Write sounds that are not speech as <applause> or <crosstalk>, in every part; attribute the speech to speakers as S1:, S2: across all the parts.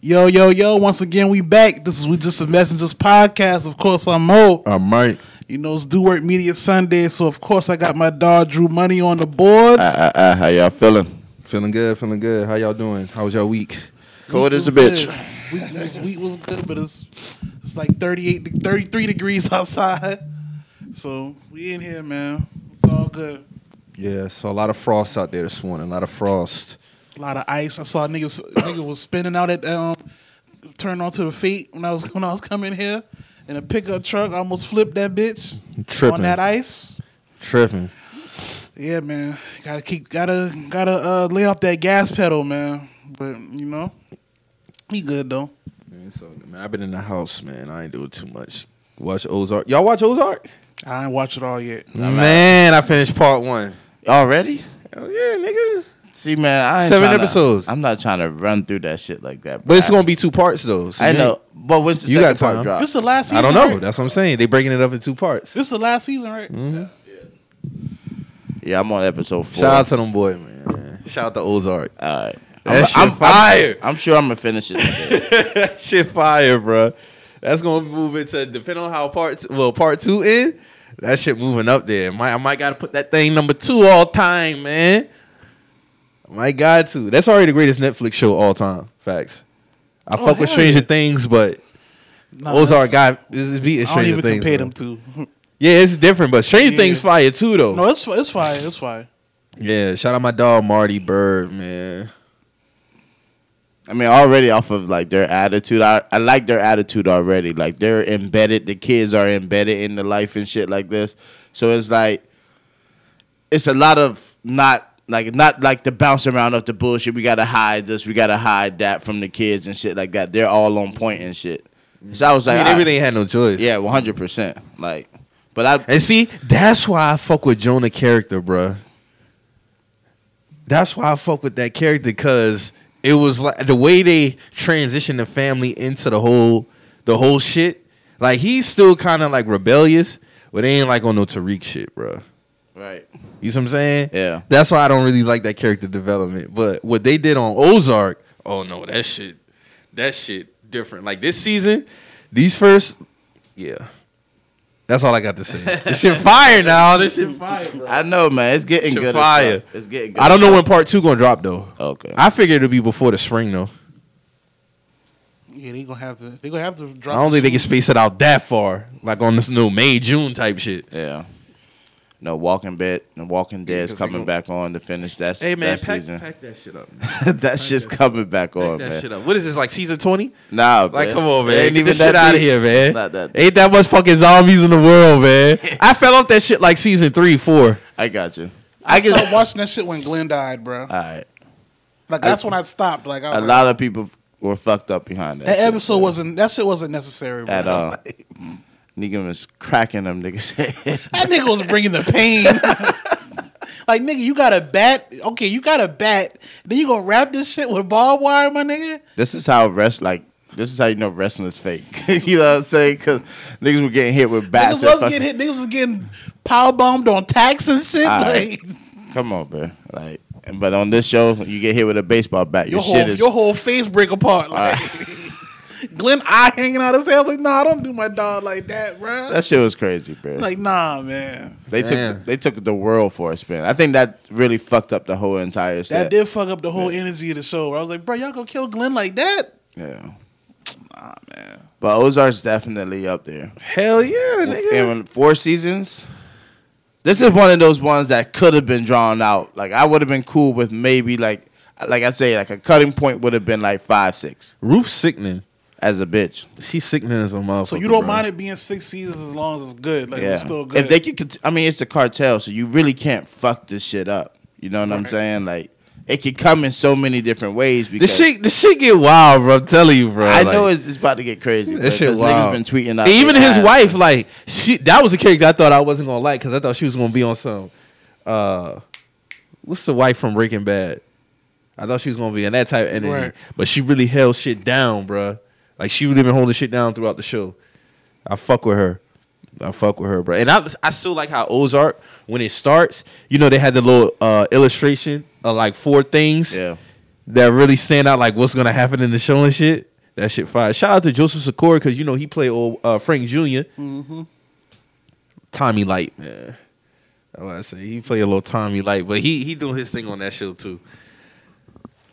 S1: Yo, yo, yo, once again, we back. This is We Just a Messengers podcast. Of course, I'm Mo.
S2: Uh,
S3: I might.
S1: You know, it's Do Work Media Sunday, so of course, I got my dog Drew Money on the boards.
S3: I, I, I, how y'all feeling?
S2: Feeling good, feeling good. How y'all doing? How was y'all week?
S3: Cold as a
S1: was
S3: bitch.
S1: good. Week, this week was good, but it's it's like 38, de- 33 degrees <laughs> outside. So we in here, man. It's all good.
S2: Yeah, so a lot of frost out there this morning. A lot of frost.
S1: A lot of ice. I saw niggas nigga was spinning out at um turned onto the feet when I was <laughs> when I was coming here in a pickup truck. I almost flipped that bitch
S2: Tripping.
S1: on that ice.
S2: Tripping.
S1: Yeah, man. Gotta keep gotta gotta uh lay off that gas pedal, man. But you know, he good though.
S2: Man, so, man, I've been in the house, man. I ain't doing too much. Watch Ozark. Y'all watch Ozark?
S1: I ain't watch it all yet.
S2: Mm. Man, I finished part one.
S3: Already?
S2: Hell yeah, nigga.
S3: See, man, I ain't
S2: Seven
S3: tryna-
S2: episodes.
S3: I'm not trying to run through that shit like that.
S2: But it's
S3: I-
S2: gonna be two parts though. so
S3: I
S2: you
S3: know. But when's the
S2: You
S3: second
S2: got
S3: part
S2: time.
S3: drop?
S1: This the last
S2: ain't- I
S1: season.
S2: don't know. Mm.
S1: Right?
S2: That's what I'm saying. They breaking it up in two parts.
S1: This the last season, right?
S3: Yeah, I'm on episode four.
S2: Shout out to them boy, man. Shout out to Ozark.
S3: All right.
S2: That shit fire.
S3: I'm, sure I'm gonna finish it.
S2: <laughs>
S3: today.
S2: that shit fire, bro. That's gonna move into depending on how part t- well part two end. That shit moving up there. Might, I might gotta put that thing number two all time, man. My God, too. That's already the greatest Netflix show all time. Facts. I
S1: Oh,
S2: fuck with
S1: hell
S2: Stranger
S1: yeah.
S2: Things, but
S1: Nah,
S2: those are
S1: that's-
S2: guy is beating
S1: I don't
S2: Stranger
S1: even
S2: Things.
S1: compare
S2: bro.
S1: them to.
S2: Yeah, it's different, but Stranger
S1: Yeah.
S2: Things fire too, though.
S1: no, it's fi- it's fine. It's fine.
S2: Yeah, shout out my dog Marty Bird, man.
S3: I mean, already off of like their attitude, I, I like their attitude already. Like they're embedded. The kids are embedded in the life and shit like this. So it's like it's a lot of not like not like the bounce around of the bullshit. We gotta hide this. We gotta hide that from the kids and shit like that. They're all on point and shit. So I was
S2: I mean,
S3: like, "All
S2: they
S3: right."
S2: really ain't had no choice.
S3: Yeah, one hundred percent. Like, but I
S2: <laughs> And see, that's why I fuck with Jonah character, bruh. That's why I fuck with that character because it was like the way they transitioned the family into the whole the whole shit. Like he's still kind of like rebellious, but they ain't like on no Tariq shit, bruh.
S3: right.
S2: You see what I'm saying?
S3: Yeah.
S2: That's why I don't really like that character development. But what they did on Ozark, oh no, that shit, that shit different. Like this season, these first, yeah. That's all I got to
S3: <laughs>
S2: say. this shit fire now. This shit fire, bro.
S3: I know, man. It's getting
S2: Shit
S3: good. as
S2: fire.
S3: fuck. It's getting. good
S2: I don't
S3: as
S2: know when
S3: fuck.
S2: part two gonna drop though.
S3: Okay.
S2: I figured it'll be before the spring though.
S1: Yeah, they gonna have to. They gonna have to drop.
S2: I don't
S1: it
S2: think they can
S1: soon.
S2: space it out that far, like on this new May June type shit.
S3: yeah. No Walking Dead. No Walking Dead is
S2: 'cause they
S3: coming
S2: gon-
S3: back on to finish that, s- that season. <laughs>
S2: that shit up.
S3: That's just coming back on, man.
S2: up. What is this like season twenty?
S3: Nah,
S2: Like,
S3: man.
S2: come on, man.
S3: It
S2: Ain't Get this
S3: that
S2: shit out of
S3: deep.
S2: here, man.
S3: Not that deep.
S2: Ain't that much fucking zombies in the world,
S3: <laughs>
S2: man. I fell off that shit like season three, four.
S3: I got you.
S1: I,
S3: I can.
S1: stopped watching that shit when Glenn died, bro.
S3: All right.
S1: Like that's when I stopped. Like I
S3: A
S1: was like,
S3: lot of people were fucked up behind that.
S1: that
S3: shit,
S1: episode
S3: man.
S1: wasn't. That shit wasn't necessary, bro.
S3: at all. Nigga was cracking them niggas. <laughs>
S1: That nigga was bringing the pain. <laughs> like nigga, you got a bat. Okay, you got a bat. Then you gonna wrap this shit with barbed wire, my nigga.
S3: This is how rest like this is how you know wrestling is fake. <laughs> you know what I'm saying? Because niggas were getting hit with bats.
S1: Niggas
S3: and
S1: was
S3: fucking-
S1: getting hit. Niggas was getting power bombed on tax and shit.
S3: All
S1: like
S3: right. Come on, bro. Like, but on this show, you get hit with a baseball bat.
S1: your
S3: Your,
S1: whole
S3: shit is
S1: your whole face break apart. Like <laughs> Glenn, eye hanging out his head. I was like, nah, don't do my dog like that, bro.
S3: that shit was crazy, bro.
S1: like nah, man.
S3: they
S2: Damn.
S3: took they took the world for a spin. I think that really fucked up the whole entire
S1: That
S3: set.
S1: did fuck up the whole energy of the show. I was like, bro, y'all gonna kill Glenn like that?
S3: yeah. But Ozark's definitely up there.
S2: Hell yeah,
S3: And when- four seasons. This is one of those ones that could have been drawn out. Like I would have been cool with maybe like like I say like a cutting point would have been like five six
S2: Roof sickening.
S3: as a bitch.
S2: She's sickening as a motherfucker.
S1: So you don't
S2: bro.
S1: mind it being six seasons as long as it's good. Like
S3: yeah.
S1: it's still good.
S3: If they could, cont- I mean, it's the cartel, so you really can't fuck this shit up. You know what I'm
S1: Right.
S3: saying? Like it could come in so many different ways.
S2: The
S3: Because
S2: shit, the shit get wild, bro. I'm telling you, bro.
S3: I
S2: Like,
S3: know it's, it's about to get crazy.
S2: That
S3: bro,
S2: shit
S3: 'cause
S2: wild.
S3: Niggas been tweeting out.
S2: And even
S3: their
S2: his
S3: ass.
S2: wife, like she, that was a character I thought I wasn't gonna like because I thought she was gonna be on some. Uh, what's the wife from Breaking Bad? I thought she was gonna be in that type of energy,
S1: Right.
S2: but she really held shit down, bruh. Like she really been holding shit down throughout the show. I fuck with her. I fuck with her, bruh. And I, I still like how Ozark when it starts. You know they had the little uh, illustration of like four things
S3: Yeah.
S2: that really stand out, like what's gonna happen in the show and shit. That shit fire. Shout out to Joseph Secor because you know he played old uh, Frank junior Tommy Light, man. I want to say he played a little Tommy Light, but he he doing his thing on that show too.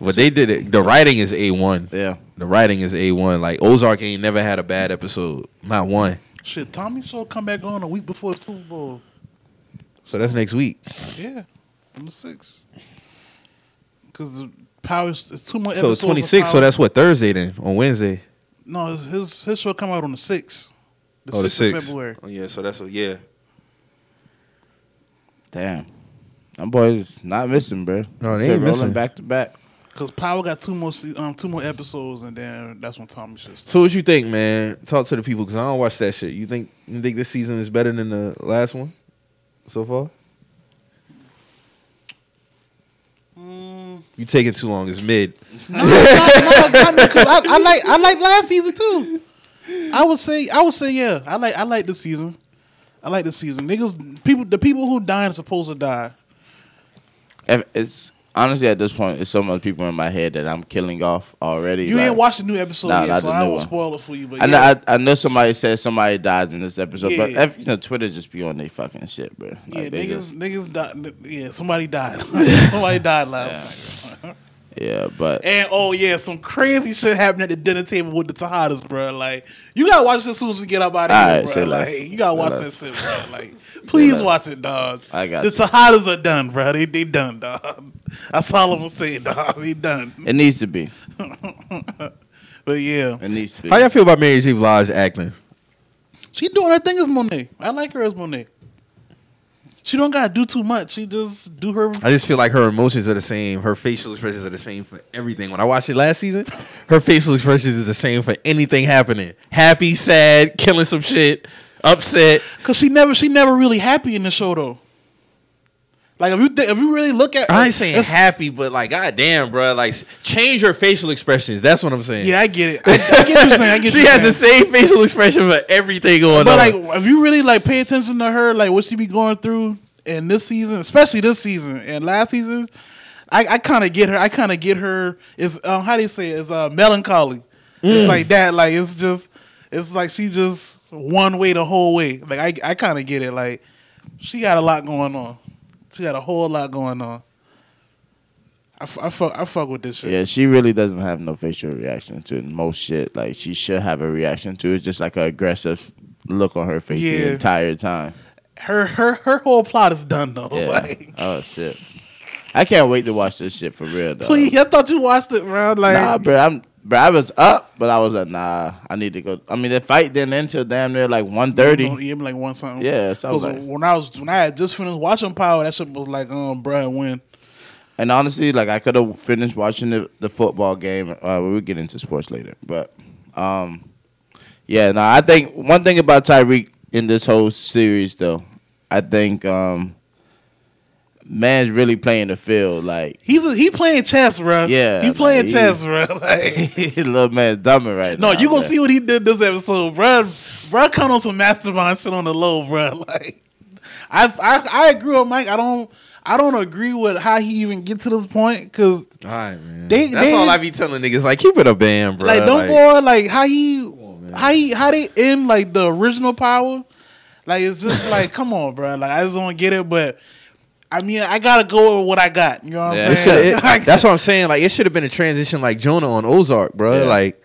S2: But they did it. The writing is a one.
S3: Yeah.
S2: The writing is a one. Like Ozark ain't never had a bad episode, not one.
S1: Shit, Tommy Show come back on a week before the Super Bowl.
S2: So that's next week.
S1: Yeah, on the six. Because the power is it's two more
S2: So
S1: episodes.
S2: it's
S1: of
S2: twenty six. So
S1: Power.
S2: that's what Thursday then on Wednesday.
S1: no his- his his show come out on the sixth. The
S2: oh, the
S1: sixth of
S2: sixth.
S1: February.
S2: Oh, yeah. So that's a, yeah.
S3: Damn. Them boys not missing, bro.
S2: No, they ain't
S3: rolling
S2: missing.
S3: back to back.
S1: Because Power got two more se- um two more episodes, and then that's when Tommy Show. starts.
S2: So what you think, man? Talk to the people because I don't watch that shit. You think you think this season is better than the last one so far?
S1: Mm.
S2: You taking too long. It's mid.
S1: No, it's not- no, it's not, 'cause I, I like I like last season too. I would say I would say yeah. I like I like this season. I like this season. Niggas, people, the people who dying are supposed to die.
S3: If- It's honestly at this point, it's so much people in my head that I'm killing off already.
S1: You
S3: like-
S1: ain't watched the new episode
S3: Nah,
S1: yet,
S3: not
S1: so
S3: the
S1: I
S3: new
S1: won't
S3: one.
S1: spoil it for you. But
S3: I
S1: yeah.
S3: know, I, I know somebody said somebody dies in this episode, but
S1: Yeah.
S3: ev- you know, Twitter just be on their fucking shit, bro. Like,
S1: Yeah,
S3: they
S1: niggas,
S3: just-
S1: niggas died. Yeah, somebody
S3: <laughs>
S1: died. somebody died last night.
S3: yeah, but
S1: And oh yeah, some crazy shit happened at the dinner table with the Tejadas, bro. Like you gotta watch this as soon as we get up out of
S3: All
S1: here,
S3: right,
S1: bro.
S3: say
S1: Like
S3: less.
S1: you gotta
S3: Say
S1: watch
S3: less.
S1: this shit,
S3: <laughs>
S1: bro. Like please
S3: less.
S1: watch it, dog.
S3: I got
S1: the
S3: you.
S1: Tejadas are done, bro. They they done, dog. That's all I'm gonna say, dog. They done.
S3: it needs to be.
S1: But yeah,
S3: It needs to be.
S2: How y'all feel about Mary J. Blige acting?
S1: she doing her thing as Monet. I like her as Monet. She don't gotta do too much. She just do her.
S2: I just feel like her emotions are the same. Her facial expressions are the same for everything. When I watched it last season, her facial expressions is the same for anything happening. Happy, sad, killing some shit, upset.
S1: Cause she never she never really happy in the show though. Like if you think if you really look at
S2: I ain't saying
S1: that's-
S2: happy, but like, goddamn, bro, like change her facial expressions. That's what I'm saying.
S1: Yeah, I get it. I, I get what you're saying. I get
S2: <laughs> she
S1: what you're
S2: has the
S1: saying.
S2: same facial expression for everything going
S1: But
S2: on.
S1: like, if you really like pay attention to her, like what she be going through in this season, especially this season and last season, I, I kind of get her. I kind of get her. Is um, how do you say it? It's uh, melancholy. It's like that. Like it's just. It's like she just one way the whole way. Like I, I kind of get it. Like she got a lot going on. She got a whole lot going on. I, f- I fuck I fuck with this shit.
S3: Yeah, she really doesn't have no facial reaction to most shit. Like she should have a reaction to it, just like an aggressive look on her face
S1: Yeah.
S3: the entire time.
S1: Her her her whole plot is done though.
S3: Yeah.
S1: <laughs> Like,
S3: oh shit. I can't wait to watch this shit for real though.
S1: Please, I thought you watched it, bro. Like,
S3: Nah, bro, I'm bro, I was up, but I was like, nah, I need to go. I mean, the fight didn't end till damn near like one
S1: No,
S3: thirty.
S1: yeah, like one something.
S3: Yeah, so I was
S1: 'Cause
S3: like-
S1: when I was when I had just finished watching Power, that shit was like, um, bruh, when
S3: And honestly, like I could have finished watching the, the football game. Uh, we'll get into sports later, but um, yeah. Now I think one thing about Tyreek in this whole series, though, I think um, man's really playing the field. Like, <laughs>
S1: he's a, he playing chess, bro.
S3: Yeah,
S1: he playing
S3: like, he-
S1: chess, bro. <laughs> Like,
S3: little man's dumbing right
S1: no,
S3: now.
S1: you gonna
S3: bruh.
S1: see what he did this episode, bro. Bro, come on some mastermind shit on the low, bro. <laughs> Like, I I I agree with Mike. I don't I don't agree with how he even get to this point because
S2: all right, man.
S1: They-
S2: That's
S1: they-
S2: all I be telling niggas. Like, keep it a band, bro.
S1: like don't
S2: like,
S1: go on, like how he
S2: on, man.
S1: how he how they end like the original power like it's just
S2: <laughs>
S1: like come on bro like i just don't get it but i mean i gotta go with what i got you know what i'm
S2: It shoulda-
S1: saying <laughs>
S2: it- that's what I'm saying. Like, it should have been a transition like Jonah on Ozark, bro.
S3: Yeah.
S2: Like,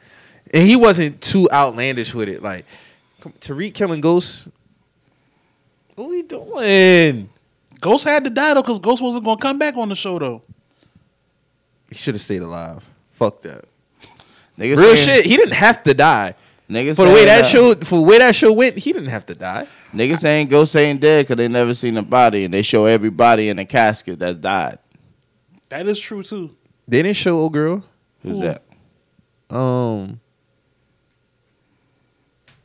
S2: and he wasn't too outlandish with it. Like, come- Tariq killing Ghost. What we doing?
S1: ghost had to die though because ghost wasn't gonna come back on the show though
S2: He should have stayed alive. Fuck that.
S3: Niggas
S2: Real
S3: saying-
S2: shit. He didn't have to die.
S3: Niggas
S2: For the way
S3: saying,
S2: that
S3: uh,
S2: show, for the way that show went, he didn't have to die.
S3: Niggas saying ghosts ain't dead because they never seen a body, and they show every body in the casket that's died.
S1: that is true too
S2: They didn't show old girl.
S3: Who's
S1: Who?
S3: that?
S2: Um,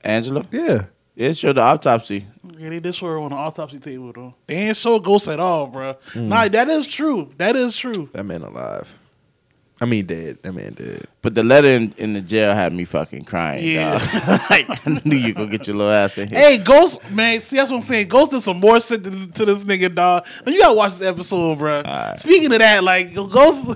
S3: Angela?
S2: yeah.
S3: It showed the autopsy.
S1: yeah they did show her on the autopsy table though they ain't show ghost at all bro
S2: Mm.
S1: nah that is true that is true
S2: That man alive. I mean, dead. That man dead.
S3: But the letter in, in the jail had me fucking crying.
S1: Yeah.
S3: dog. <laughs> like, I knew you gonna get your little ass in
S1: <laughs>
S3: here.
S1: Hey, Ghost, man, see that's what I'm saying. Ghost did some more shit to, to this nigga, dog. And you gotta watch this episode, bro.
S3: Alright.
S1: Speaking of that, like Ghost,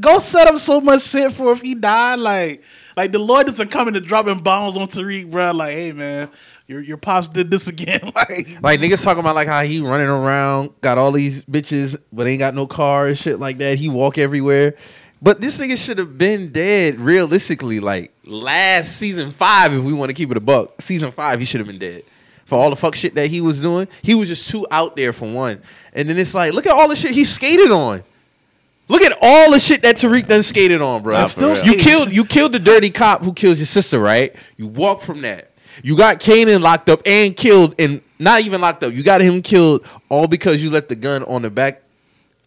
S1: Ghost set up so much shit for if he died, like Like the Lord isn't coming to dropping bombs on Tariq, bro. Like, hey man, your your pops did this again. <laughs> like,
S2: Like niggas talking about like how he running around, got all these bitches, but ain't got no car and shit like that. He walk everywhere. But this nigga should have been dead realistically, like last season five, if we want to keep it a buck. Season five, he should have been dead. For all the fuck shit that he was doing. He was just too out there for one. And then it's like, look at all the shit he skated on. Look at all the shit that Tariq done skated on, bro.
S3: Nah, for real.
S2: you killed you killed the dirty cop who kills your sister, right? You walk from that. You got Kanan locked up and killed, and not even locked up. You got him killed all because you let the gun on the back.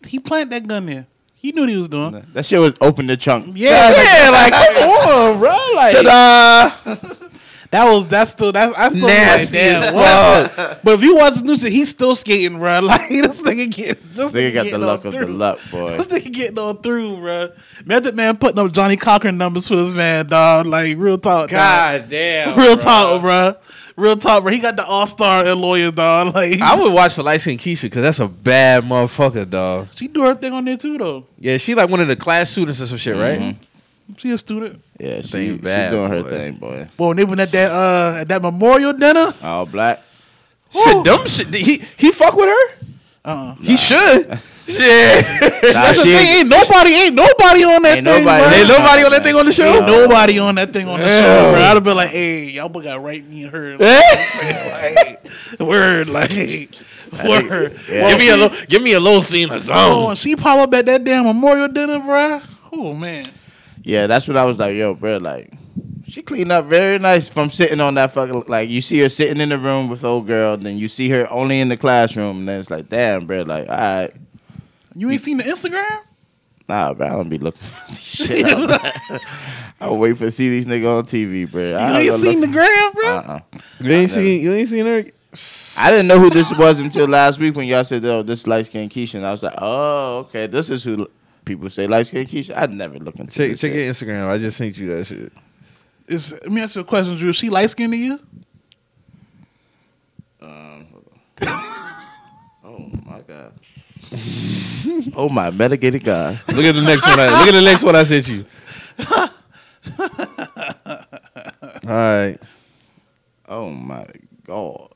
S1: he planted that gun there. He knew what he was doing.
S3: That shit was open the trunk.
S1: Yeah,
S2: <laughs> Yeah, like come on, bro. <laughs> Like
S3: Ta-da!
S1: that was that's still that's I still like,
S2: nasty
S1: damn,
S2: as
S1: what?
S2: fuck.
S1: But if you watch the new shit, he's still skating, bro. <laughs> Like this nigga get this
S3: Nigga got the
S1: getting
S3: luck
S1: on
S3: of the
S1: through.
S3: luck,
S1: <laughs>
S3: boy.
S1: This nigga getting on through, bro. Method Man putting up Johnny Cochran numbers for this man, dog. Like real talk, dog.
S2: God
S1: <laughs>
S2: damn,
S1: real
S2: bro.
S1: talk, bro. Real talk, bro. He got the All Star and lawyer, dog. <laughs> Like
S2: I would watch for light skin Keisha because that's a bad motherfucker, dog.
S1: she do her thing on there too, though.
S2: Yeah, she like one of the class students or some shit, right?
S1: She a student.
S3: Yeah, she,
S2: Thing
S3: she
S2: bad,
S3: doing her
S2: boy.
S3: thing, boy.
S1: Boy, when they went at that uh at that memorial dinner,
S3: All black.
S2: Shit, dumb shit. Did He he fuck with her.
S1: uh,
S2: He <laughs> should. Yeah.
S3: Nah,
S1: that's the
S3: she
S1: thing. Ain't nobody, ain't nobody on that
S3: Ain't
S1: thing.
S3: nobody.
S1: bruh.
S2: Ain't nobody on that thing on the show.
S1: Ain't nobody on that thing on the show, bro. I'd have been like, hey, y'all boy got right me and her.
S2: <laughs>
S1: Like, word, like, word.
S3: yeah.
S1: Well,
S2: <laughs> give me a low, give me a low scene or
S1: oh,
S2: something.
S1: she pop up at that damn memorial dinner, bro. Oh, man.
S3: Yeah, that's what I was like, yo, bro. Like, she cleaned up very nice from sitting on that fucking. Like, you see her sitting in the room with old girl, and then you see her only in the classroom, and then it's like, damn, bro. Like, all right,
S1: You ain't seen the Instagram?
S3: nah, bro. I don't be looking
S1: <laughs>
S3: at this <laughs> shit. Up, I'll wait for see these niggas on TV, bro.
S1: You
S3: I
S1: ain't
S3: don't
S1: seen the
S3: look-
S1: gram, bro?
S3: Uh-uh.
S2: You ain't seen you ain't seen her.
S3: I didn't know who this was until last week when y'all said, "Oh, this light skinned Keisha." And I was like, "Oh, okay, this is who l- people say light skinned Keisha." I'd never look into
S2: Check
S3: this
S2: check
S3: shit.
S2: your Instagram. I just sent you that shit.
S1: Is, let me ask you a question, Drew. Is she light skinned to you?
S3: Oh my god. <laughs> oh my medicated god.
S2: Look at the next one. I, look at the next one I sent <laughs> you. All right.
S3: Oh my god.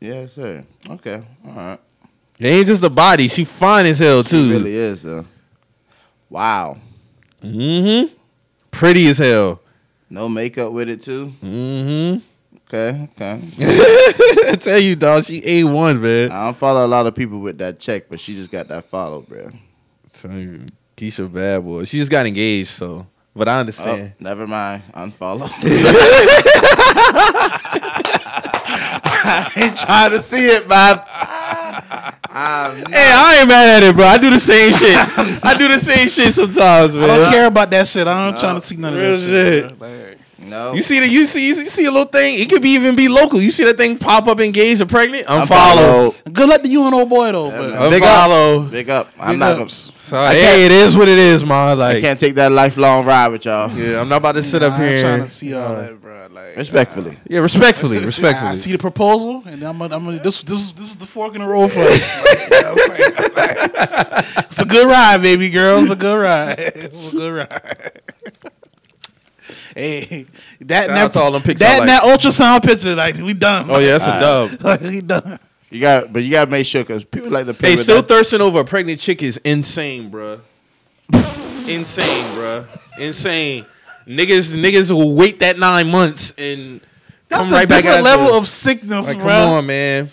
S3: Yes, sir. Okay. All right.
S2: It ain't just the body. She fine as hell
S3: It
S2: too.
S3: really is though. Wow.
S2: Mm-hmm. Pretty as hell.
S3: No makeup with it too.
S2: Mm-hmm. <laughs>
S3: Okay. Okay.
S2: I tell you, dog, she a one, man.
S3: I don't follow a lot of people with that check, but she just got that follow, bro.
S2: Tell you, Keisha bad boy. She just got engaged, so. But I
S3: Oh,
S2: understand.
S3: never mind. Unfollow. <laughs> I ain't trying to see it, man. I'm
S1: Oh.
S3: not-
S2: Hey, I ain't mad at it, bro. I do the <laughs> same shit. I do the same shit sometimes, man.
S1: I don't care about that shit. I don't trying to see none of
S2: Real
S1: that shit.
S2: shit.
S3: No.
S2: You see the you see you see a little thing. It could be even be local. You see that thing pop up, engaged or pregnant. Unfollow.
S3: Unfollow.
S1: Good luck to you and old boy though. But
S3: man. Big up.
S2: Unfollow.
S3: Big up. I'm
S1: Big
S3: not
S1: up.
S3: gonna.
S2: So, hey, it is what it is, man.
S3: I
S2: Like,
S3: can't take that lifelong ride with y'all.
S2: yeah, I'm not about to sit
S1: Nah,
S2: up here.
S1: I'm trying to see all
S2: Uh,
S1: that, bro. Like,
S3: Respectfully.
S1: <laughs>
S2: Yeah, respectfully, respectfully.
S1: I see the proposal, and I'm gonna, I'm gonna this this this is the fork in the road for us. <laughs> it's a good ride, baby girl. It's a good
S2: <laughs>
S1: ride. It's a good ride. hey, that
S2: Shout
S1: and that,
S2: out to all them pics
S1: that
S2: I
S1: and that ultrasound picture, like we done.
S2: oh yeah, that's a dub.
S1: <laughs> Like, we done.
S3: You got, but you gotta make sure because people like to pay.
S2: Hey,
S3: with
S2: still
S3: that-
S2: thirsting over a pregnant chick is insane, bruh. insane, bruh. Insane. Niggas, niggas will wait that nine months and
S1: That's
S2: come right
S1: a
S2: back
S1: different
S2: at
S1: level
S2: you.
S1: of sickness,
S2: Like, come
S1: bro.
S2: on, man.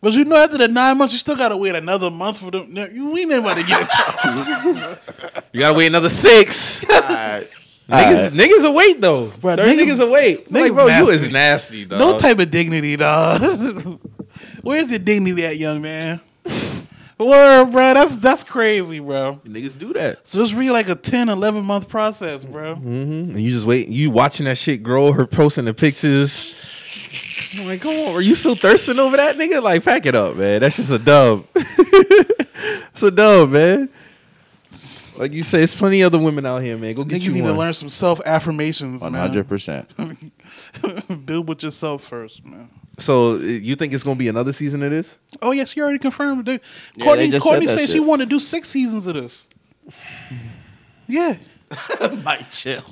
S1: But you know, after the nine months, you still gotta wait another month for them. No, You ain't about to
S2: <laughs>
S1: get it.
S2: You gotta wait another <laughs> six.
S3: Alright.
S2: Niggas,
S3: Alright.
S2: niggas awake though.
S1: Bruh,
S2: Certain
S1: niggas-
S2: niggas, awake. I'm
S1: niggas
S2: like, bro, you
S1: nasty.
S2: is nasty, dog.
S1: No type of dignity, dog. <laughs> Where's the dignity at, young man? Word, bro. That's that's crazy, bro.
S2: niggas do that.
S1: So it's really like a 10, 11 month process, bro.
S2: Mm-hmm. And you just wait. You watching that shit grow. Her posting the pictures. I'm like, come on. Are you still thirsting over that nigga? Like, pack it up, man. That's just a dub. <laughs> it's a dub, man. Like you say, it's plenty other women out here, man. Go get
S1: Niggas
S2: you
S1: need to
S2: one.
S1: learn some self affirmations,
S3: One
S1: man.
S3: hundred percent.
S1: <laughs> Build with yourself first, man.
S2: So uh, you think it's gonna be another season of this?
S1: Oh yeah, she already confirmed. Dude.
S3: Yeah, they
S1: Courtney
S3: just
S1: Courtney
S3: said that
S1: said she
S3: shit.
S1: wanted to do six seasons of this. Yeah,
S3: Mike, chill.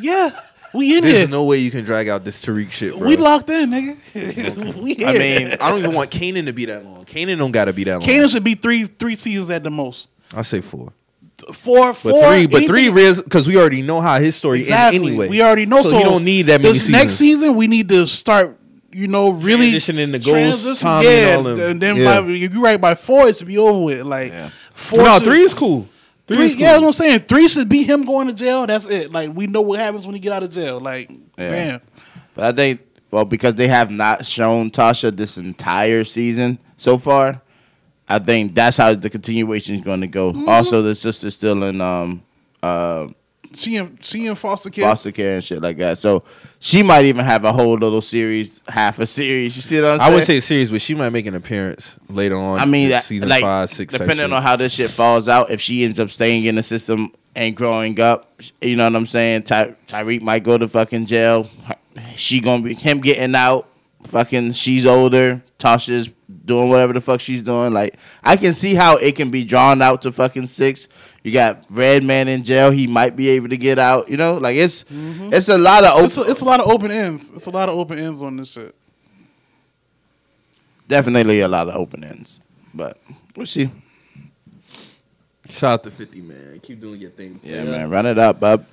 S1: Yeah, we in
S2: There's
S1: here.
S2: no way you can drag out this Tariq shit, bro.
S1: we locked in, nigga. <laughs> we
S2: I
S1: here.
S2: mean, I don't even want Kanan to be that long. Kanan don't gotta be that long.
S1: Kanan should be three three seasons at the most.
S2: I say four,
S1: Four,
S2: but
S1: four,
S2: three, but three
S1: anything-
S2: is because we already know how his story
S1: Exactly.
S2: ends anyway.
S1: We already know. So,
S2: so he don't need that many
S1: This next
S2: seasons.
S1: season, we need to start. You know, really
S2: Transitioning the goals,
S1: transition-
S2: Tommy and
S1: yeah,
S2: all them.
S1: and then
S2: Yeah.
S1: by, if you right by four, it should be over with. Like
S3: Yeah.
S1: four,
S2: no,
S1: should-
S2: three is cool. Three,
S1: Three,
S2: is cool.
S1: yeah, that's what I'm saying. Three should be him going to jail. That's it. Like we know what happens when he get out of jail. Like
S3: Yeah.
S1: man,
S3: But I think well because they have not shown Tasha this entire season so far. I think that's how the continuation is going to go.
S2: Mm-hmm.
S3: Also, the sister's still in um uh,
S1: she and she and foster care.
S3: foster care and shit like that, so she might even have a whole little series, half a series. You see what I'm
S2: I
S3: saying?
S2: would say series, but she might make an appearance later on.
S3: I mean,
S2: in
S3: that-
S2: season
S3: like
S2: five, six,
S3: depending
S2: section.
S3: on how this shit falls out, if she ends up staying in the system and growing up, you know what I'm saying? Ty- Tyreek might go to fucking jail. Her- She gonna be him getting out. Fucking, she's older. Tasha's doing whatever the fuck she's doing. Like, I can see how it can be drawn out to fucking six. You got Red Man in jail. He might be able to get out. You know, like it's it's a lot of
S1: Mm-hmm. It's a,
S3: op-
S1: it's a lot of open ends. It's a lot of open ends on this shit.
S3: definitely a lot of open ends. But we'll see.
S2: Shout out to Fifty Man. Keep doing your thing.
S3: Yeah,
S2: player.
S3: man, run it up, bub.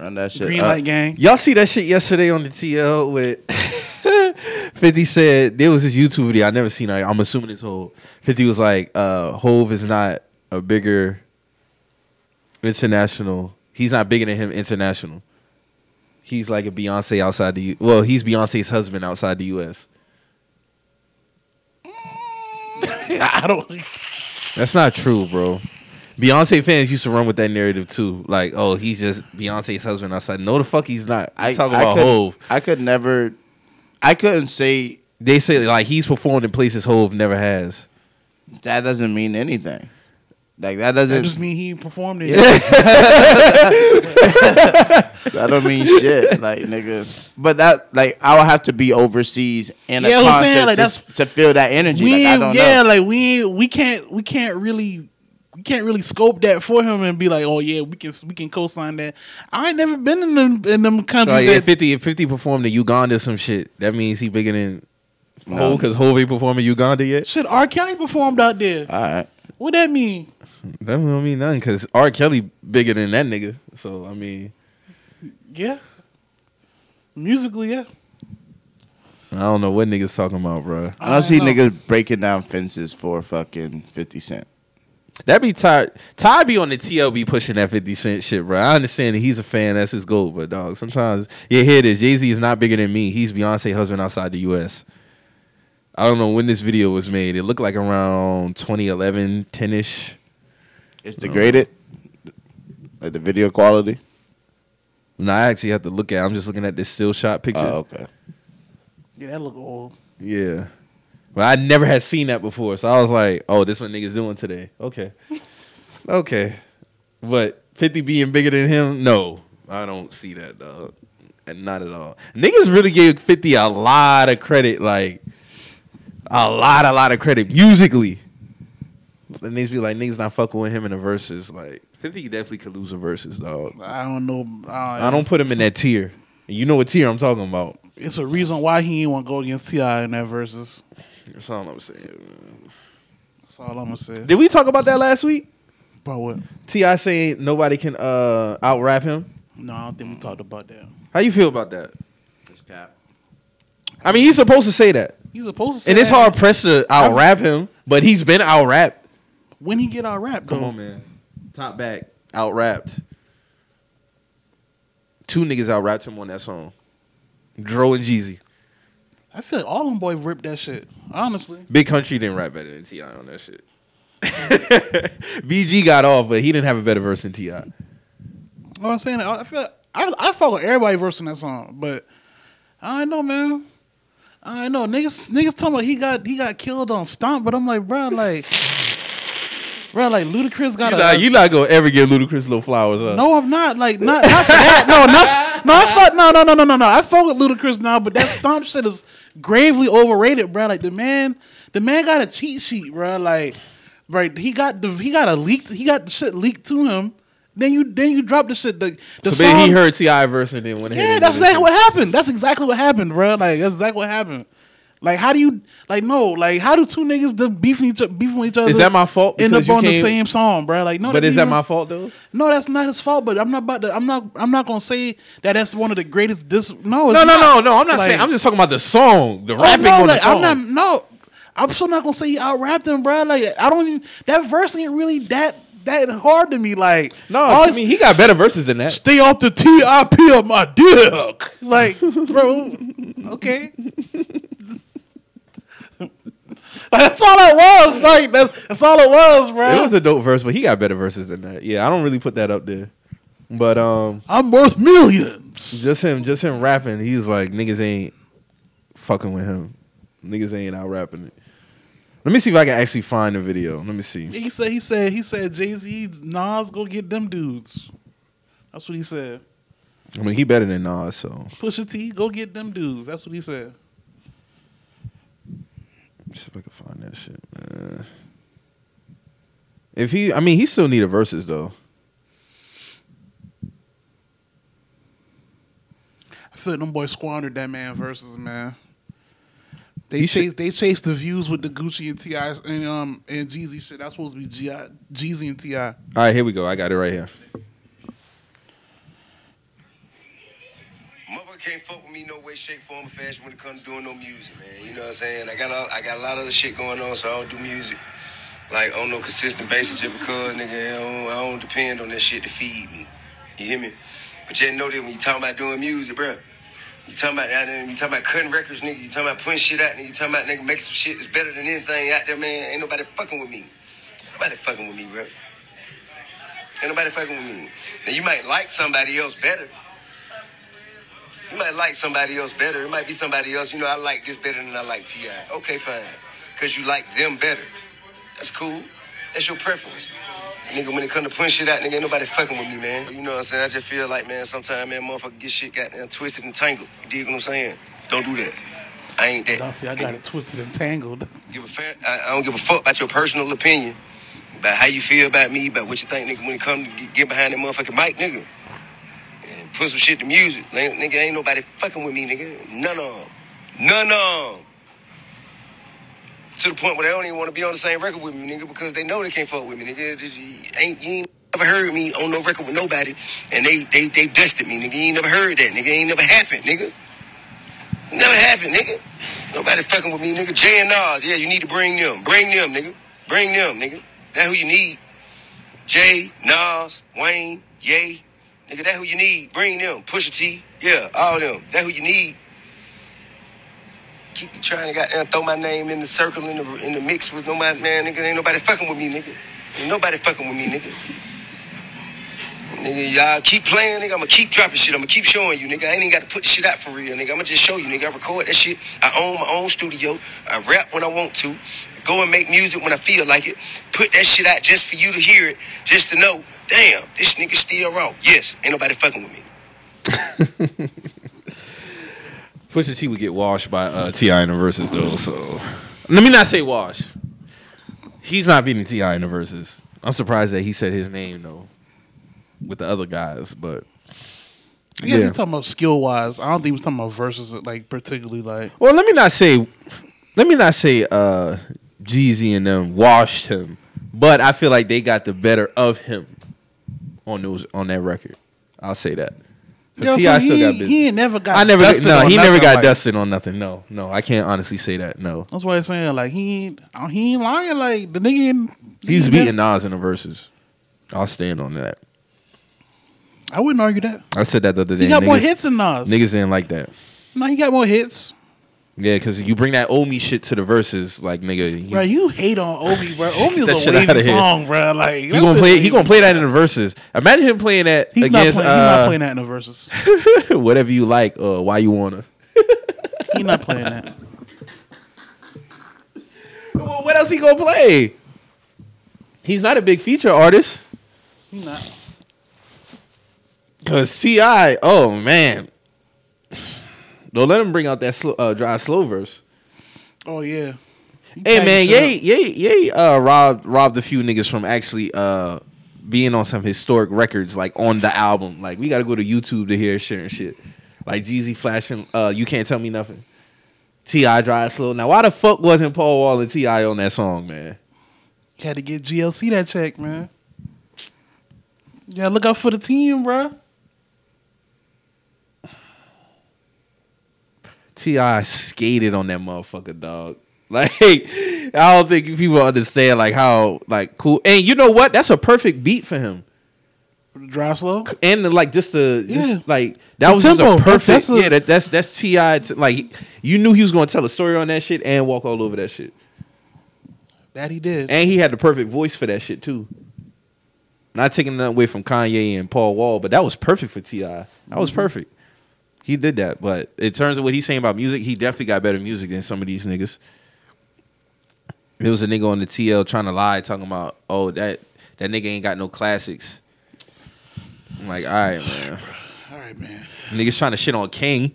S3: Run that shit.
S1: Green
S2: uh,
S3: up.
S1: light gang.
S2: Y'all see that shit yesterday on the TL with <laughs> 50 said there was this YouTube video I never seen. I, I'm assuming it's Hove. 50 was like, uh, Hove is not a bigger international. He's not bigger than him international. He's like a Beyonce outside the U. Well, he's Beyonce's husband outside the U.S.
S1: I don't.
S2: That's not true, bro. Beyonce fans used to run with that narrative too. Like, oh, he's just Beyonce's husband outside. No, the fuck, he's not. I talk about
S3: could,
S2: Hove.
S3: I could never. I couldn't say
S2: They say like he's performed in places Hove never has.
S3: that doesn't mean anything. Like that doesn't.
S1: That just mean he performed it.
S3: that don't mean shit. Like nigga. But that like I would have to be overseas in a
S1: Yeah, what I'm
S3: concert
S1: saying, like,
S3: to,
S1: that's-
S3: to feel that energy.
S1: We
S3: like I
S1: ain't-
S3: don't
S1: yeah,
S3: know.
S1: like we ain't- we can't we can't really we can't really scope that for him and be like, oh yeah, we can we can co-sign that. I ain't never been in them in them countries.
S2: Like,
S1: that,
S2: if 50 if 50 performed in Uganda some shit, that means he bigger than
S3: No.
S2: Hove because Hove ain't performed in Uganda yet.
S1: shit, R. Kelly performed out there.
S3: All right.
S1: What that mean?
S2: That don't mean nothing because R. Kelly bigger than that nigga. So I mean,
S1: Yeah, musically, yeah.
S2: I don't know what niggas talking about, bro.
S3: I don't
S1: I
S3: see
S1: know.
S3: niggas breaking down fences for fucking fifty cent.
S2: That be Ty. Ty be on the TLB pushing that 50 Cent shit, bro. I understand that he's a fan. That's his goal. But, dog, sometimes, yeah, here it is. Jay Z is not bigger than me. He's Beyonce husband outside the U.S. I don't know when this video was made. It looked like around 2011, 10 ish.
S3: It's degraded. Like the video quality.
S2: No, I actually have to look at it. I'm just looking at this still shot picture.
S3: Oh, okay.
S1: Yeah, that look old.
S2: Yeah. But I never had seen that before. So I was like, oh, this what niggas doing today. Okay. okay. But 50 being bigger than him, no. I don't see that, dog. And not at all. Niggas really gave 50 a lot of credit, like a lot, a lot of credit musically. The niggas be like, niggas not fucking with him in the verses. Like, 50 definitely could lose a verses, dog.
S1: I don't know. I don't,
S2: I don't put him in that tier. And you know what tier I'm talking about.
S1: It's a reason why he ain't want to go against Ti in that versus.
S2: That's all I'm saying.
S1: That's all I'm gonna say.
S2: Did we talk about that last week?
S1: About what?
S2: Ti saying nobody can uh out rap him.
S1: No, I don't think we talked about that.
S2: How you feel about that?
S3: Just cap.
S2: I mean, he's supposed to say that,
S1: He's supposed to. Say
S2: and it's
S1: that
S2: hard pressed to out rap him, but he's been out rapped.
S1: when he get our rap.
S2: Come
S1: though.
S2: on, man, top back out rapped. Two niggas out rapped him on that song, Dro and Jeezy.
S1: I feel like all them boys ripped that shit. Honestly,
S2: Big Country didn't rap better than Ti on that shit. <laughs> BG got off, but he didn't have a better verse than Ti.
S1: you know what I'm saying. I I feel I I fuck with everybody versing that song, but I don't know, man. I don't know niggas. Niggas talking about he got he got killed on Stomp, but I'm like, bro, like, bro, like Ludacris got
S2: You
S1: a.
S2: not, you not gonna ever get Ludacris little flowers up.
S1: no, I'm not like not, not for that. No, not no. I fuck no no no no no no. I fuck with Ludacris now, but that Stomp shit is gravely overrated, bro. Like the man, the man got a cheat sheet, bro. Like, right, he got the he got a leaked he got the shit leaked to him, Then you then you drop the shit. The, the
S2: so
S1: song,
S2: then he heard Ti verse and then went ahead.
S1: Yeah,
S2: and
S1: that's
S2: did it
S1: exactly what happened. That's exactly what happened, bro. Like that's exactly what happened. Like how do you like no like how do two niggas just beefing each beefing with each other?
S2: Is that my fault?
S1: End
S2: Because
S1: up
S2: you
S1: on the
S2: came-
S1: same song, bro. Like no,
S2: But is
S1: you
S2: that
S1: know-
S2: my fault though?
S1: No, that's not his fault. But I'm not about to. I'm not. I'm not gonna say that. That's one of the greatest. This no, it's
S2: No, no, no,
S1: not.
S2: no. I'm not
S1: Like-
S2: saying. I'm just talking about the song, the
S1: Oh,
S2: rapping
S1: no,
S2: on
S1: like,
S2: the song.
S1: I'm not. No, I'm still not gonna say he out rapped him, bro. Like I don't. Even, that verse ain't really that that hard to me. Like
S2: no,
S1: all
S2: I
S1: it's-
S2: mean he got better verses than that.
S1: Stay off the TIP of my dick. Like, bro, okay. <laughs> Like, that's all it was. Like, that's, that's all it was, bro.
S2: It was a dope verse, but he got better verses than that. Yeah, I don't really put that up there. But um,
S1: I'm worth millions.
S2: just him, just him rapping. He was like, niggas ain't fucking with him. Niggas ain't out rapping it. Let me see if I can actually find the video. Let me see.
S1: He said, he said, he said, Jay Z, Nas, go get them dudes. That's what he said.
S2: I mean, he better than Nas, so
S1: Pusha T, go get them dudes. That's what he said.
S2: let me see if I can find that shit, man. If he, I mean, he still need a verses though.
S1: I feel like them boys squandered that man versus man. They
S2: You should-
S1: chase they chased the views with the Gucci and Ti and um and Jeezy shit. That's supposed to be G I Jeezy and Ti.
S2: All right, here we go. I got it right here.
S4: Mother can't fuck with me no way, shape, form, or fashion when it comes to doing no music, man. You know what I'm saying? I got a, I got a lot of other shit going on, so I don't do music like on no consistent basis just because, nigga, I don't, I don't depend on that shit to feed me. You hear me? But you know that when you talking about doing music, bruh. You talking about that, and you talking about cutting records, nigga. You talking about putting shit out, and you talking about nigga make some shit that's better than anything out there, man. Ain't nobody fucking with me. Nobody fucking with me, bruh. Ain't nobody fucking with me. Now you might like somebody else better. You might like somebody else better. It might be somebody else. You know, I like this better than I like Ti. Okay, fine. Cause you like them better. That's cool. That's your preference. Nigga, when it come to putting shit out, nigga, ain't nobody fucking with me, man. You know what I'm saying? I just feel like, man, sometimes, man, motherfucker get shit goddamn twisted and tangled. You dig what I'm saying? Don't do that. I ain't that.
S1: Don't see, I got it twisted and tangled.
S4: Give a fair, I, I don't give a fuck about your personal opinion, about how you feel about me, about what you think, nigga, when it come to get, get behind that motherfucking mic, nigga. And put some shit to music. Like, nigga, ain't nobody fucking with me, nigga. None of them. None of them. To the point where they don't even want to be on the same record with me, nigga, because they know they can't fuck with me, nigga. Just, you ain't, you ain't never heard me on no record with nobody, and they, they, they dusted me, nigga. You ain't never heard that, nigga. Ain't never happened, nigga. Never happened, nigga. Nobody fucking with me, nigga. Jay and Nas, yeah, you need to bring them. Bring them, nigga. Bring them, nigga. That who you need. Jay, Nas, Wayne, Ye. Nigga, that who you need. Bring them. Pusha T. Yeah, all them. That who you need. Keep you trying to goddamn throw my name in the circle in the in the mix with nobody, man, nigga. Ain't nobody fucking with me, nigga. Ain't nobody fucking with me, nigga. Nigga, y'all keep playing, nigga. I'ma keep dropping shit. I'ma keep showing you, nigga. I ain't even got to put shit out for real, nigga. I'ma just show you, nigga. I record that shit. I own my own studio. I rap when I want to. Go and make music when I feel like it. Put that shit out just for you to hear it, just to know, damn, this nigga still wrong. Yes, ain't nobody fucking with me.
S2: Pusha T would get washed by uh, Ti in the verses though. So let me not say wash. He's not beating Ti in the verses. I'm surprised that he said his name though with the other guys, but
S1: I guess
S2: Yeah.
S1: he's talking about skill wise. I don't think he was talking about verses like particularly like
S2: well, let me not say, let me not say uh, Jeezy and them washed him, but I feel like they got the better of him on those on that record. I'll say that. But
S1: Yo,
S2: T.I.
S1: so
S2: still
S1: he,
S2: got busy.
S1: he ain't never got
S2: I never
S1: dusted
S2: no,
S1: on
S2: he never
S1: nothing,
S2: got
S1: like-
S2: dusted on nothing. No, no, I can't honestly say that. No,
S1: That's why I'm saying like he ain't oh, he ain't lying like the nigga ain't, he
S2: He's
S1: ain't
S2: beating
S1: never-
S2: Nas in the verses. I'll stand on that.
S1: I wouldn't argue that.
S2: I said that the other day.
S1: He got
S2: niggas,
S1: more hits than Nas.
S2: Niggas ain't like that.
S1: No, he got more hits.
S2: Yeah, because you bring that old me shit to the verses, like nigga, you,
S1: Bro, you hate on Omi, bro.
S2: <laughs>
S1: Omi
S2: Get that
S1: is a
S2: shit outta
S1: wavy
S2: here.
S1: song, bro. Like
S2: you gonna play? He gonna play that in the verses. Imagine him playing that
S1: He's
S2: against
S1: not playing. he's not playing that in the verses.
S2: uh, <laughs> whatever you like or why you wanna.
S1: He's not playing that.
S2: Well, what else he gonna play? He's not a big feature artist.
S1: He not.
S2: Cause Ci, oh man, don't let him bring out that slow, uh, drive slow verse.
S1: Oh yeah. You
S2: Hey
S1: tighten
S2: man,
S1: shit
S2: yay, yay, yay! Uh, robbed robbed a few niggas from actually uh being on some historic records, like on the album. Like we gotta go to YouTube to hear shit and shit. Like Jeezy flashing, uh, you can't tell me nothing. Ti drive slow. Now why the fuck wasn't Paul Wall and Ti on that song, man?
S1: Had to get GLC that check, man. Yeah, look out for the team, bruh.
S2: Ti skated on that motherfucker, dog. <laughs> Like I don't think people understand like how like cool. And you know what? That's a perfect beat for him.
S1: Drive slow.
S2: and the, like just the just,
S1: Yeah.
S2: like that
S1: The
S2: was
S1: tempo.
S2: just a perfect
S1: That's a-
S2: yeah that, that's that's ti t- like you knew he was gonna tell a story on that shit and walk all over that shit
S1: That he did.
S2: and he had the perfect voice for that shit too not taking that away from kanye and paul wall but that was perfect for ti that was
S1: Mm-hmm.
S2: perfect he did that but in terms of what he's saying about music he definitely got better music than some of these niggas there was a nigga on the tl trying to lie talking about oh that that nigga ain't got no classics i'm like all right man
S1: All right, man.
S2: Niggas trying to shit on King.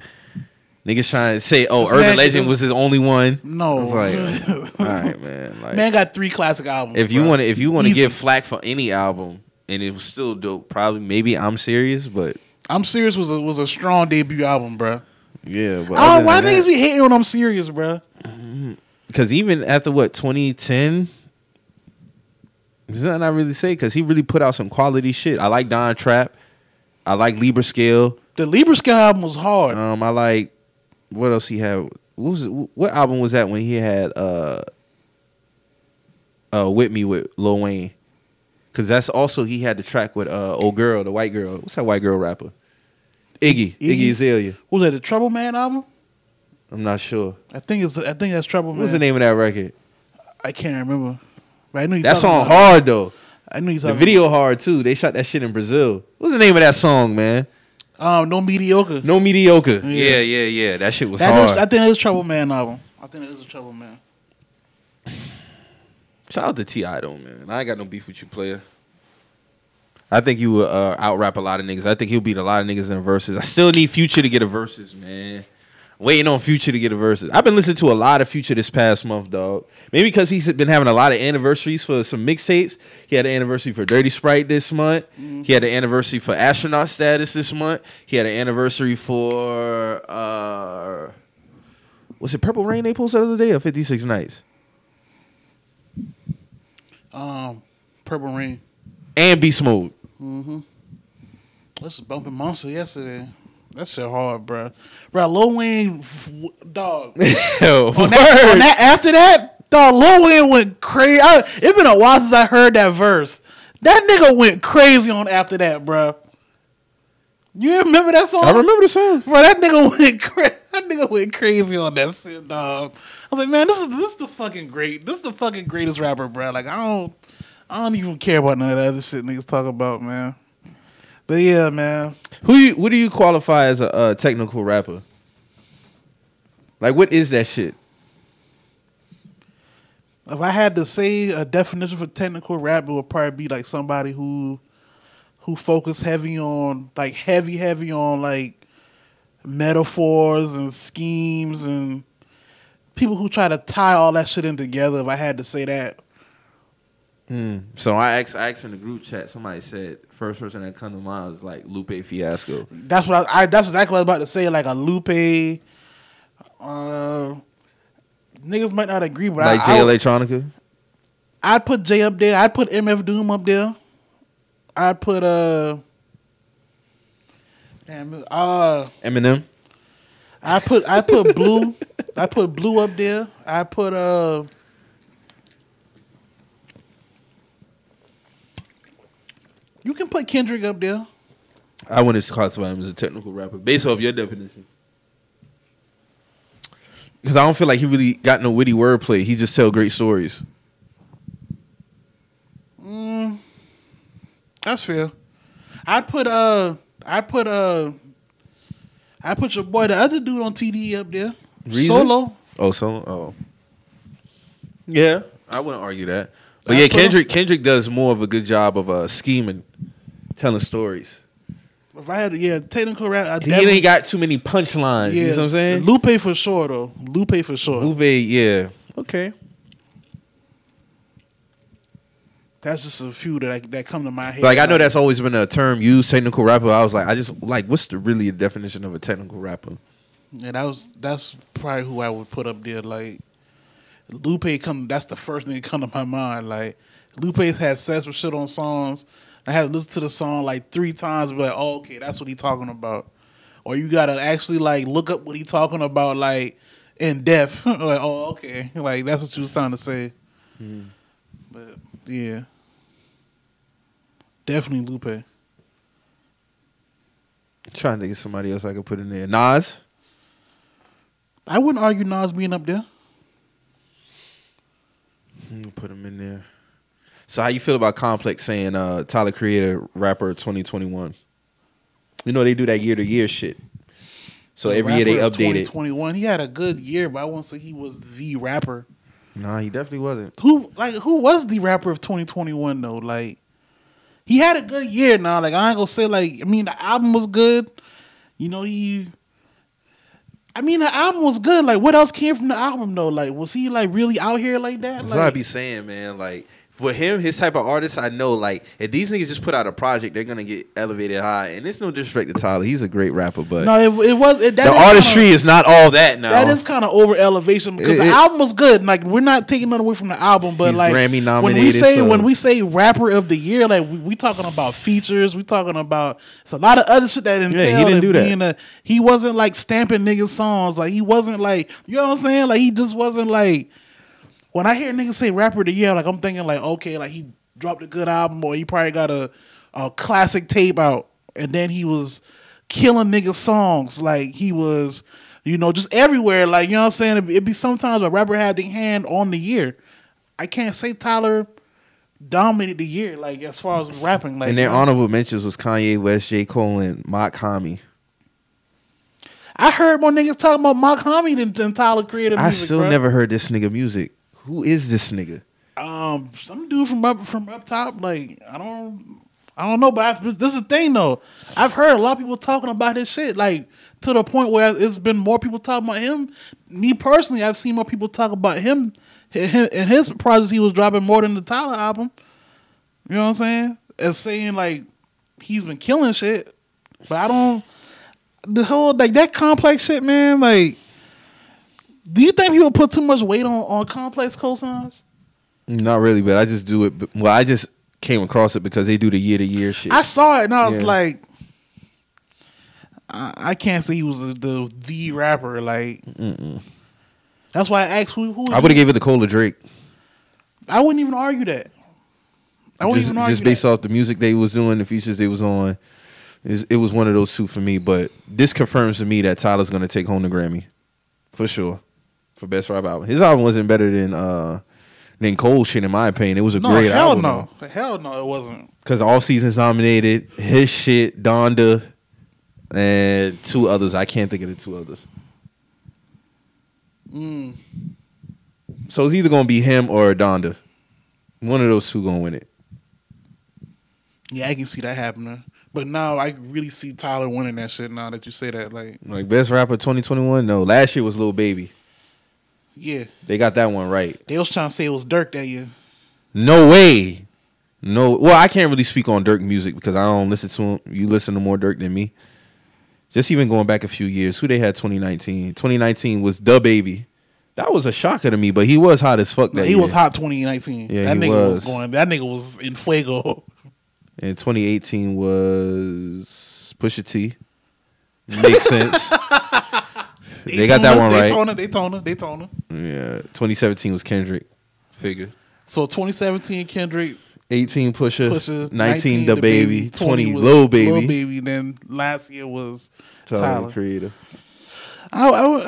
S2: Niggas trying to say, oh,
S1: This
S2: Urban
S1: man-
S2: Legend
S1: this-
S2: was his only one.
S1: No.
S2: I was
S1: <laughs>
S2: like, all right, man. Like,
S1: man got three classic albums.
S2: if you
S1: bruh.
S2: want to, if you want to
S1: Easy.
S2: give flack for any album, and it was still dope. Probably, maybe I'm serious, but
S1: I'm serious was a was a strong debut album, bruh.
S2: yeah. But
S1: Oh, why niggas be hating when I'm serious, bruh?
S2: Because even after what 2010. There's nothing I really say because he really put out some quality shit. I like Don Trap. I like Libra Scale.
S1: The Libra Scale album was hard.
S2: Um, I like what else he had. What was it- what album was that when he had uh uh with me with Lil Wayne? Cause that's also he had the track with uh old girl, the white girl. What's that white girl rapper? Iggy, Iggy,
S1: Iggy?
S2: Azalea.
S1: was that the Trouble Man album?
S2: I'm not sure.
S1: I think it's I think that's Trouble
S2: What
S1: Man.
S2: was the name of that record?
S1: I can't remember. But I knew you
S2: That
S1: talking
S2: song
S1: about-
S2: hard though.
S1: I knew you
S2: The
S1: talking
S2: video hard too. They shot that shit in Brazil. What's the name of that song, man?
S1: about- Um, no mediocre.
S2: No mediocre.
S1: Yeah.
S2: Yeah, yeah, yeah. That shit was
S1: That
S2: hard.
S1: is, I think that is Trouble Man album. I think that is a Trouble Man.
S2: Shout out to Ti though, man. I ain't got no beef with you, player. I think you will uh, out rap a lot of niggas. I think he'll beat a lot of niggas in verses. I still need Future to get a verses, man. Waiting on Future to get a verses. I've been listening to a lot of Future this past month, dog. Maybe because he's been having a lot of anniversaries for some mixtapes. He had an anniversary for Dirty Sprite this month. He had an anniversary for Astronaut Status this month. He had an anniversary for uh, was it Purple Rain they posted the other day or Fifty Six Nights?
S1: Um, Purple Rain.
S2: And Beast Mode.
S1: Mm-hmm. This is bumping monster yesterday. That shit hard, bruh. Bruh, Lil Wayne, f- w-
S2: <laughs>
S1: dog.
S2: Yo,
S1: <laughs> on that, on that- after that, dog, Lil Wayne went crazy. I, it been a while since I heard that verse. That nigga went crazy on after that, bruh. You remember that song?
S2: I remember the song.
S1: Bro, that nigga <laughs> went cra- that nigga went crazy on that shit, dog. I was like, man, this is this is the fucking great, this is the fucking greatest rapper, bro. Like, I don't, I don't even care about none of that other shit niggas talk about, man. But yeah, man,
S2: Who you, what do you qualify as a, uh technical rapper? Like, what is that shit?
S1: if I had to say a definition for technical rap, it would probably be like somebody who, who focus heavy on like heavy, heavy on like metaphors and schemes and people who try to tie all that shit in together. If I had to say that.
S2: Hmm. So I asked, I asked in the group chat. Somebody said first person that come to mind is like Lupe Fiasco.
S1: That's what I, I. That's exactly what I was about to say. Like a Lupe. Uh, niggas might not agree, but
S2: like
S1: I,
S2: J
S1: I,
S2: Electronica.
S1: I'd put Jay up there. I'd put MF Doom up there. I'd put uh. Damn. Uh,
S2: Eminem.
S1: I put I put blue. <laughs> I put blue up there. I put uh. You can put Kendrick up there.
S2: I wouldn't classify him as a technical rapper based off your definition. Because I don't feel like he really got no witty wordplay. He just tell great stories.
S1: Mm, that's fair. I put uh, I put uh, I put your boy, the other dude on TDE up there,
S2: Reason?
S1: solo.
S2: Oh, so oh. Yeah, I wouldn't argue that. But
S1: I
S2: yeah,
S1: put him-
S2: Kendrick Kendrick does more of a good job of uh, scheming, telling stories.
S1: If I had, yeah, technical rap, I
S2: He
S1: definitely-
S2: ain't got too many punchlines.
S1: yeah,
S2: You know what I'm saying?
S1: Lupe for sure though, Lupe for sure.
S2: Lupe, yeah. Okay.
S1: That's just a few that I, that come to my head.
S2: Like I know that's always been a term used, technical rapper. I was like, I just like, what's the really the definition of a technical rapper?
S1: Yeah, that was that's probably who I would put up there. Like Lupe come that's the first thing that come to my mind. Like Lupe's had sex with shit on songs. I had to listen to the song like three times, but like, oh, okay, that's what he talking about. Or you gotta actually like look up what he talking about, like in depth. <laughs> like, oh, okay, like that's what you was trying to say. But yeah, definitely Lupe.
S2: trying to get somebody else I could put in there. Nas.
S1: I wouldn't argue Nas being up there.
S2: I'm gonna Put him in there. So how you feel about Complex saying uh Tyler Creator rapper 2021? You know they do that year to year shit. So every year they update it.
S1: Twenty one. He had a good year, but I won't say he was the rapper.
S2: Nah, he definitely wasn't.
S1: Who like who was the rapper of twenty twenty one though? Like he had a good year now. Like I ain't gonna say like I mean the album was good. You know he. I mean the album was good. Like what else came from the album though? Like was he like really out here like that?
S2: That's
S1: Like,
S2: what I be saying, man. Like for him, his type of artist, I know. Like if these niggas just put out a project, they're gonna get elevated high. And it's no disrespect to Tyler, he's a great rapper, but
S1: no, it, it was it, that
S2: the
S1: is kinda-
S2: artistry is not all that now.
S1: That is kind of over elevation because
S2: It-
S1: the
S2: it-
S1: album was good. Like we're not taking nothing away from the album, but
S2: He's
S1: like
S2: Grammy
S1: When we
S2: nominated,
S1: say
S2: so-
S1: when we say rapper of the year, like we, we talking about features, we talking about it's a lot of other shit that entail
S2: he didn't
S1: it
S2: do that.
S1: being a- he wasn't like stamping niggas songs. Like he wasn't like you know what I'm saying. Like he just wasn't like. When I hear niggas say rapper of the year, like I'm thinking like okay, like he dropped a good album or he probably got a a classic tape out, and then he was killing niggas songs. Like he was, you know, just everywhere. Like you know what I'm saying. It'd be- It'd be sometimes a rapper had their hand on the year. I can't say Tyler dominated the year, like as far as rapping. Like
S2: and their honorable mentions was Kanye West, J. Cole, and Mock Hami.
S1: I heard more niggas talking about Mock Homie than, than Tyler created.
S2: I
S1: music,
S2: still
S1: bruh.
S2: never heard this nigga music. Who is this nigga?
S1: um some dude from up from up top like i don't i don't know but I've, this is the thing though i've heard a lot of people talking about this shit like to the point where it's been more people talking about him me personally i've seen more people talk about him hi- and his projects he was dropping more than the tyler album you know what i'm saying as saying like he's been killing shit but i don't the whole like that complex shit man like do you think people put too much weight on on complex cosigns
S2: Not really, but I just do it. b- Well, I just came across it because they do the year to year shit.
S1: I saw it and I was
S2: Yeah.
S1: like, I, I can't say he was the the, the rapper. Like, that's why I asked who. who
S2: I would have gave it to Cole or Drake.
S1: I wouldn't even argue that. I wouldn't
S2: just,
S1: even argue
S2: just based
S1: that.
S2: off the music they was doing, the features they was on. It was, it was one of those two for me, but this confirms to me that Tyler's gonna take home the Grammy for sure for best rap album. His album wasn't better than uh than Cole shit in my opinion. It was a
S1: no,
S2: great
S1: hell
S2: album.
S1: no, hell no, it wasn't.
S2: because all seasons nominated. His shit, Donda, and two others. I can't think of the two others. Mm. So it's either gonna be him or Donda. One of those two gonna win it.
S1: Yeah, I can see that happening. But now I really see Tyler winning that shit. Now that you say that, like,
S2: Like best rapper 2021. No, last year was Lil Baby.
S1: yeah,
S2: They got that one right.
S1: they was trying to say it was Dirk that year.
S2: No way. No. Well, I can't really speak on Dirk music because I don't listen to him. You listen to more Dirk than me. Just even going back a few years, who they had 2019. 2019 was the baby. That was a shocker to me, but he was hot as fuck. That
S1: he was
S2: year.
S1: hot 2019.
S2: Yeah,
S1: that
S2: he
S1: nigga was.
S2: was.
S1: going. That nigga was in fuego.
S2: And 2018 was Pusha T.
S1: <laughs>
S2: Makes sense. they got that one right.
S1: Daytona, Daytona, Daytona.
S2: Yeah. 2017 was Kendrick. Figure.
S1: So 2017, Kendrick,
S2: 18 Pusha.
S1: Pusha,
S2: <laughs> 19, the, baby. 20, Lil Baby.
S1: Little baby. Then last year was
S2: Tyler,
S1: Tyler.
S2: the Creator.
S1: I, I, <sighs> I don't.
S2: can't-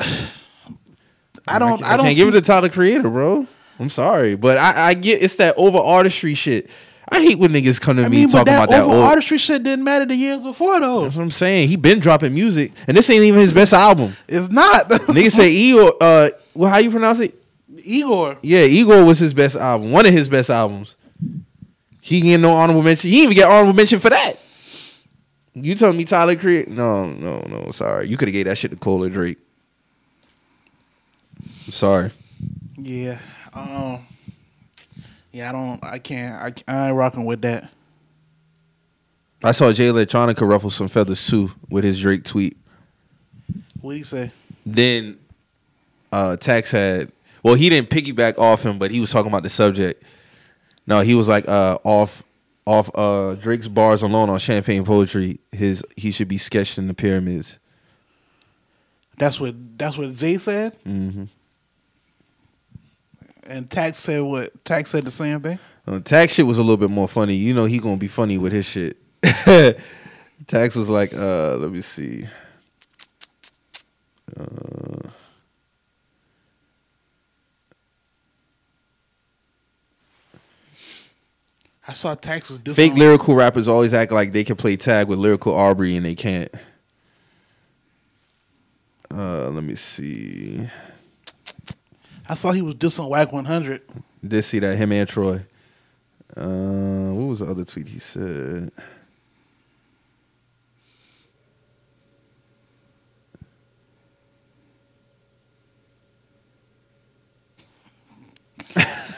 S1: I, don't
S2: can't
S1: see,
S2: give it to Tyler Creator, bro. I'm sorry, but I, I get it's that over artistry shit. I hate when niggas come to
S1: I
S2: me
S1: mean, but
S2: talking
S1: that,
S2: about that
S1: over
S2: old.
S1: artistry shit didn't matter the years before though.
S2: <laughs> That's what I'm saying. He been dropping music, and this ain't even his
S1: <laughs>
S2: best album.
S1: It's
S2: <laughs>
S1: not
S2: niggas say Igor. Uh, well, how you pronounce it?
S1: Igor.
S2: Yeah, Igor was his best album. One of his best albums. He get no honorable mention. He didn't even get honorable mention for that. You telling me Tyler Creator? No, no, no. Sorry, you could have gave that shit to Cole or Drake. I'm sorry.
S1: Yeah. Um, Yeah, I don't. I can't. I, I ain't rocking with that.
S2: I saw Jay Electronica ruffle some feathers too with his Drake tweet.
S1: What he say?
S2: Then uh Tax had well he didn't piggyback off him, but he was talking about the subject. No, he was like uh off off uh Drake's bars alone on champagne poetry, his he should be sketched in the pyramids.
S1: That's what. That's what Jay said.
S2: Mm-hmm.
S1: And Tax said what? Tax said the same thing.
S2: Uh, Tax shit was a little bit more funny. You know he gonna be funny with his shit. <laughs> Tax was like, uh, let me see. Uh,
S1: I saw Tax was dissing
S2: fake
S1: on-
S2: lyrical rappers always act like they can play tag with lyrical Aubrey and they can't. Uh, let me see.
S1: I saw he was dissing Whack 100.
S2: Did see that him and Troy. Uh, what was the other tweet he said?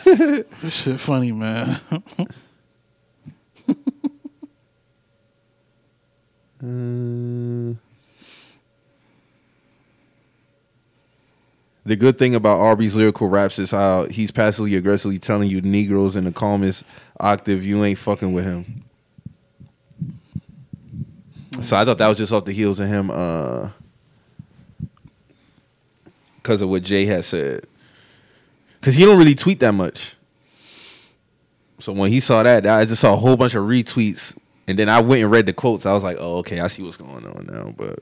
S1: This shit funny, man. <laughs>
S2: Uh, the good thing about Arby's lyrical raps is how he's passively aggressively telling you Negroes in the calmest octave you ain't fucking with him. So I thought that was just off the heels of him, uh, because of what Jay had said. Because he don't really tweet that much. So when he saw that, I just saw a whole bunch of retweets, and then I went and read the quotes. I was like, "Oh, okay, I see what's going on now." But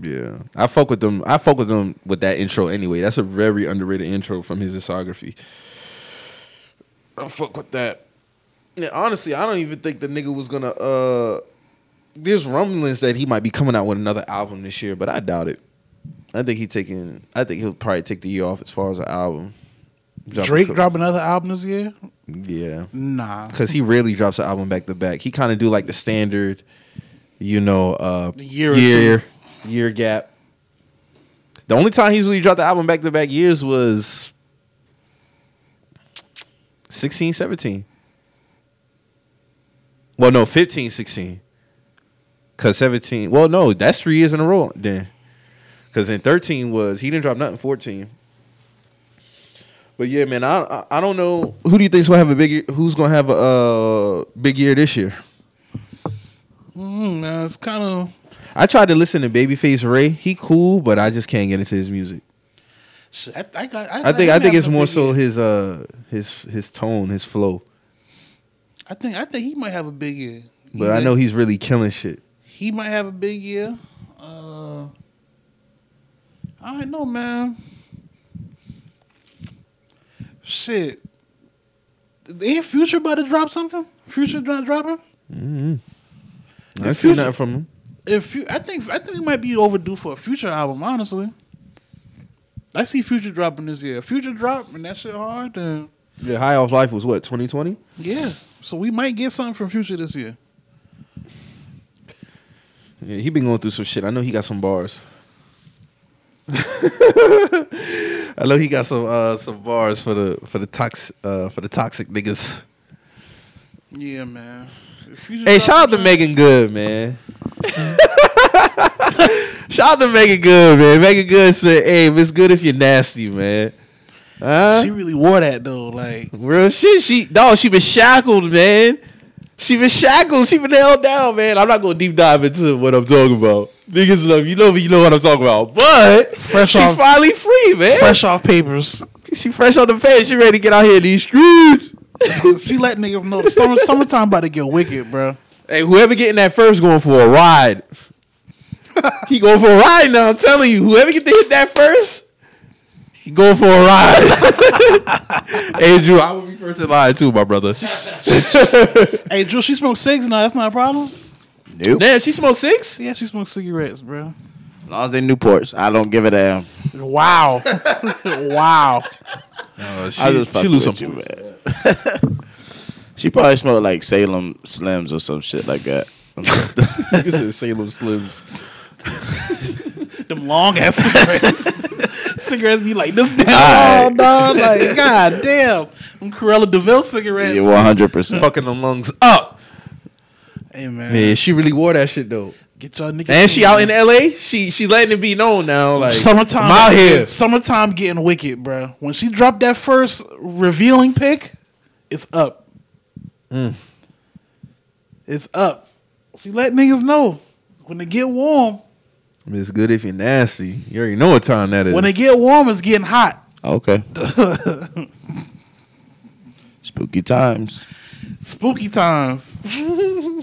S2: yeah, I fuck with them. I fuck with them with that intro anyway. That's a very underrated intro from his discography. I fuck with that. Yeah, honestly, I don't even think the nigga was gonna. uh There's rumblings that he might be coming out with another album this year, but I doubt it. I think he taking. I think he'll probably take the year off as far as an album. Drop a
S1: Drake
S2: couple-
S1: drop another album this year?
S2: Yeah <laughs>
S1: Nah.
S2: because he rarely drops an album back to back. He kind of do like the standard, you know, uh,
S1: Year or
S2: year year gap. The only time he's really dropped the album back to back years was 16, 17. Well, no, 15, 16. Because 17, well, no, that's three years in a row then. Because in 13 was, he didn't drop nothing 14. But yeah, man, I I- I don't know who do you think's gonna have a big year- who's gonna have a uh, big year this year.
S1: Mm, nah, it's kind of.
S2: I tried to listen to Babyface Ray. He cool, but I just can't get into his music.
S1: I, I, got,
S2: I think I
S1: him
S2: think
S1: having
S2: it's
S1: a
S2: more
S1: big
S2: so
S1: year.
S2: his uh his his tone, his flow.
S1: I think I think he might have a big year. He
S2: But I
S1: may-
S2: know he's really killing shit.
S1: he might have a big year. Uh, I don't know, man. Shit, ain't Future about to drop something? Future dro- dropping?
S2: I
S1: If
S2: feel
S1: you-
S2: nothing from him.
S1: If you, I think I think it might be overdue for a Future album. Honestly, I see Future dropping this year. If Future drop and that shit hard, then
S2: Yeah, High Off Life was what twenty twenty.
S1: yeah. So we might get something from Future this year.
S2: Yeah, he been going through some shit. I know he got some <laughs> bars. I know he got some uh some bars for the for the tox uh for the toxic niggas.
S1: Yeah, man. If Future
S2: Hey,
S1: drop
S2: shout out to
S1: some shit-
S2: Megan Good, man. <laughs> shout out to Megan Good, man. Megan Good said, "Hey, it's good if you're nasty, man." Huh?
S1: She really wore that though. Like
S2: Real shit. She dog. She been shackled, man. She been shackled. She been held down, man. I'm not gonna deep dive into what I'm talking about. Niggas love you know me. You know what I'm talking about. But
S1: Fresh
S2: she
S1: off-
S2: finally free, man.
S1: fresh off papers. <laughs>
S2: She fresh on the fence. She ready to get out here in these streets.
S1: she let niggas know the summer, summertime about to get wicked, bro.
S2: Hey, whoever getting that first going for a ride. he going for a ride now. I'm telling you, whoever get to hit that first, he going for a ride. <laughs> hey, Drew, I will be first in line too, my brother.
S1: Hey, Drew, she smokes cigs now. That's not a problem.
S3: Nope.
S2: Damn, she smoked six.
S1: Yeah, she smokes cigarettes, bro.
S3: As long as they Newports, I don't give a damn.
S2: <laughs>
S1: Wow, wow.
S3: I just fuck with you, man. <laughs> she probably smelled like Salem Slims or some shit like that.
S2: <laughs> Niggas said Salem Slims.
S1: Them long ass <laughs> cigarettes. cigarettes be like this damn
S3: All right.
S1: long, dog. Like, god damn. them Corella Deville cigarettes.
S3: Yeah, one hundred
S1: <laughs>
S3: percent.
S2: <laughs> fucking them lungs up.
S1: Hey man,
S2: Man, she really wore that shit though.
S1: get y'all niggas.
S2: And she out in L.A. She she letting it be known now. Like
S1: summertime.
S2: I'm out here.
S1: Summertime getting wicked, bro. When she dropped that first revealing pic, it's up.
S2: Mm.
S1: It's up. She let niggas know when they get warm.
S2: It's good if you're nasty. You already know what time that is.
S1: When they get warm, it's getting hot. <laughs>
S3: Okay. Spooky times.
S1: Spooky
S2: <laughs>
S1: times.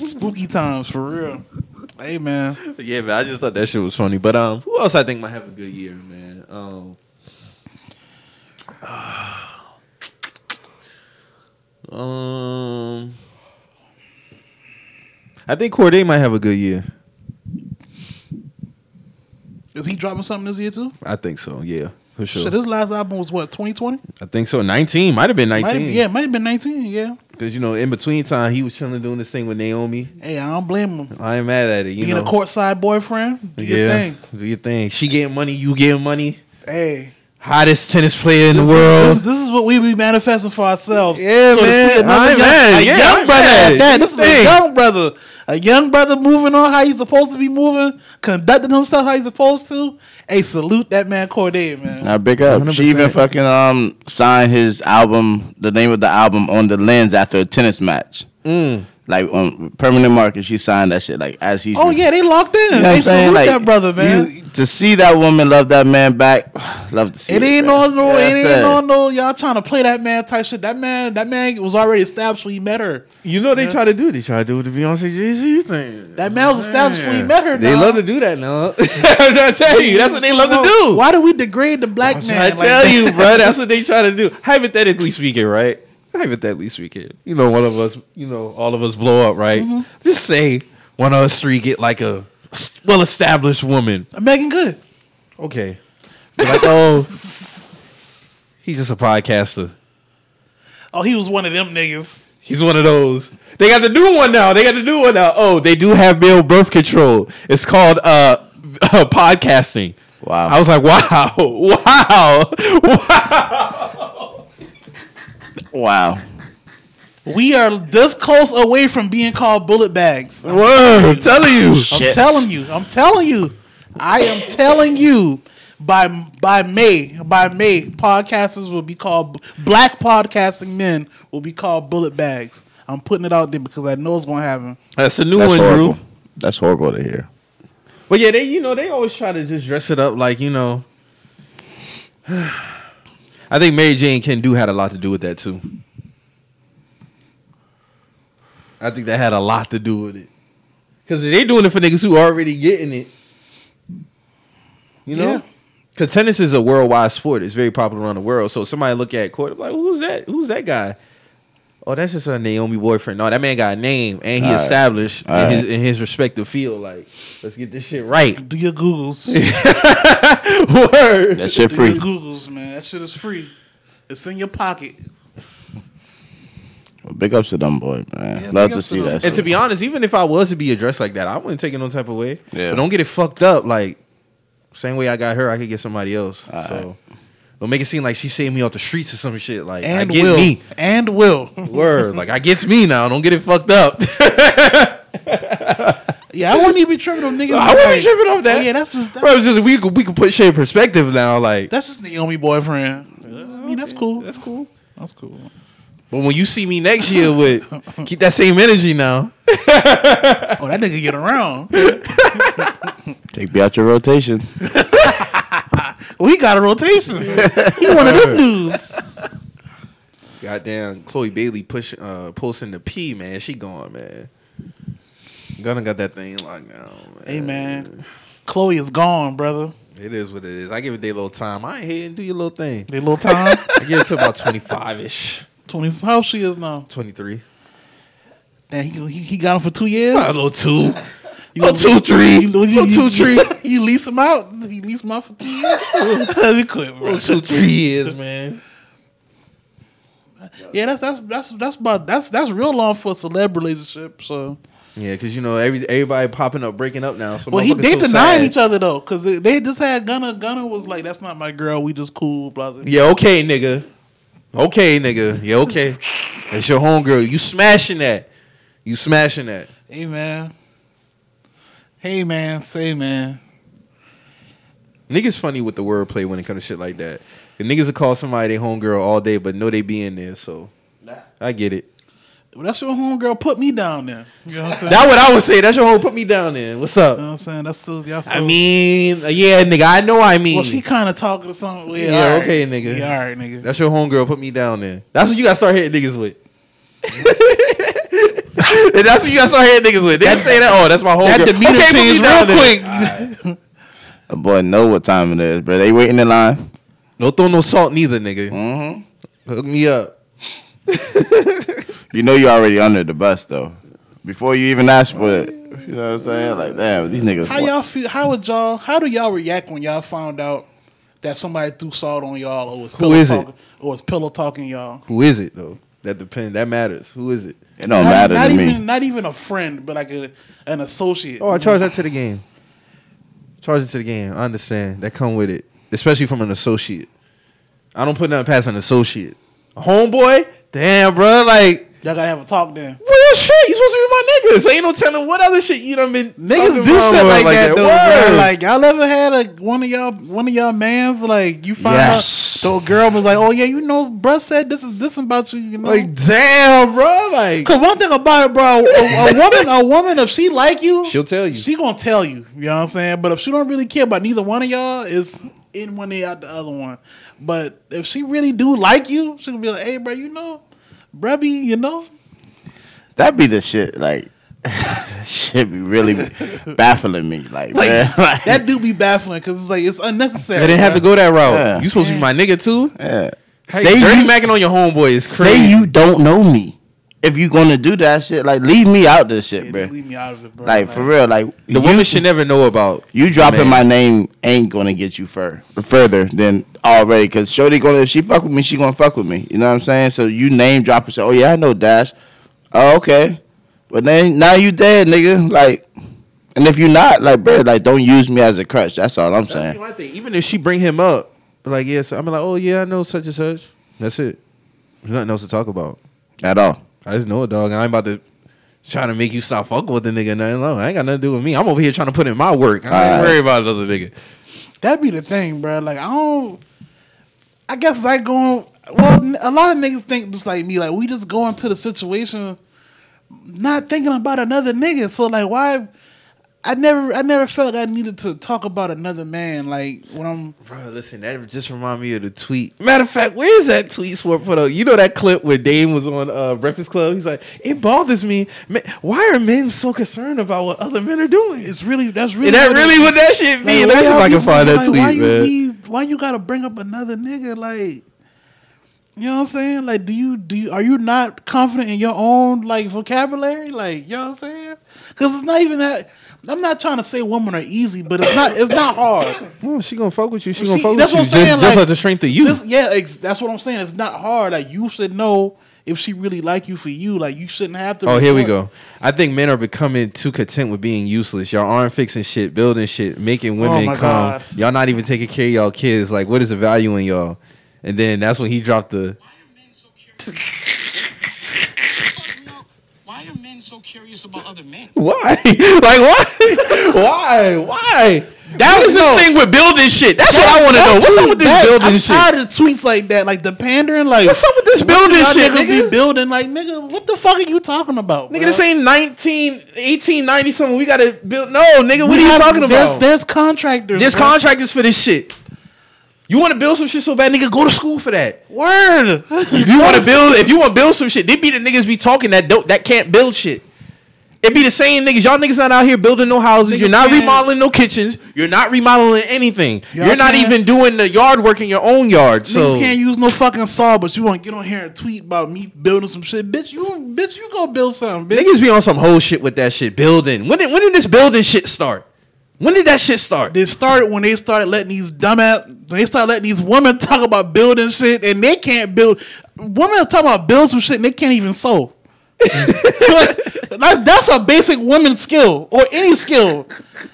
S1: Spooky times for real. Hey man.
S2: yeah, man. I just thought that shit was funny. But um, who else I think might have a good year, man? Um, <sighs> um, I think Corday might have a good year.
S1: Is he dropping something this year too?
S2: I think so. Yeah, for sure.
S1: Shit, his last album was what, 2020?
S2: I think so. Nineteen might have been
S1: Might have-
S2: nineteen.
S1: yeah, might have been 19, yeah.
S2: because you know, in between time, he was chilling doing this thing with Naomi.
S1: Hey, I don't blame him.
S2: I ain't mad at it. You
S1: You, get
S2: know,
S1: a courtside boyfriend, do
S2: yeah,
S1: your thing.
S2: do your thing. She getting money, you getting money.
S1: Hey.
S2: Hottest tennis player in the
S1: This-
S2: world.
S1: This, this is what we be manifesting for ourselves.
S2: Yeah,
S1: to
S2: man.
S1: see another
S2: I ain't mad.
S1: a
S2: Yeah, I
S1: young
S2: ain't
S1: brother.
S2: mad.
S1: at that. This is a
S2: Dang.
S1: young brother. A young brother moving on how he's supposed to be moving, conducting himself how he's supposed to. Hey, salute that man Corday, man.
S3: Now big up. She even
S2: 100%.
S3: fucking um signed his album, the name of the album on the lens after a tennis match. Like on permanent market, she signed that shit. Like as he's
S1: Mm. oh yeah, they locked in.
S3: You know what
S1: they
S3: I'm saying?
S1: salute
S3: Like,
S1: that brother, man.
S3: you- to see that woman love that man back, <sighs> love to see
S1: it ain't
S3: man.
S1: on no,
S3: Yeah,
S1: it
S3: that's
S1: ain't on no. Y'all trying to play that man type shit. That man, that man was already established when he met her.
S2: You know they try to do. They try to do with the Beyonce Jay Z thing.
S1: That man was established when he met her.
S2: They
S1: dawg.
S2: love to do that now. <laughs> I'm trying to tell you, that's what they love to do.
S1: Why do we degrade the black
S2: I'm
S1: man?
S2: trying to
S1: like
S2: tell
S1: that?
S2: you,
S1: <laughs>
S2: bro. That's what they try to do. Hypothetically speaking, right? Hypothetically speaking, you know, one of us, you know, all of us blow up, right?
S1: Mm-hmm.
S2: Just say one of us three get like a well-established woman.
S1: Megan Good.
S2: Okay, Be like oh, <laughs> he's just a podcaster.
S1: Oh, he was one of them niggas.
S2: He's one of those. They got the new one now. They got the new one now. Oh, they do have male birth control. It's called uh, <laughs> podcasting.
S3: Wow.
S2: I was like, <laughs> wow, wow, wow.
S3: Wow.
S1: We are this close away from being called bullet bags. I'm
S2: Word, I'm telling you.
S3: Shit.
S1: telling you. I'm telling you. I am telling you. By by May, by May, podcasters will be called black podcasting men will be called bullet bags. I'm putting it out there because I know it's gonna happen.
S2: That's a new
S3: That's
S2: one,
S3: horrible.
S2: Drew.
S3: That's horrible to hear.
S2: But yeah, they you know they always try to just dress it up like you know. <sighs> I think Mary Jane Ken do had a lot to do with that too. I think that had a lot to do with it, because they doing it for niggas who already getting it. You know,
S1: Yeah.
S2: because tennis is a worldwide sport; it's very popular around the world. So somebody look at court like, who's that? Who's that guy? Oh, that's just a Naomi boyfriend. No, that man got a name, and he
S3: All right.
S2: established
S3: All
S2: in, his,
S3: right.
S2: in his respective field. Like, let's get this shit right.
S1: Do your Googles.
S2: Word.
S1: <laughs>
S3: That shit
S1: Do your
S3: free.
S1: Googles, man. That shit is free. It's in your pocket.
S3: Big ups to them boy, man.
S1: Yeah, big
S3: love to
S1: ups to
S3: see
S1: them.
S3: that.
S2: And to
S3: shit.
S2: be honest, even if I was to be addressed like that, I wouldn't take it no type of way.
S3: Yeah.
S2: But don't get it fucked up. Like, same way I got her, I could get somebody else.
S3: Alright.
S2: so don't make it seem like she saved me off the streets or some shit. Like,
S1: And
S2: I get
S1: will.
S2: me.
S1: And will. <laughs>
S2: Word. like, I gets me now. Don't get it fucked up. <laughs>
S1: Yeah, I wouldn't even be tripping on niggas.
S2: I wouldn't be
S1: like,
S2: tripping off that.
S1: oh, yeah, that's just that's,
S2: Bro, it's just we could, we can put shit in perspective now. Like,
S1: that's just Naomi boyfriend. I mean, that's cool.
S2: that's cool.
S1: That's cool.
S2: But when you see me next year with, keep that same energy now.
S1: Oh, that nigga get around.
S3: Take me out your rotation.
S1: Well, he got a rotation. He one of them dudes.
S2: Goddamn, Chloe Bailey push uh pulsing the P, man. She gone, man. Gunna got that thing locked down, man.
S1: Hey, man. Chloe is gone, brother.
S2: It is what it is. I give it their little time. I ain't here and do your little thing.
S1: They little <laughs> time.
S2: I give it to about 25 ish,
S1: 20, how old she is now?
S2: 23.
S1: Damn, he, he, he got him for two years?
S2: A little two.
S1: You
S2: a two, three.
S1: You, you,
S2: A
S1: you,
S2: two, three.
S1: <laughs> you lease him out. He lease him out for two years. <laughs> Let me quit, bro.
S2: Little two, three <laughs> years, man.
S1: Yeah, that's that's that's that's about that's that's real long for a celeb relationship. So,
S2: Yeah, because you know, every everybody popping up, breaking up now. So
S1: well, he
S2: motherfuckers
S1: they
S2: so
S1: denying
S2: sad.
S1: each other though, because they, they just had Gunna. Gunna was like, "That's not my girl. We just cool." Blah blah.
S2: Yeah, okay, nigga. Okay, nigga. Yeah, okay. That's your homegirl. You smashing that. You smashing that.
S1: Hey man. Hey man, say man.
S2: Niggas funny with the wordplay when it comes to shit like that. The niggas will call somebody their homegirl all day, but know they be in there, so I get it.
S1: Well, that's your homegirl. Put me down there. You know what I'm saying?
S2: That's what I would say. That's your home. Put me down there. What's
S1: you know
S2: up?
S1: what I'm saying? That's so, y'all so
S2: I mean, uh, yeah, nigga. I know I mean.
S1: Well, she kind of talking to something. Yeah,
S2: Yeah,
S1: all right.
S2: okay, nigga.
S1: Yeah, all right, nigga.
S2: That's your homegirl. Put me down there. That's what you gotta start hitting niggas with. <laughs> and that's what you gotta start hitting niggas with. They say that. Oh, that's my homegirl.
S1: That demeanor
S2: Okay, put me
S1: changed
S2: down
S1: real
S2: there.
S1: quick.
S3: A boy know what time it is, bro. They waiting in line.
S2: <laughs> Don't throw no salt neither, nigga.
S3: Mm-hmm.
S2: Hook me up.
S3: You know you already under the bus though. Before you even ask for it. You know what I'm saying? Like, damn, these niggas.
S1: How y'all feel? How would y'all? How do y'all react when y'all found out that somebody threw salt on y'all or was
S2: Who
S1: pillow
S2: is it?
S1: talking, or was pillow talking y'all?
S2: Who is it though? That depends. That matters. Who is it?
S3: it don't
S1: not,
S3: matter
S1: not
S3: to
S1: even,
S3: me.
S1: Not even a friend, but like a, an associate.
S2: Oh, I charge that to the game. Charge it to the game. I understand. That come with it, especially from an associate. I don't put nothing past an associate. A homeboy, damn, bro. Like
S1: Y'all gotta have a talk then.
S2: real shit. You supposed to be my niggas. Ain't no telling what other shit you done been.
S1: Niggas
S2: talking
S1: do
S2: about
S1: shit like,
S2: like
S1: that,
S2: that.
S1: though.
S2: Word.
S1: bruh. Like y'all ever had a one of y'all one of y'all man's like you find
S2: Yes.
S1: out the girl was like, oh yeah, you know, bruh said this is this about you, you know.
S2: Like damn, bro. Like
S1: Cause one thing about it, bro, a,
S2: <laughs>
S1: a woman, a woman, if she like you,
S2: she'll tell you.
S1: she gonna tell you. You know what I'm saying? But if she don't really care about neither one of y'all, it's in one ear out the other one. But if she really do like you, she gonna be like, hey, bro, you know, brubby, you know,
S3: That be the shit. Like, <laughs> shit be really <laughs> baffling me. Like,
S1: like <laughs>
S2: <laughs>
S3: man, like,
S1: that do be baffling because it's like it's unnecessary.
S2: They didn't have to
S1: bruh.
S2: go that route.
S3: Yeah.
S2: You supposed to be my nigga too.
S3: yeah.
S2: Hey,
S3: Say
S2: dirty
S3: you-
S2: macking on your homeboy is crazy.
S3: Say you don't know me. If you gonna do that shit, like, leave me out this shit,
S1: Yeah,
S3: bro.
S1: just leave me out of it, bro.
S3: Like, for real. Like,
S2: the woman should never know about
S3: You dropping
S2: Man.
S3: my name ain't gonna get you fur further than already. Cause Shorty gonna if she fuck with me, she gonna fuck with me. You know what I'm saying? So you name dropping say, Oh yeah, I know Dash. Oh, okay. But then now you dead, nigga. Like and if you not, like bro, like don't use me as a crutch. That's all I'm
S2: That'd be
S3: saying.
S2: my thing. Even if she bring him up, like yes, I'm like, oh yeah, I know such and such. That's it. There's nothing else to talk about.
S3: At all.
S2: I just know a dog, and I'm about to try to make you stop fucking with the nigga. Nothing long. I ain't got nothing to do with me. I'm over here trying to put in my work. I ain't
S3: Alright.
S2: worry about another nigga.
S1: That be the thing, bro. Like I don't. I guess like going. Well, n- a lot of niggas think just like me. Like we just go into the situation, not thinking about another nigga. So like why? I never, I never felt I needed to talk about another man. Like when I'm,
S2: Bro, listen, that just remind me of the tweet. Matter of fact, where is that tweet Swerve put up? You know that clip where Dame was on uh, Breakfast Club? He's like, it bothers me. Ma- Why are men so concerned about what other men are doing?
S1: it's really that's really
S2: Is that
S1: what it
S2: really
S1: is.
S2: what that shit
S1: Like,
S2: mean?
S1: why
S2: Let me see if
S1: y'all
S2: I
S1: be
S2: can find
S1: so-
S2: that
S1: like,
S2: tweet,
S1: why
S2: man.
S1: You be, why you gotta bring up another nigga? Like, you know what I'm saying? Like, do you do? You, are you not confident in your own like vocabulary? Like, you know what I'm saying? Because it's not even that. I'm not trying to say women are easy, but it's not. It's not hard.
S2: Oh, <coughs> she gonna fuck with you. She
S1: Well, see,
S2: gonna fuck
S1: that's
S2: with you.
S1: what I'm saying,
S2: just, just
S1: like,
S2: like the strength of you.
S1: Just- yeah, ex- that's what I'm saying. It's not hard. Like, you should know if she really like you for you. Like, you shouldn't have to.
S2: oh, here we
S1: resort-
S2: go. I think men are becoming too content with being useless. Y'all aren't fixing shit, building shit, making women
S1: my
S2: come.
S1: God.
S2: Y'all not even taking care of y'all kids. Like, what is the value in y'all? And then that's when he dropped the.
S5: Why are men so curious about other men?
S2: <laughs> Why? like why? why? Why? That was the thing with building shit. That's what I want to know. What's up with this
S1: That-
S2: building
S1: I'm
S2: shit?
S1: tired of tweets like that, like the pandering. Like,
S2: What's up with this
S1: what do
S2: building
S1: y'all
S2: shit,
S1: niggas
S2: nigga?
S1: Be building like, nigga, what the fuck are you talking about,
S2: Nigga,
S1: bruh?
S2: this ain't 19, 1890 something. We gotta build. No, nigga, what
S1: We
S2: are you
S1: have-
S2: talking
S1: there's,
S2: about?
S1: There's contractors.
S2: There's
S1: bruh.
S2: contractors for this shit. You want to build some shit so bad, nigga? Go to school for
S1: <laughs>
S2: that.
S1: Word.
S2: <laughs> If you want to build, if you want to build some shit, they be the niggas be talking that don't that can't build shit. It be the same niggas. Y'all niggas not out here building no houses.
S1: Niggas
S2: You're not
S1: can't-
S2: remodeling no kitchens. You're not remodeling anything.
S1: Y'all
S2: You're not
S1: can't-
S2: even doing the yard work in your own yard. So
S1: Niggas can't use no fucking saw, but you want to get on here and tweet about me building some shit, bitch. You bitch, you go build something, bitch.
S2: niggas be on some whole shit with that shit building. When did when did this building shit start? When did that shit start?
S1: They started when they started letting these dumbass when they started letting these women <laughs> talk about building shit and they can't build women talk about build some shit and they can't even sew. <laughs> that's, that's a basic woman skill or any skill.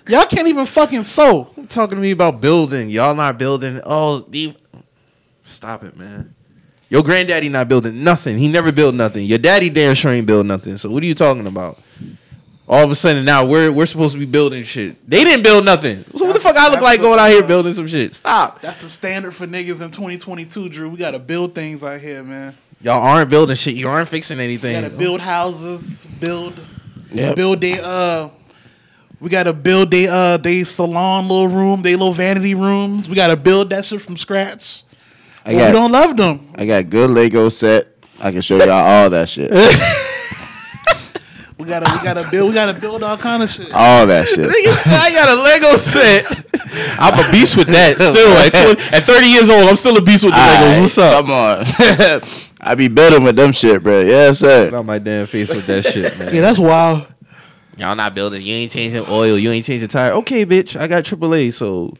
S1: Y'all can't even fucking sew.
S2: talking to me about building. Y'all not building. Oh, the- stop it, man. Your granddaddy not building nothing. He never built nothing. Your daddy damn sure ain't built nothing. So what are you talking about? All of a sudden now we're we're supposed to be building shit. They didn't build nothing. So what the
S1: That's-
S2: fuck I look
S1: that's
S2: like
S1: what-
S2: going out here building some shit? Stop.
S1: That's the standard for niggas in 2022, Drew. We gotta build things out here, man.
S2: Y'all aren't building shit. You aren't fixing
S1: We
S2: anything.
S1: gotta build houses, build,
S3: <laughs> Yep.
S1: build they uh. We gotta build they uh they salon little room, they little vanity rooms. We gotta build that shit from scratch.
S3: I
S1: Well, we
S3: got,
S1: don't love them.
S3: I got good Lego set. I can show y'all all that
S2: <laughs>
S3: shit.
S1: We gotta we gotta build we gotta build all kind of shit.
S3: All that
S2: <laughs>
S3: shit.
S2: Nigga said I got a Lego set. I'm a beast with that. <laughs> Still at 20, at 30 years old, I'm still a beast with the Legos. What's up?
S3: Come on. <laughs> I be building with them shit, bro. Yes, sir.
S2: Not my damn face with that shit, man.
S1: Yeah, that's wild.
S2: Y'all not building. You ain't changing oil. You ain't changing tire. Okay, bitch. I got AAA, so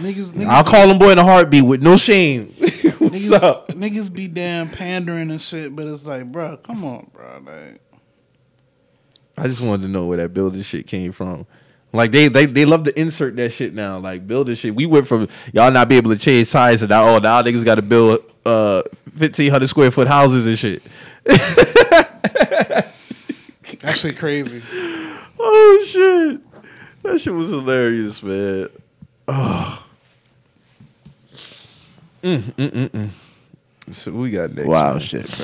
S1: Niggas niggas,
S2: I'll call them boy in a heartbeat with no shame. <laughs> What's
S1: niggas,
S2: up?
S1: niggas be damn pandering and shit, but it's like, bruh, come on, bro. Like,
S2: I just wanted to know where that building shit came from. Like they they they love to insert that shit now. Like building shit. We went from y'all not be able to change size and now oh now niggas got to build uh fifteen hundred square foot houses and shit.
S1: that shit
S3: <laughs>
S1: crazy.
S2: Oh shit. That shit was hilarious, man. Oh. Mm, mm, mm, mm. So we got next.
S3: Wow, shit,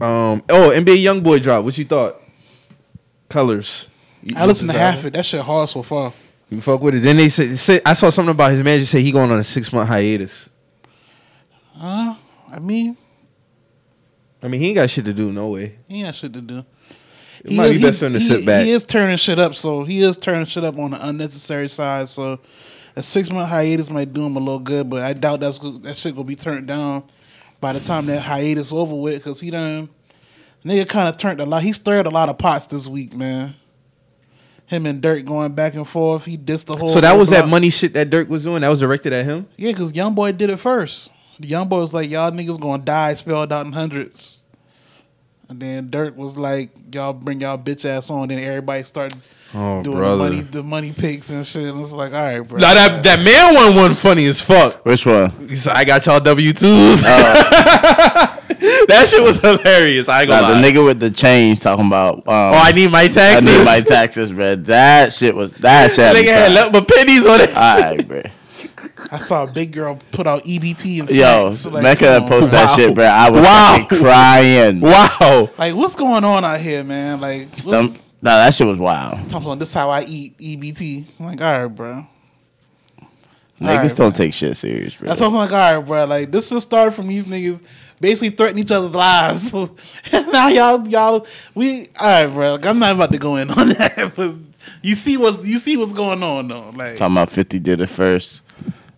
S3: bro.
S2: Um. Oh, NBA YoungBoy drop. What you thought? Colors. You-
S1: I listened to
S2: you-
S1: half it. That shit hard so far.
S2: You fuck with it. Then they said, said I saw something about his manager say he going on a six month hiatus.
S1: Huh? I mean,
S2: I mean, he ain't got shit to do. No way.
S1: he got shit to do.
S2: It might be best for him to
S1: he-
S2: sit back.
S1: He is turning shit up, so he is turning shit up on the unnecessary side. So a six month hiatus might do him a little good, but I doubt that's go- that shit gonna be turned down by the time that hiatus over with, cause he done nigga kind of turned a lot. He stirred a lot of pots this week, man. Him and Dirk going back and forth. He dissed the whole.
S2: So that was that
S1: block.
S2: money shit that Dirk was doing. That was directed at him.
S1: Yeah, cause young boy did it first. The young boy was like, "Y'all niggas gonna die spelled out in hundreds. And then Dirk was like, "Y'all bring y'all bitch ass on." Then everybody started
S2: Oh,
S1: doing the money, the money picks and shit. And it's like, all right, bro.
S2: Now that that man one one funny as fuck.
S3: Which one?
S2: He said, I got y'all W twos. <laughs>
S3: Oh.
S2: that shit was hilarious. I ain't gonna
S3: Nah,
S2: lie.
S3: the nigga with the change talking about. Um,
S2: oh, I need my
S3: I
S2: taxes. <laughs>
S3: need my taxes, bro. That shit was
S1: <laughs>
S3: that shit.
S2: That
S3: had me
S2: nigga had left
S3: crying.
S2: my pennies on
S3: <laughs>
S2: it.
S3: All right, bro.
S1: I saw a big girl put out EBT and
S3: Yo,
S1: snacks. Like,
S3: Mecca
S1: come on.
S3: posted that
S2: Wow.
S3: shit, bro. I was
S2: Wow.
S1: <laughs>
S3: fucking crying.
S2: Wow.
S1: Like, what's going on out here, man? Like,
S3: Them-
S1: what's-
S3: nah, that shit was wild.
S1: come on, this is how I eat EBT. I'm like, all right, bro.
S3: Niggas
S1: right,
S3: don't take shit serious, bro.
S1: That's what I'm like, all right, bro. Like this is started from these niggas basically threatening each other's lives. <laughs> now y'all, y'all, we all right, bro. Like, I'm not about to go in on <laughs> that, but you see what's you see what's going on though. Like
S3: Talking about 50 did it first.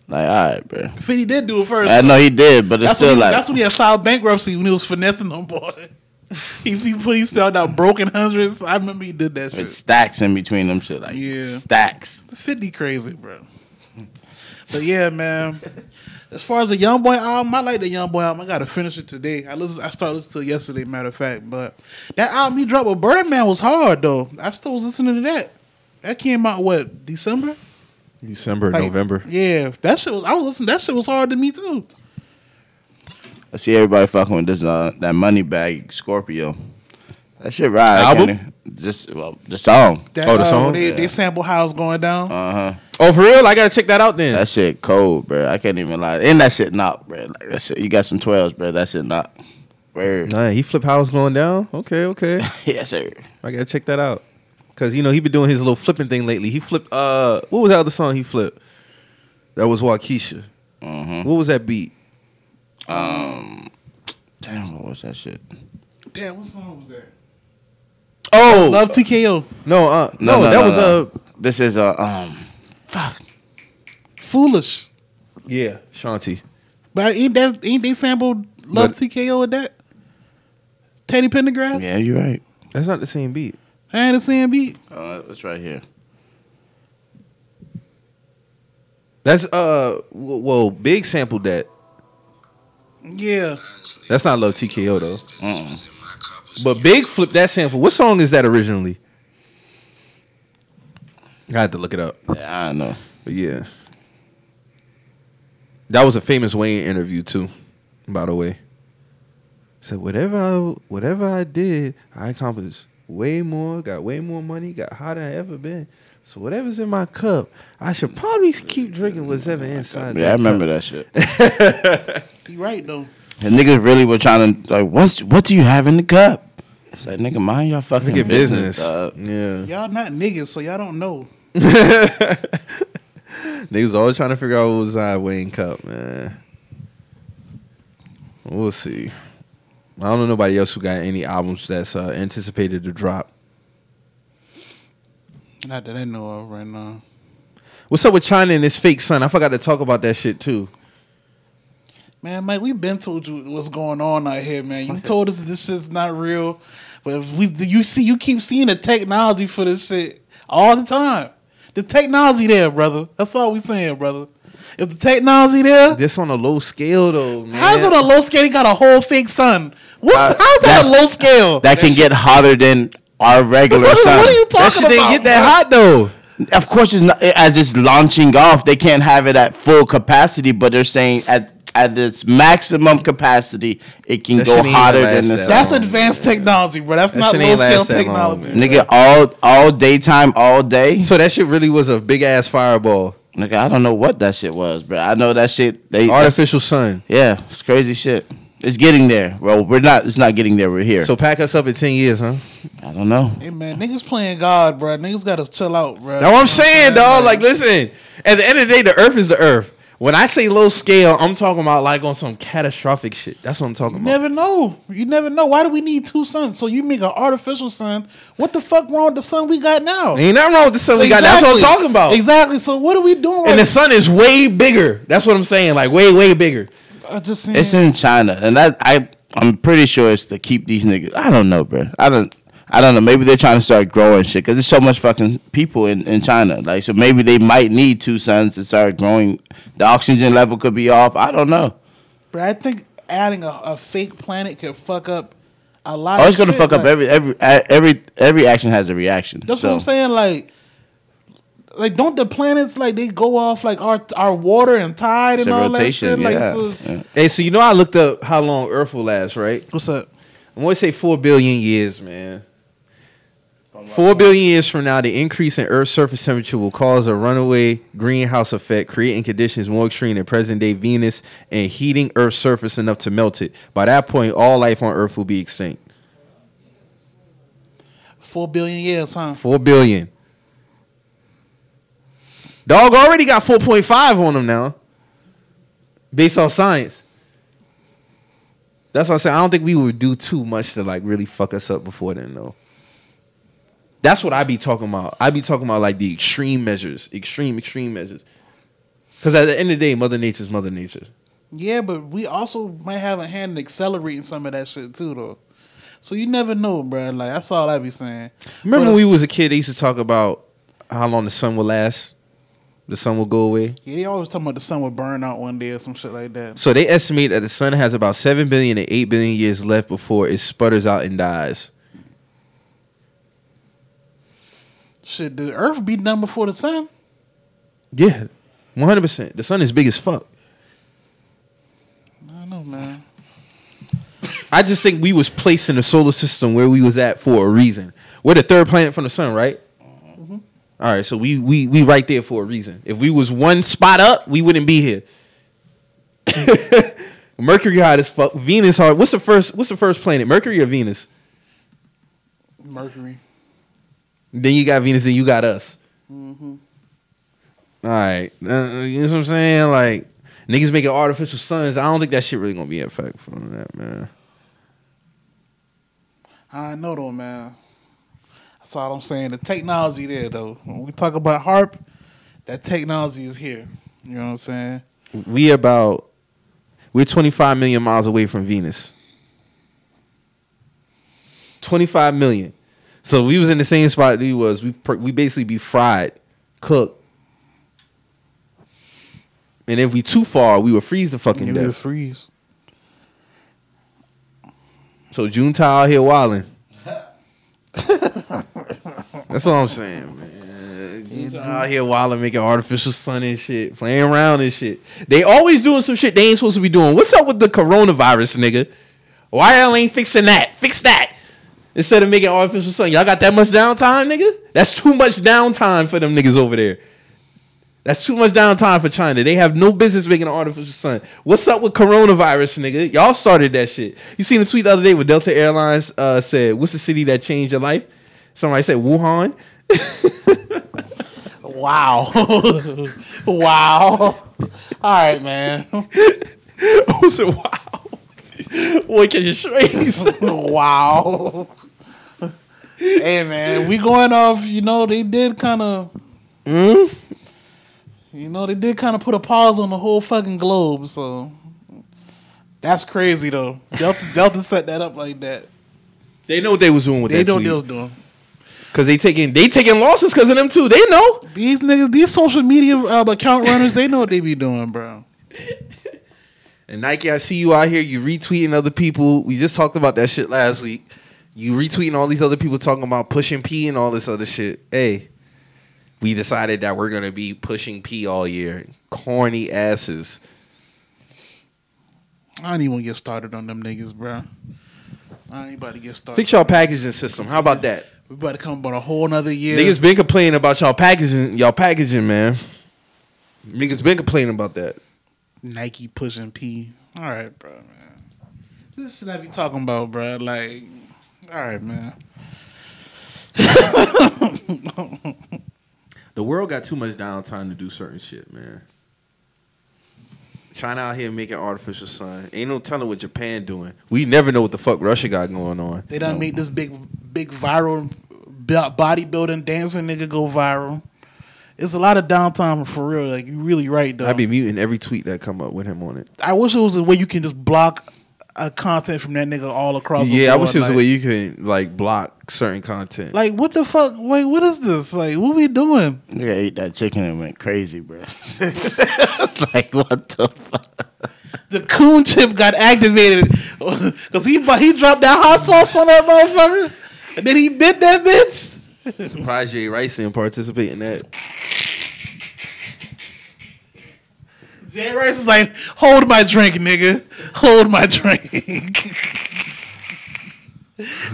S3: Like, all right, bro.
S1: Fitty did do it first.
S3: I know he did, but it's
S1: that's
S3: still
S1: when he,
S3: like.
S1: that's when he had filed bankruptcy when he was finessing them boy. <laughs> he he put he spelled out broken hundreds. I remember he did that
S3: It's
S1: shit.
S3: stacks in between them shit. Like,
S1: Yeah.
S3: stacks.
S1: Fifty crazy, bro. But yeah, man. As far as the Young Boy album, I like the Young Boy album. I gotta finish it today. I listen, I started listening to it yesterday, matter of fact. But that album he dropped with Birdman was hard though. I still was listening to that. That came out what December,
S2: December,
S1: Like, Yeah, that shit was. I was listening. That shit was hard to me too.
S3: I see everybody fucking with this uh, that money bag Scorpio. That shit ride.
S2: Album?
S3: can't it? Just well, the song.
S1: That,
S2: Oh, the
S1: uh,
S2: song?
S1: They,
S3: Yeah.
S1: they sample how it's going down.
S3: Uh huh.
S2: Oh, for real? I gotta check that out then.
S3: That shit cold, bro. I can't even lie. And that shit knock, bro. Like that shit. You got some twelves, bro. That shit knock. Word.
S2: Nah, he flip house going down. Okay, <laughs> okay.
S3: <laughs> yes, sir.
S2: I gotta check that out. Cause you know he been doing his little flipping thing lately. He flipped. Uh, what was that other song he flipped? That was Waukesha.
S3: Mm-hmm.
S2: What was that beat?
S3: Um. Damn, what was that shit?
S1: Damn, what song was that?
S2: Oh
S1: Love TKO.
S2: no, uh, no,
S3: No, no,
S2: that
S3: no,
S2: was
S3: no.
S2: uh,
S3: This is a um. Fuck.
S1: Foolish.
S2: yeah, Shanti.
S1: But ain't that ain't they sampled Love
S2: But-
S1: TKO with that? Teddy Pendergrass?
S3: Yeah, you're right.
S2: That's not the same beat.
S1: I ain't the same beat.
S3: Uh, it's right here.
S2: That's uh, whoa, whoa, Big sampled that.
S1: Yeah.
S4: Honestly,
S2: That's not Love TKO though.
S4: business
S3: Mm-hmm.
S4: was in my cup was-
S2: But Big flipped that sample. What song is that originally? I had to look it up.
S3: Yeah, I don't know.
S2: But yeah. That was a famous Wayne interview too. by the way. So whatever I whatever I did, I accomplished way more, got way more money, got hotter than I ever been. So whatever's in my cup, I should probably keep drinking whatever inside.
S3: Yeah, I remember that shit.
S1: He right though.
S3: And niggas really were trying to like, what's what do you have in the cup? It's like nigga, mind your fucking
S2: Look at business.
S3: dog.
S2: Yeah.
S1: Y'all not niggas, so y'all don't know.
S2: Niggas always trying to figure out what was I Wayne Cup, man. We'll see. I don't know nobody else who got any albums that's uh, anticipated to drop.
S1: Not that I know of right now.
S2: What's up with China and his fake son? I forgot to talk about that shit too.
S1: Man, Mike, we been told you what's going on out here, man.
S3: <laughs>
S1: You told us this shit's not real, but if we you see you keep seeing the technology for this shit all the time. The technology there, brother. That's all we saying, brother. If the technology there,
S2: This on a low scale though, man.
S1: how's it on a low scale? He got a whole fake son. What's
S3: Uh,
S1: how's that
S3: that's-
S1: a low scale?
S3: That can get hotter than our regular
S1: what,
S3: sun.
S1: what are you talking
S2: that shit
S1: about?
S2: didn't get that hot though.
S3: Of course, it's not as it's launching off. They can't have it at full capacity, but they're saying at at its maximum capacity, it can
S2: That
S3: go
S2: shit ain't
S3: hotter
S2: gonna
S3: than
S2: last
S3: the
S2: that
S3: sun.
S1: That's
S2: long,
S1: advanced technology, bro. That's
S2: That
S1: not
S2: shit
S1: low
S2: ain't
S1: scale
S2: last that long,
S1: technology.
S2: man.
S3: Nigga, all all daytime, all day.
S2: So that shit really was a big ass fireball,
S3: Nigga, I don't know what that shit was, bro. I know that shit. They
S2: artificial sun.
S3: Yeah, it's crazy shit. It's getting there. Well, we're not. It's not getting there. We're here.
S2: So pack us up in ten years, huh?
S3: I don't know.
S1: Hey man, niggas playing God, bro. Niggas gotta chill out, bro.
S2: That's what I'm saying, dog. Like, listen, at the end of the day, the earth is the earth. When I say low scale, I'm talking about like on some catastrophic shit. That's what I'm talking about.
S1: Never know. You never know. Why do we need two suns? So you make an artificial sun. What the fuck wrong with the sun we got now?
S2: Ain't nothing wrong with the sun we got. That's what I'm
S1: Exactly.
S2: talking about.
S1: Exactly. So what are we doing? Right
S2: And the sun is way bigger. That's what I'm saying. Like way, way bigger.
S1: I just seen
S3: It's in China, and that I I'm pretty sure it's to keep these niggas. I don't know, bro. I don't. I don't know. Maybe they're trying to start growing shit because there's so much fucking people in, in China. Like, so maybe they might need two suns to start growing. The oxygen level could be off. I don't know.
S1: But I think adding a, a fake planet could fuck up a lot.
S3: Oh,
S1: of
S3: it's gonna
S1: shit,
S3: fuck up
S1: like-
S3: every every a- every every action has a reaction.
S1: That's
S3: so.
S1: what I'm saying. Like, like don't the planets like they go off like our our water and tide
S3: It's
S1: and
S3: a
S1: all
S3: rotation.
S1: that shit?
S3: yeah.
S1: Like, so,
S3: yeah.
S2: Hey, so you know I looked up how long Earth will last, right?
S1: what's up?
S2: I'm gonna say four billion years, man. Four billion years from now, the increase in Earth's surface temperature will cause a runaway greenhouse effect, creating conditions more extreme than present day Venus and heating Earth's surface enough to melt it. By that point, all life on Earth will be extinct.
S1: Four billion years, huh?
S2: Four billion. Dog already got 4.5 on him now, based off science. That's what I'm saying. I don't think we would do too much to like really fuck us up before then, though. That's what I be talking about. I be talking about like the extreme measures, extreme, extreme measures. Because at the end of the day, Mother Nature's Mother Nature.
S1: Yeah, but we also might have a hand in accelerating some of that shit too, though. So you never know, bro. Like that's all I be saying.
S2: Remember
S1: But
S2: when we
S1: it's-
S2: was a kid, they used to talk about how long the sun will last, the sun will go away.
S1: Yeah, they always talking about the sun will burn out one day or some shit like that.
S2: So they estimate that the sun has about seven billion to eight billion years left before it sputters out and dies.
S1: Shit, the Earth be done before the sun.
S2: Yeah, one hundred percent. The sun is big as fuck.
S1: I don't know, man.
S2: I just think we was placed in the solar system where we was at for a reason. We're the third planet from the sun, right? All right, so we we we right there for a reason. If we was one spot up, we wouldn't be here. <laughs> Mercury hot as fuck. Venus hard. What's the first? What's the first planet? Mercury or Venus?
S1: Mercury.
S2: Then you got Venus, then you got us.
S1: Mm-hmm.
S2: All right, uh, you know what I'm saying? Like niggas making artificial suns. I don't think that shit really gonna be in effect from that, man.
S1: I know though, man. That's all I'm saying. The technology there though. When we talk about harp, that technology is here. You know what I'm saying?
S2: We about we're 25 million miles away from Venus. 25 million. So we was in the same spot we was. We pr- we basically be fried, cooked. And if we too far, we would freeze to fucking
S1: Give it a
S2: death.
S1: freeze.
S2: So June Ty out here wilding. That's all I'm saying, man. Niggas out here wilding, making artificial sun and shit, playing around and shit. They always doing some shit they ain't supposed to be doing. What's up with the coronavirus, nigga? Why y'all ain't fixing that? Fix that instead of making artificial sun. Y'all got that much downtime, nigga? That's too much downtime for them niggas over there. That's too much downtime for China. They have no business making an artificial sun. What's up with coronavirus, nigga? Y'all started that shit. You seen the tweet the other day where Delta Airlines uh, said, "What's the city that changed your life?" Somebody said Wuhan. <laughs>
S1: Wow. wow. All right, man. <laughs>
S2: I said, "Wow, boy, can you <laughs> trace?" <laughs>
S1: wow. hey, man. We going off, you know, they did kind of.
S2: Hmm?
S1: You know, they did kind of put a pause on the whole fucking globe, so. That's crazy, though. Delta, Delta set that up like that.
S2: they know what they was doing with
S1: They
S2: that
S1: know what they
S2: tweet.
S1: was doing.
S2: because they taking they taking losses because of them too. They know.
S1: These niggas, these social media uh, account runners, they know what they be doing, bro.
S2: And Nike, I see you out here. You retweeting other people. We just talked about that shit last week. You retweeting all these other people talking about pushing P and all this other shit. Hey, we decided that we're gonna be pushing P all year. Corny asses.
S1: I don't even wanna get started on them niggas, bro. I ain't about to get started.
S2: Fix y'all packaging system. How about that?
S1: We about to come about a whole nother year.
S2: Niggas been complaining about y'all packaging. Y'all packaging, man. Niggas been complaining about that.
S1: Nike pushing P. All right, bro, man. This is what I be talking about, bro. Like, all right, man.
S2: The world got too much downtime to do certain shit, man. China out here making artificial sun. Ain't no telling what Japan doing. We never know what the fuck Russia got going on.
S1: They done make this big, big viral b- bodybuilding dancer nigga go viral. It's a lot of downtime for real. Like, you really right, though.
S2: I be muting every tweet that come up with him on it.
S1: I wish it was a way you can just block a content from that nigga all across. the
S2: Yeah, I
S1: board.
S2: wish there was
S1: like,
S2: a way you could like block certain content.
S1: Like what the fuck? Like what is this? Like what we doing?
S3: Nigga ate that chicken and went
S1: <laughs>
S3: crazy, bro. <laughs> like what the fuck?
S1: The coon chip got activated <laughs> because he bu- he dropped that hot sauce on that motherfucker, and then he bit that bitch.
S2: Surprise Jay Rice didn't participate in that.
S1: Jay Rice is like, hold my drink, nigga, hold my drink.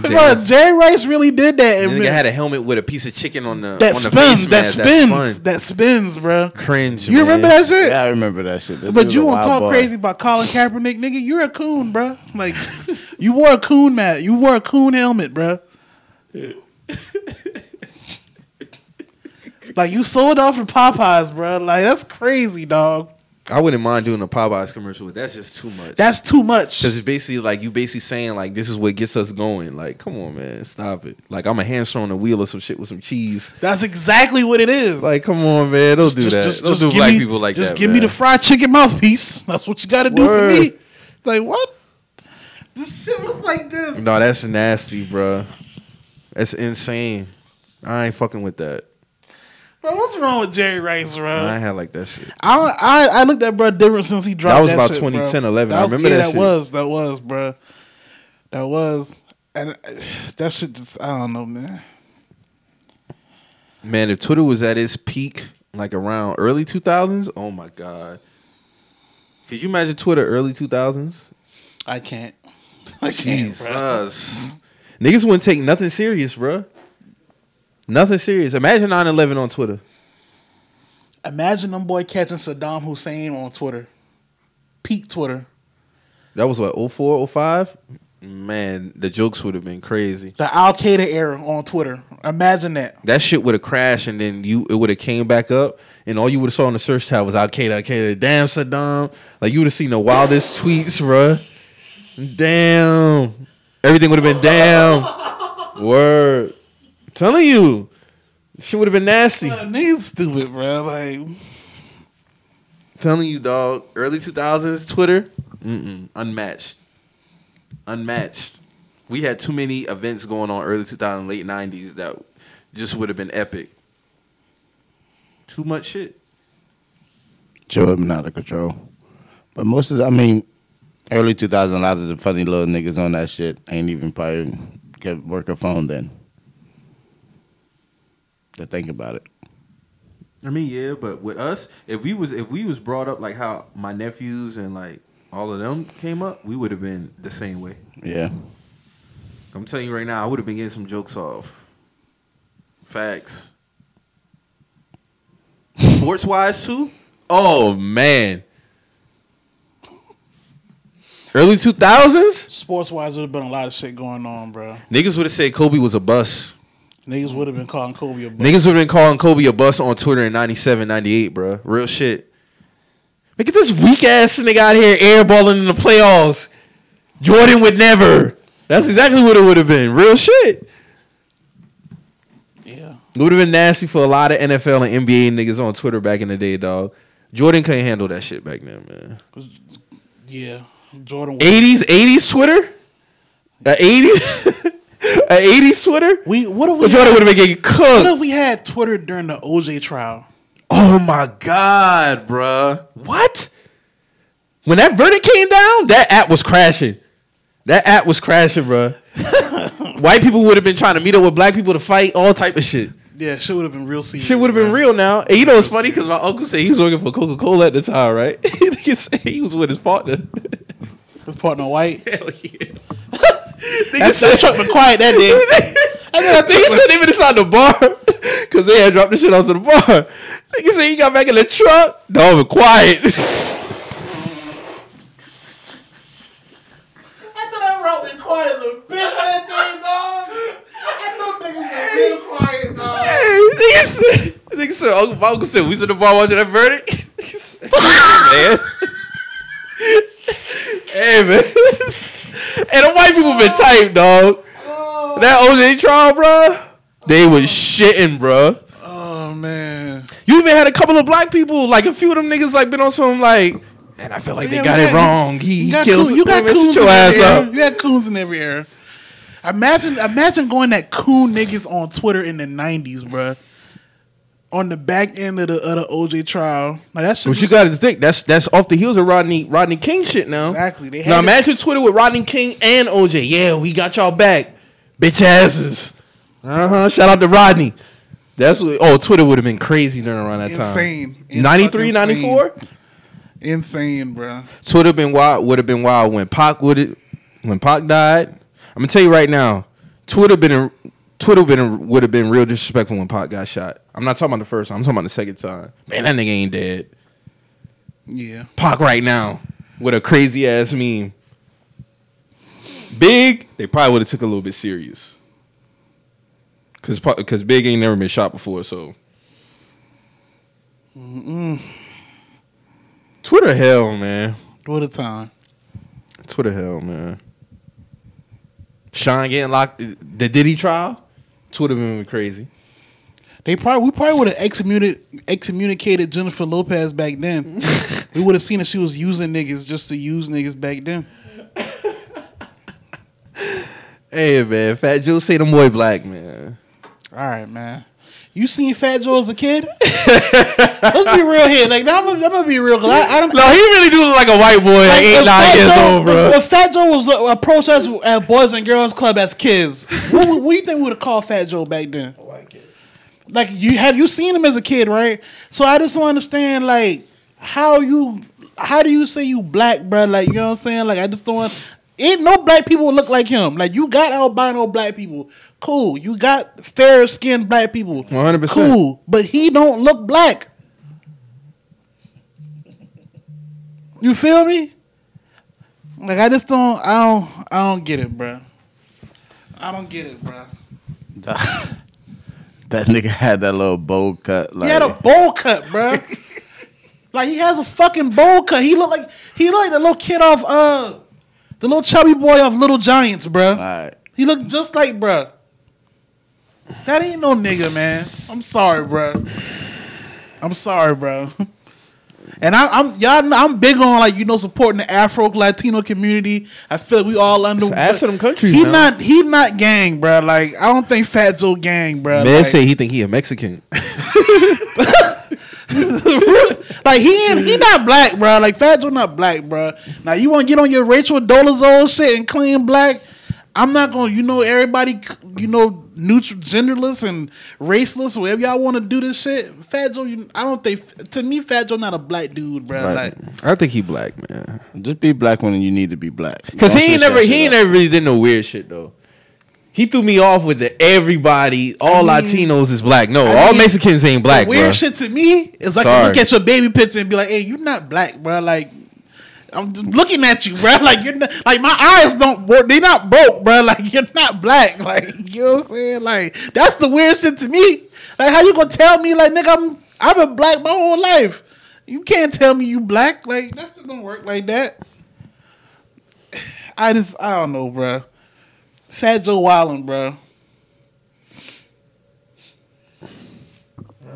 S1: <laughs> Bro, Jay Rice really did that.
S2: The
S1: and
S2: nigga had a helmet with a piece of chicken on the
S1: that
S2: on the
S1: spins,
S2: face
S1: that
S2: mask.
S1: spins,
S2: spun.
S1: that spins, bro.
S2: cringe.
S1: You remember
S2: man.
S1: that shit?
S3: Yeah, I remember that shit. That dude
S1: But
S3: was
S1: you
S3: a
S1: won't
S3: wild
S1: talk
S3: boy.
S1: crazy about Colin Kaepernick, nigga. You're a coon, bruh. Like, <laughs> you wore a coon mat. You wore a coon helmet,
S2: <laughs>
S1: bruh. like, you sold off for Popeyes, bruh. Like, that's crazy, dog.
S2: I wouldn't mind doing a Popeyes commercial, but that's just too much.
S1: That's too much.
S2: Because it's basically like you basically saying like this is what gets us going. Like, come on, man, stop it. Like I'm a hamster on the wheel of some shit with some cheese.
S1: That's exactly what it is.
S2: Like, come on, man, don't do that. don't do
S1: give
S2: black
S1: me-
S2: people like
S1: just
S2: that.
S1: give me the fried chicken mouthpiece. <laughs> That's what you got to do for me.
S2: Word.
S1: Like, what? This shit was like this.
S2: no, that's nasty, bro. That's insane. I ain't fucking with that.
S1: Bro, what's wrong with Jerry Rice, bro?
S2: I ain't had like that shit.
S1: I I, I looked at bro different since he dropped.
S2: was about
S1: shit,
S2: 2010,
S1: bro.
S2: 11. I
S1: was-
S2: remember
S1: yeah,
S2: that
S1: That
S2: shit.
S1: was that was bro. That was and uh, that shit just I don't know man.
S2: Man, if Twitter was at its peak, like around early 2000s, oh my god. Could you imagine Twitter early 2000s?
S1: I can't. <laughs> I can't.
S2: Jesus.
S1: Bro.
S2: Niggas wouldn't take nothing serious, bro. Nothing serious. Imagine 9 11 on Twitter.
S1: Imagine them boy catching Saddam Hussein on Twitter, peak Twitter.
S2: That was what, 04, 05? Man, the jokes would have been crazy.
S1: The Al Qaeda era on Twitter. Imagine that.
S2: That shit would have crashed and then you it would have came back up and all you would have saw on the search tab was Al Qaeda, Al Qaeda, damn Saddam. Like you would have seen the wildest tweets, bruh. Damn. Everything would have been damn. Word. telling you. Shit would have been nasty.
S1: Bro, niggas stupid, bro. Like
S2: telling you, dog. Early two thousands Twitter, mm-mm, unmatched, unmatched. We had too many events going on early two thousand, late nineties that just would have been epic. Too much shit.
S3: Joe would out of control. But most of the, I mean, early 2000, a lot of the funny little niggas on that shit ain't even probably could work a phone then. To think about it.
S2: I mean, yeah, but with us, if we was if we was brought up like how my nephews and like all of them came up, we would have been the same way.
S3: Yeah.
S2: I'm telling you right now, I would have been getting some jokes off. Facts. Sports wise too. Oh man. Early two thousands,
S1: Sports wise, would have been a lot of shit going on, bro.
S2: niggas would have said Kobe was a bust.
S1: Niggas would have been calling Kobe a bull.
S2: Niggas would have been calling Kobe a bust on Twitter in 97, 98, bro. Real shit. Look at this weak ass nigga out here airballing in the playoffs. Jordan would never. That's exactly what it would have been. Real shit.
S1: Yeah,
S2: It would have been nasty for a lot of NFL and NBA niggas on Twitter back in the day, dog. Jordan couldn't handle that shit back then, man.
S1: yeah. Jordan. was-
S2: 80s, 80s Twitter? A 80s? <laughs> A 80s Twitter?
S1: We what if we
S2: Well, Jordan
S1: had,
S2: would have been getting
S1: what
S2: cooked.
S1: if we had Twitter during the OJ trial?
S2: Oh my God, bruh. What? When that verdict came down, that app was crashing. That app was crashing, <laughs> bruh. White people would have been trying to meet up with black people to fight, all type of shit.
S1: Yeah, shit would have been real serious.
S2: Shit would have been
S1: bro.
S2: real now. And you know it's funny because my uncle said he was working for Coca Cola at the time, right? <laughs> Nigga said he was with his partner.
S1: His partner <laughs> white.
S2: Hell yeah.
S1: That's that truck been quiet that
S2: <laughs>
S1: day.
S2: I think he said they been inside the bar <laughs> because they had dropped the shit onto the bar. Nigga said he got back in the truck. Dog was quiet. <laughs> I thought I wrote been quiet as a bitch. I didn't think dog. I thought niggas was real quiet, dog. Nigga said, Uncle, my uncle said, we was in the bar watching that verdict.
S1: <laughs>
S2: Nigga said, man. hey, man. And the white people been tight, dog. That OJ trial, bruh, they was shitting, bruh.
S1: Oh man.
S2: You even had a couple of black people, like a few of them niggas, like been on some like, and I feel like
S1: Yeah,
S2: they got
S1: we
S2: it
S1: had-
S2: wrong. He,
S1: You
S2: he
S1: got,
S2: kills.
S1: coon, you got
S2: Man,
S1: coons
S2: shut your
S1: in
S2: ass
S1: every era.
S2: up.
S1: You got coons in every era. Imagine, imagine going at coon niggas on Twitter in the nineties, bruh. On the back end of the, of the OJ trial, now that shit
S2: But you
S1: was-
S2: got to think that's that's off the heels of Rodney Rodney King shit now.
S1: Exactly. They had
S2: now
S1: it-
S2: imagine Twitter with Rodney King and OJ. Yeah, we got y'all back, bitch asses. Uh huh. Shout out to Rodney. That's what. Oh, Twitter would have been crazy during around that
S1: Insane.
S2: time. 93,
S1: Fucking insane.
S2: 94?
S1: insane, bruh.
S2: Twitter been wild would have been wild when Pac would have when Pac died. I'm gonna tell you right now, Twitter been Twitter been would have been real disrespectful when Pac got shot. I'm not talking about the first time. I'm talking about the second time. Man, that nigga ain't dead.
S1: Yeah,
S2: Pac right now with a crazy ass meme. Big, they probably would have took a little bit serious. Cause Pa- cause Big ain't never been shot before, so. Twitter hell, man.
S1: what a time.
S2: Twitter hell, man. Sean getting locked the Diddy trial. Twitter been crazy.
S1: They probably we probably would have excommunicated excommunicated Jennifer Lopez back
S2: <laughs>
S1: then. we would have seen that she was using niggas just to use niggas back then.
S2: Hey man, Fat Joe say the boy black man.
S1: All right, man. You seen Fat Joe as a
S2: <laughs>
S1: kid? Let's be real here. Like, now I'm gonna, I'm gonna be real. 'cause I, I don't.
S2: No, he really do look like a white boy, like,
S1: if
S2: eight nine
S1: Fat
S2: years
S1: Joe-
S2: old, bro.
S1: If, if Fat Joe was uh, approached us at Boys and Girls Club as kids, what, would- what do you think we would have called Fat Joe back then? Like, you have you seen him as a kid, right? So I just don't understand, like, how you, how do you say you black, bro? Like, you know what I'm saying? Like, I just don't. Ain't no black people look like him. Like, you got albino black people, cool. You got fair skinned black people,
S2: 100%.
S1: cool. But he don't look black. You feel me? Like I just don't, I don't, I don't get it, bruh. I don't get it, bruh.
S3: That nigga had that little bowl cut. Like,
S1: He had a bowl cut,
S2: <laughs>
S1: bruh. like he has a fucking bowl cut. He look like he look like the little kid off uh, the little chubby boy of Little Giants, bruh.
S3: Alright.
S1: He looked just like bruh. That ain't no nigga, man. I'm sorry, bruh. I'm sorry, bro. And I, I'm y'all. know I'm big on like you know supporting the Afro Latino community. I feel like we all under.
S2: It's ass to them countries
S1: He
S2: now.
S1: not he not gang, bro. Like I don't think Fat Joe gang, bro.
S2: Man
S1: Like,
S2: say he think he a Mexican.
S1: like, he ain't, he not black, bro. Like Fat Joe not black, bro. Now you want to get on your Rachel Dolezal shit and claim black? I'm not going. to You know, everybody. You know, neutral, genderless, and raceless. Whatever y'all want to do this shit. Fat Joe. You, I don't think. To me, Fat Joe not a black dude, bro.
S3: Right.
S1: Like,
S2: I think he black man.
S3: Just be black when you need to be black.
S2: Cause
S3: Don't
S2: he ain't
S3: switch that
S2: never
S3: shit
S2: he ain't
S3: up.
S2: never really did no weird shit though. He threw me off with the everybody, all
S1: I mean-
S2: Latinos is black. No,
S1: I
S2: all
S1: mean,
S2: Mexicans ain't black.
S1: the weird
S2: bruh.
S1: shit to me is like
S2: Sorry.
S1: you look at your baby picture and be like, "Hey, you're not black, bro." Like. I'm just looking at you, bro. <laughs> Like you're not, like my eyes don't work. They not broke, bro. <laughs> Like you're not black. <laughs> Like you know what I'm saying. Like that's the weird shit to me. Like how you gonna tell me like nigga I'm I've been black my whole life. You can't tell me you black. Like that just don't work like that. <sighs> I just I don't know, bro. Fat Joe Wildin, bro.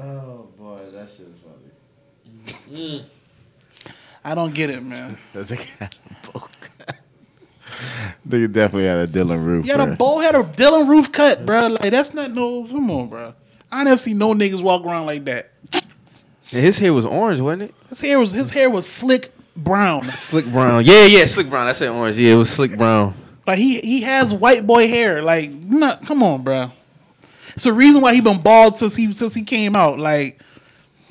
S3: Oh boy, that shit is funny.
S1: I don't get it, man.
S3: That nigga had a bowl cut. Nigga definitely had a Dylan roof.
S1: You had a
S3: bruh.
S1: bowl, had a Dylan roof cut, bro. Like that's not no. Come on, bro. I never seen no niggas walk around like that.
S2: And his hair was orange, wasn't it?
S1: His hair was his hair was slick brown.
S2: Slick brown. Yeah, yeah, slick brown. I said orange. Yeah, it was slick brown.
S1: Like he he has white boy hair. Like not come on, bro. It's the reason why he been bald since he since he came out. Like,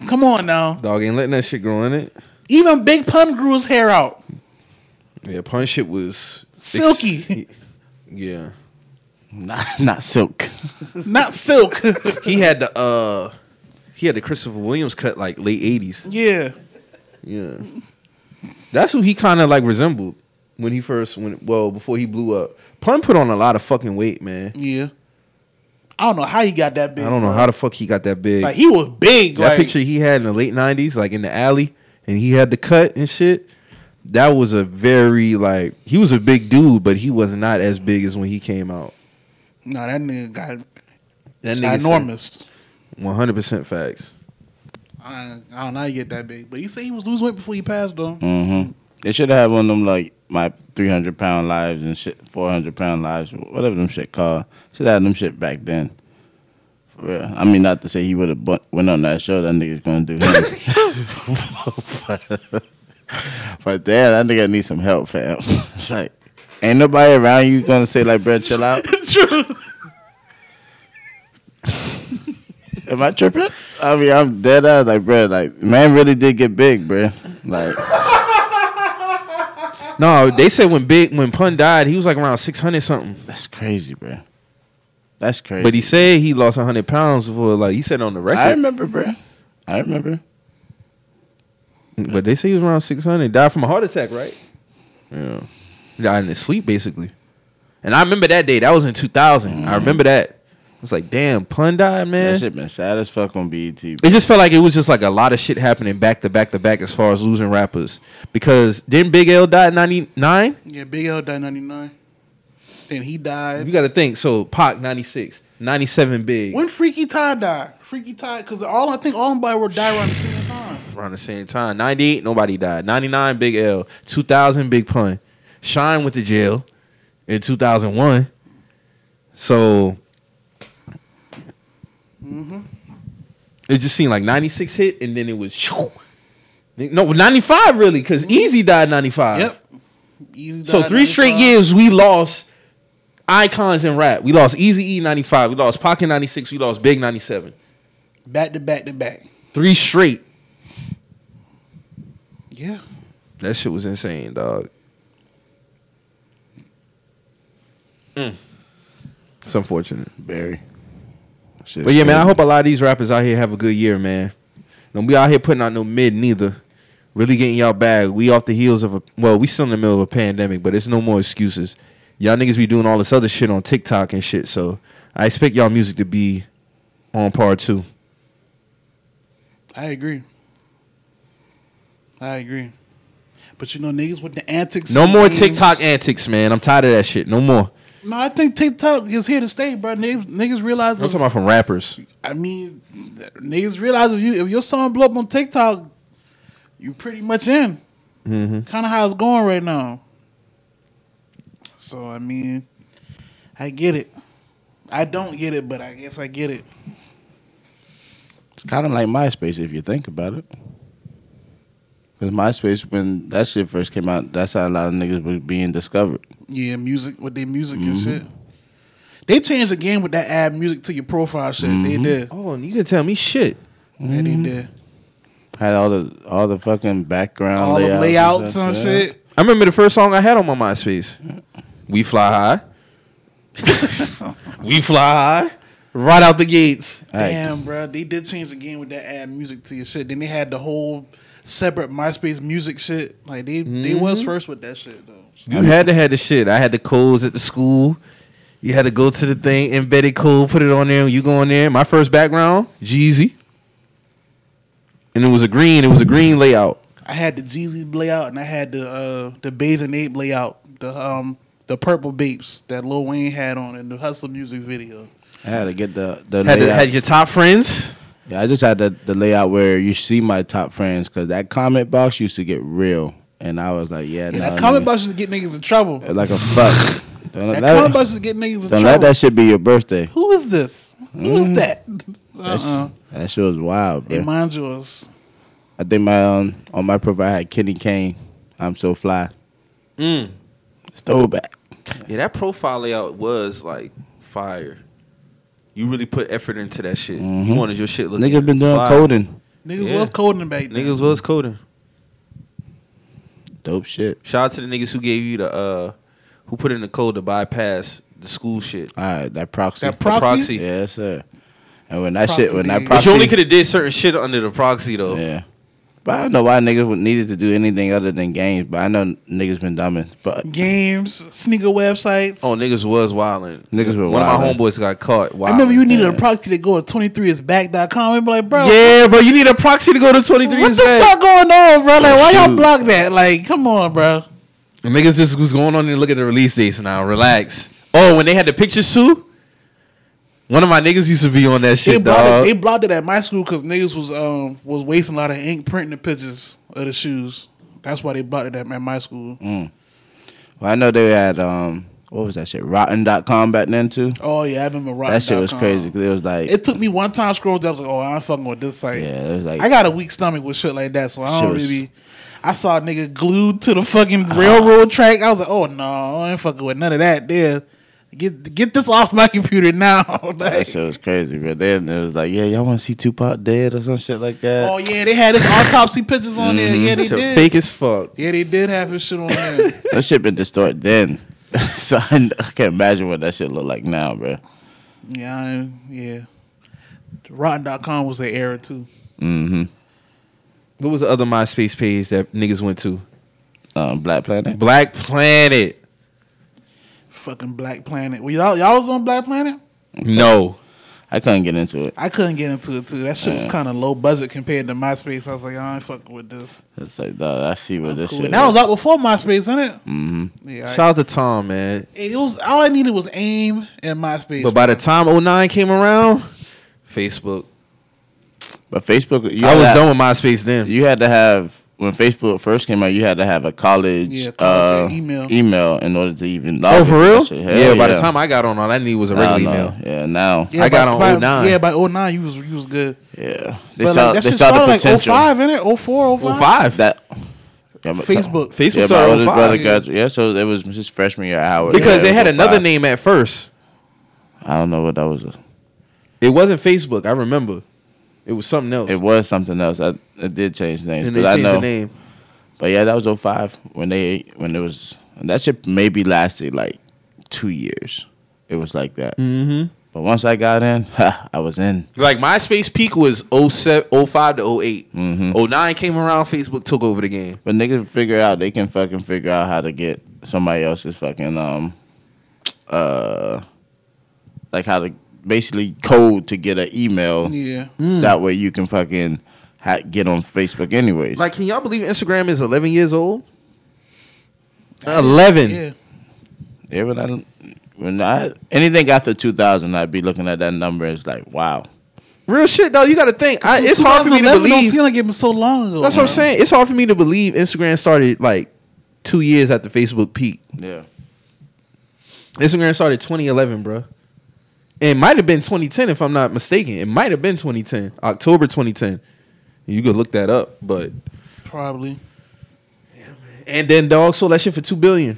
S1: come on now.
S2: Dog ain't letting that shit grow in it.
S1: Even Big Pun grew his hair out.
S2: Yeah, punch shit was
S1: Silky.
S2: yeah.
S3: <laughs> not, not silk.
S1: Not silk. <laughs>
S2: He had the uh he had the Christopher Williams cut like late eighties.
S1: yeah.
S2: Yeah. That's who he kinda like resembled when he first when well before he blew up. Pun put on a lot of fucking weight, man.
S1: Yeah. I don't know how he got that big.
S2: I don't know
S1: bruh.
S2: how the fuck he got that big.
S1: like he was big.
S2: that
S1: like,
S2: picture he had in the late nineties, like in the alley, and he had the cut and shit. That was a very like he was a big dude, but he was not as big as when he came out.
S1: No, that nigga got
S2: That
S1: enormous.
S2: One hundred percent facts.
S1: I, I don't know how you get that big. But you say he was losing weight before he passed though.
S3: Mm-hmm. They should have had one of them like my three hundred pound lives and shit, four hundred pound lives, whatever them shit called. Should have had them shit back then. For real. I mean, not to say he would have bu- went on that show. That nigga's gonna do. Him. but damn, that nigga need some help, fam. <laughs> like, ain't nobody around you gonna say like, "Bro, chill out."
S1: True.
S3: Am I tripping? I mean, I'm dead ass. Like, bro, like, man really did get big, bro. Like,
S2: No, they said when Big when Pun died, he was like around six hundred something.
S3: that's crazy, bro. That's crazy.
S2: But he said he lost hundred pounds before like he said on the
S3: I
S2: record.
S3: remember, bro. I remember.
S2: But they say he was around six hundred. Died from a heart attack, right? Yeah. He Died in his sleep basically. And I remember that day. That was in two thousand. I remember that. I was like, damn, Pun died, man.
S3: That shit been sad as fuck on E BET.
S2: It just felt like it was just like a lot of shit happening back to back to back as far as losing rappers. Because didn't Big L die at 99?
S1: Yeah, Big L died ninety nine. Then he
S2: You
S1: died.
S2: got to think. So Pac 96, 97 Big.
S1: When Freaky Todd died, Freaky Todd, because all I think all them boys were die around the same time.
S2: Around the same time. 98, nobody died. 99, Big L. 2000, Big Pun. Shine went to jail in 2001. So
S1: Mm-hmm.
S2: it just seemed like 96 hit and then it was. shoo. No, 95 really, because Easy died 95.
S1: Mm-hmm. Yep. Easy
S2: So
S1: died
S2: three straight
S1: 95.
S2: years we lost icons in rap. We lost Easy E ninety five. We lost Pocket ninety six. We lost Big ninety seven.
S1: back to back to back.
S2: Three straight.
S1: Yeah.
S2: That shit was insane, dog. It's unfortunate.
S3: Barry. Shit
S2: But yeah, man, I
S3: crazy.
S2: hope a lot of these rappers out here have a good year, man. Don't be out here putting out no mid neither. Really getting y'all bag. We off the heels of a well, we still in the middle of a pandemic, but it's no more excuses. Y'all niggas be doing all this other shit on TikTok and shit, so I expect y'all music to be on par too.
S1: I agree. I agree. But you know, niggas with the antics.
S2: No more
S1: and games-
S2: TikTok antics, man. I'm tired of that shit. No more.
S1: No, I think TikTok is here to stay, bro. Niggas, niggas realize.
S2: I'm talking about from rappers.
S1: I mean, niggas realize if you if your song blow up on TikTok, you pretty much in. Kind of how it's going right now. So I mean, I get it. I don't get it, but I guess I get it.
S3: It's kind of like MySpace if you think about it. Because MySpace, when that shit first came out, that's how a lot of niggas was being discovered.
S1: Yeah, music with their music and shit. They changed the game with that add music to your profile shit. They did.
S2: Oh, and you can tell me shit.
S1: Yeah, they did.
S3: Had all the all the fucking background
S1: All the layouts and
S3: yeah.
S1: shit.
S2: I remember the first song I had on my MySpace. We fly high. <laughs> we fly high. Right out the gates.
S3: Like,
S1: Damn, bro, they did change the game with that add music to your shit. Then they had the whole separate MySpace music shit. Like they they was
S3: Mm-hmm.
S1: first with that shit though.
S2: You had to have the shit. I had the codes at the school. You had to go to the thing, embed a code, put it on there, and you go in there. My first background, Jeezy. And it was a green, it was a green layout.
S1: I had the Jeezy layout and I had the uh the Bathing Ape layout. The um the purple beeps that Lil Wayne had on in the Hustle music video.
S3: I had to get the the
S2: Had, to,
S3: layout.
S2: had your top friends.
S3: yeah, I just had the, the layout where you see my top friends because that comment box used to get real, and I was like,
S1: Yeah,
S3: yeah, nah,
S1: that comment
S3: nigga.
S1: box used to get niggas in trouble.
S3: like a fuck. Don't
S1: <laughs> That
S3: let,
S1: comment box used to get niggas in
S3: don't
S1: trouble.
S3: let that shit be your birthday.
S1: Who is this? Who is that? <laughs>
S3: That sh-
S1: Uh-uh.
S3: That shit was wild,
S1: Hey,
S3: bro.
S1: mind yours.
S3: I think my um, on my profile I had Kenny Kane. I'm so fly.
S2: Mm.
S3: It's throwback.
S2: Yeah, that profile layout was like fire. You really put effort into that shit. You
S3: Mhm.
S2: wanted your shit looking.
S3: Niggas been doing
S2: fire.
S3: coding.
S1: Niggas
S2: Yeah.
S1: was coding back then.
S2: Niggas was coding.
S3: Dope shit.
S2: Shout out to the niggas who gave you the uh who put in the code to bypass the school shit.
S3: All right, that proxy.
S1: That proxy?
S2: proxy.
S3: Yes, sir. And when that
S1: Proxy
S3: shit, when that
S1: dude.
S2: But
S3: proxy.
S2: you only could have did certain shit under the proxy though.
S3: Yeah. But I don't know why niggas would- needed to do anything other than games. But I know niggas been dumbing. But
S1: Games, sneaker websites.
S2: Oh, niggas was wilding.
S3: Niggas were
S2: One
S3: wildin'.
S2: of my homeboys got caught.
S1: I remember you needed a
S3: yeah.
S1: proxy to go to 23isback.com and be like, bro,
S2: Yeah, bro, you need a proxy to go to twenty three.
S1: what the fuck going on, bro? Like, why y'all
S3: Shoot.
S1: block that? Like, come on, bro.
S2: Niggas just was going on there. Look at the release dates now. Relax. Oh, when they had the pictures too. One of my niggas used to be on that
S1: They
S2: shit, dog.
S1: blocked, it, they blocked it at my school because niggas was um was wasting a lot of ink printing the pictures of the shoes. That's why they blocked it at my- my school.
S3: Mm. well, I know they had um, what was that shit? Rotten.com back then too.
S1: Oh yeah, I remember Rotten.
S3: That shit was crazy because it was like,
S1: It took me one time scroll down. I was like, oh, I'm fucking with this site.
S3: yeah, it was like
S1: I got a weak stomach with shit like that, so I
S3: Shit
S1: don't
S3: was- Ah.
S1: really. I saw a nigga glued to the fucking railroad track. I was like, oh no, I ain't fucking with none of that. There, get get this off my computer now. <laughs>
S3: that
S1: Like,
S3: shit was crazy. But then it was like, yeah, y'all want to see Tupac dead or some shit like that.
S1: oh yeah, they had his autopsy pictures on there.
S3: Mm-hmm.
S1: Yeah, they
S2: That shit
S1: did.
S2: Mm-hmm. fake as fuck.
S1: Yeah, they did have his shit on there.
S3: <laughs> That shit been distorted then. <laughs> so I, kn- I can't imagine what that shit look like now, bro.
S1: Yeah, I, yeah. Rotten.com was the era too.
S3: Mm-hmm.
S2: What was the other MySpace page that niggas went to?
S3: Um, Black Planet.
S2: Black Planet.
S1: Fucking Black Planet. Well, y'all, y'all was on Black Planet?
S2: No.
S3: I couldn't get into it.
S1: I couldn't get into it too. That shit was
S3: Yeah.
S1: kind of low budget compared to MySpace. I was like, I ain't fucking with this.
S3: It's like, dawg, I see what this
S1: Cool.
S3: shit.
S1: And that was out before MySpace, isn't it?
S3: mm-hmm.
S1: Yeah.
S2: Shout
S1: I-
S2: out to Tom, man.
S1: it was all I needed was AIM and MySpace.
S2: But by the time 09 came around, Facebook.
S3: But Facebook, you
S2: I was
S3: had-
S2: done with MySpace then.
S3: You had to have when Facebook first came out. You had to have a college,
S1: Yeah, college
S3: uh,
S1: email.
S3: in order to even. Log
S2: oh, for
S3: into that
S2: real?
S3: shit.
S2: Yeah,
S3: Hell
S2: by the time I got on, all I need was a
S3: Nah,
S2: regular
S3: nah.
S2: email.
S3: Yeah, now. Yeah,
S2: I got
S1: by-
S2: on
S1: by,
S2: 09.
S1: Yeah, by 09, you was you was good.
S3: they
S1: but
S3: saw
S1: like, that
S3: they
S1: shit
S3: saw the
S1: started like
S3: potential.
S1: 05, isn't it? 04, 05?
S2: Well, five.
S3: That. Yeah, my-
S1: Facebook.
S2: Facebook
S3: yeah, my
S2: started
S3: oldest
S2: 05,
S3: brother
S2: yeah.
S3: graduated. Yeah, so it was his freshman year hour.
S2: Because they
S3: yeah, it
S2: had
S3: was
S2: another
S3: 05.
S2: name at first.
S3: I don't know what that was.
S2: It wasn't Facebook, I remember. It was something else.
S3: It was something else. I, it did change names.
S2: and they
S3: but I
S2: changed
S3: know,
S2: the name.
S3: But yeah, that was 05 when they when it was and that shit maybe lasted like two years. It was like that.
S2: Mm-hmm.
S3: But once I got in, <laughs> ha, I was in.
S2: Like MySpace peak was 07, 05 to 08.
S3: Mhm.
S2: 09 came around, Facebook took over the game.
S3: But niggas figure out they can fucking figure out how to get somebody else's fucking um uh like how to basically code to get an email.
S1: Yeah.
S2: Hmm.
S3: That way you can fucking ha- get on Facebook anyways.
S2: Like, can y'all believe Instagram is 11 years old? 11.
S1: Yeah.
S3: yeah, when I when I anything after two thousand, I'd be looking at that number. and It's like wow.
S2: Real shit, though. You got to think. I, it's hard for me to
S1: 2011 Don't
S2: believe.
S1: seem like it was so long ago.
S2: That's what I'm
S1: bro.
S2: saying. It's hard for me to believe Instagram started like two years after Facebook peak.
S3: Yeah.
S2: Instagram started 2011, bro. It might have been 2010 if I'm not mistaken. It might have been 2010, October 2010. You could look that up, but
S1: Probably.
S2: and then dog sold that shit for two billion.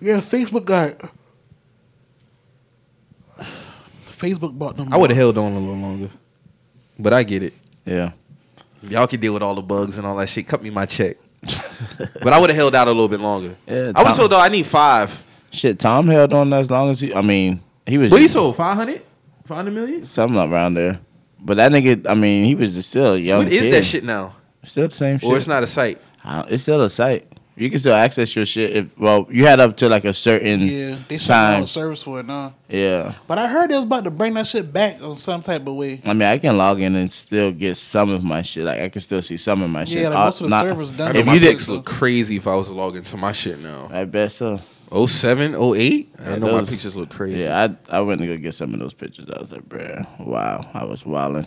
S1: Yeah, Facebook got. <sighs> Facebook bought them.
S2: I would have held on a little longer, but I get it.
S3: Yeah.
S2: Y'all can deal with all the bugs and all that shit. Cut me my <laughs> check. but I would have held out a little bit longer.
S3: Yeah,
S2: I would
S3: Tom-
S2: have told though I need five.
S3: Shit, Tom held on as long as he. I mean, he was.
S2: What he
S3: just-
S2: sold? 500? 500 million?
S3: Something around there. But that nigga, I mean, he was just still a young.
S2: What is
S3: kid.
S2: that shit now?
S3: Still the same shit.
S2: Or it's not a site.
S3: Uh, It's still a site. You can still access your shit. If well, you had up to like a certain
S1: Yeah, they shut down
S3: time.
S1: the service for it now.
S3: Yeah.
S1: But I heard they was about to bring that shit back on some type of way.
S3: I mean, I can log in and still get some of my shit. Like I can still see some of my shit.
S1: Yeah, like
S3: Uh,
S1: most of the
S3: not-
S1: servers
S2: I
S1: done.
S2: know
S3: If
S1: it.
S2: my
S3: you did-
S2: clicks look crazy if I was logging to my shit now.
S3: I bet so.
S2: 07, 08? I
S3: Yeah,
S2: know my
S3: those-
S2: pictures look crazy.
S3: Yeah, I I went to go get some of those pictures. I was like, bruh, wow, I was wilding.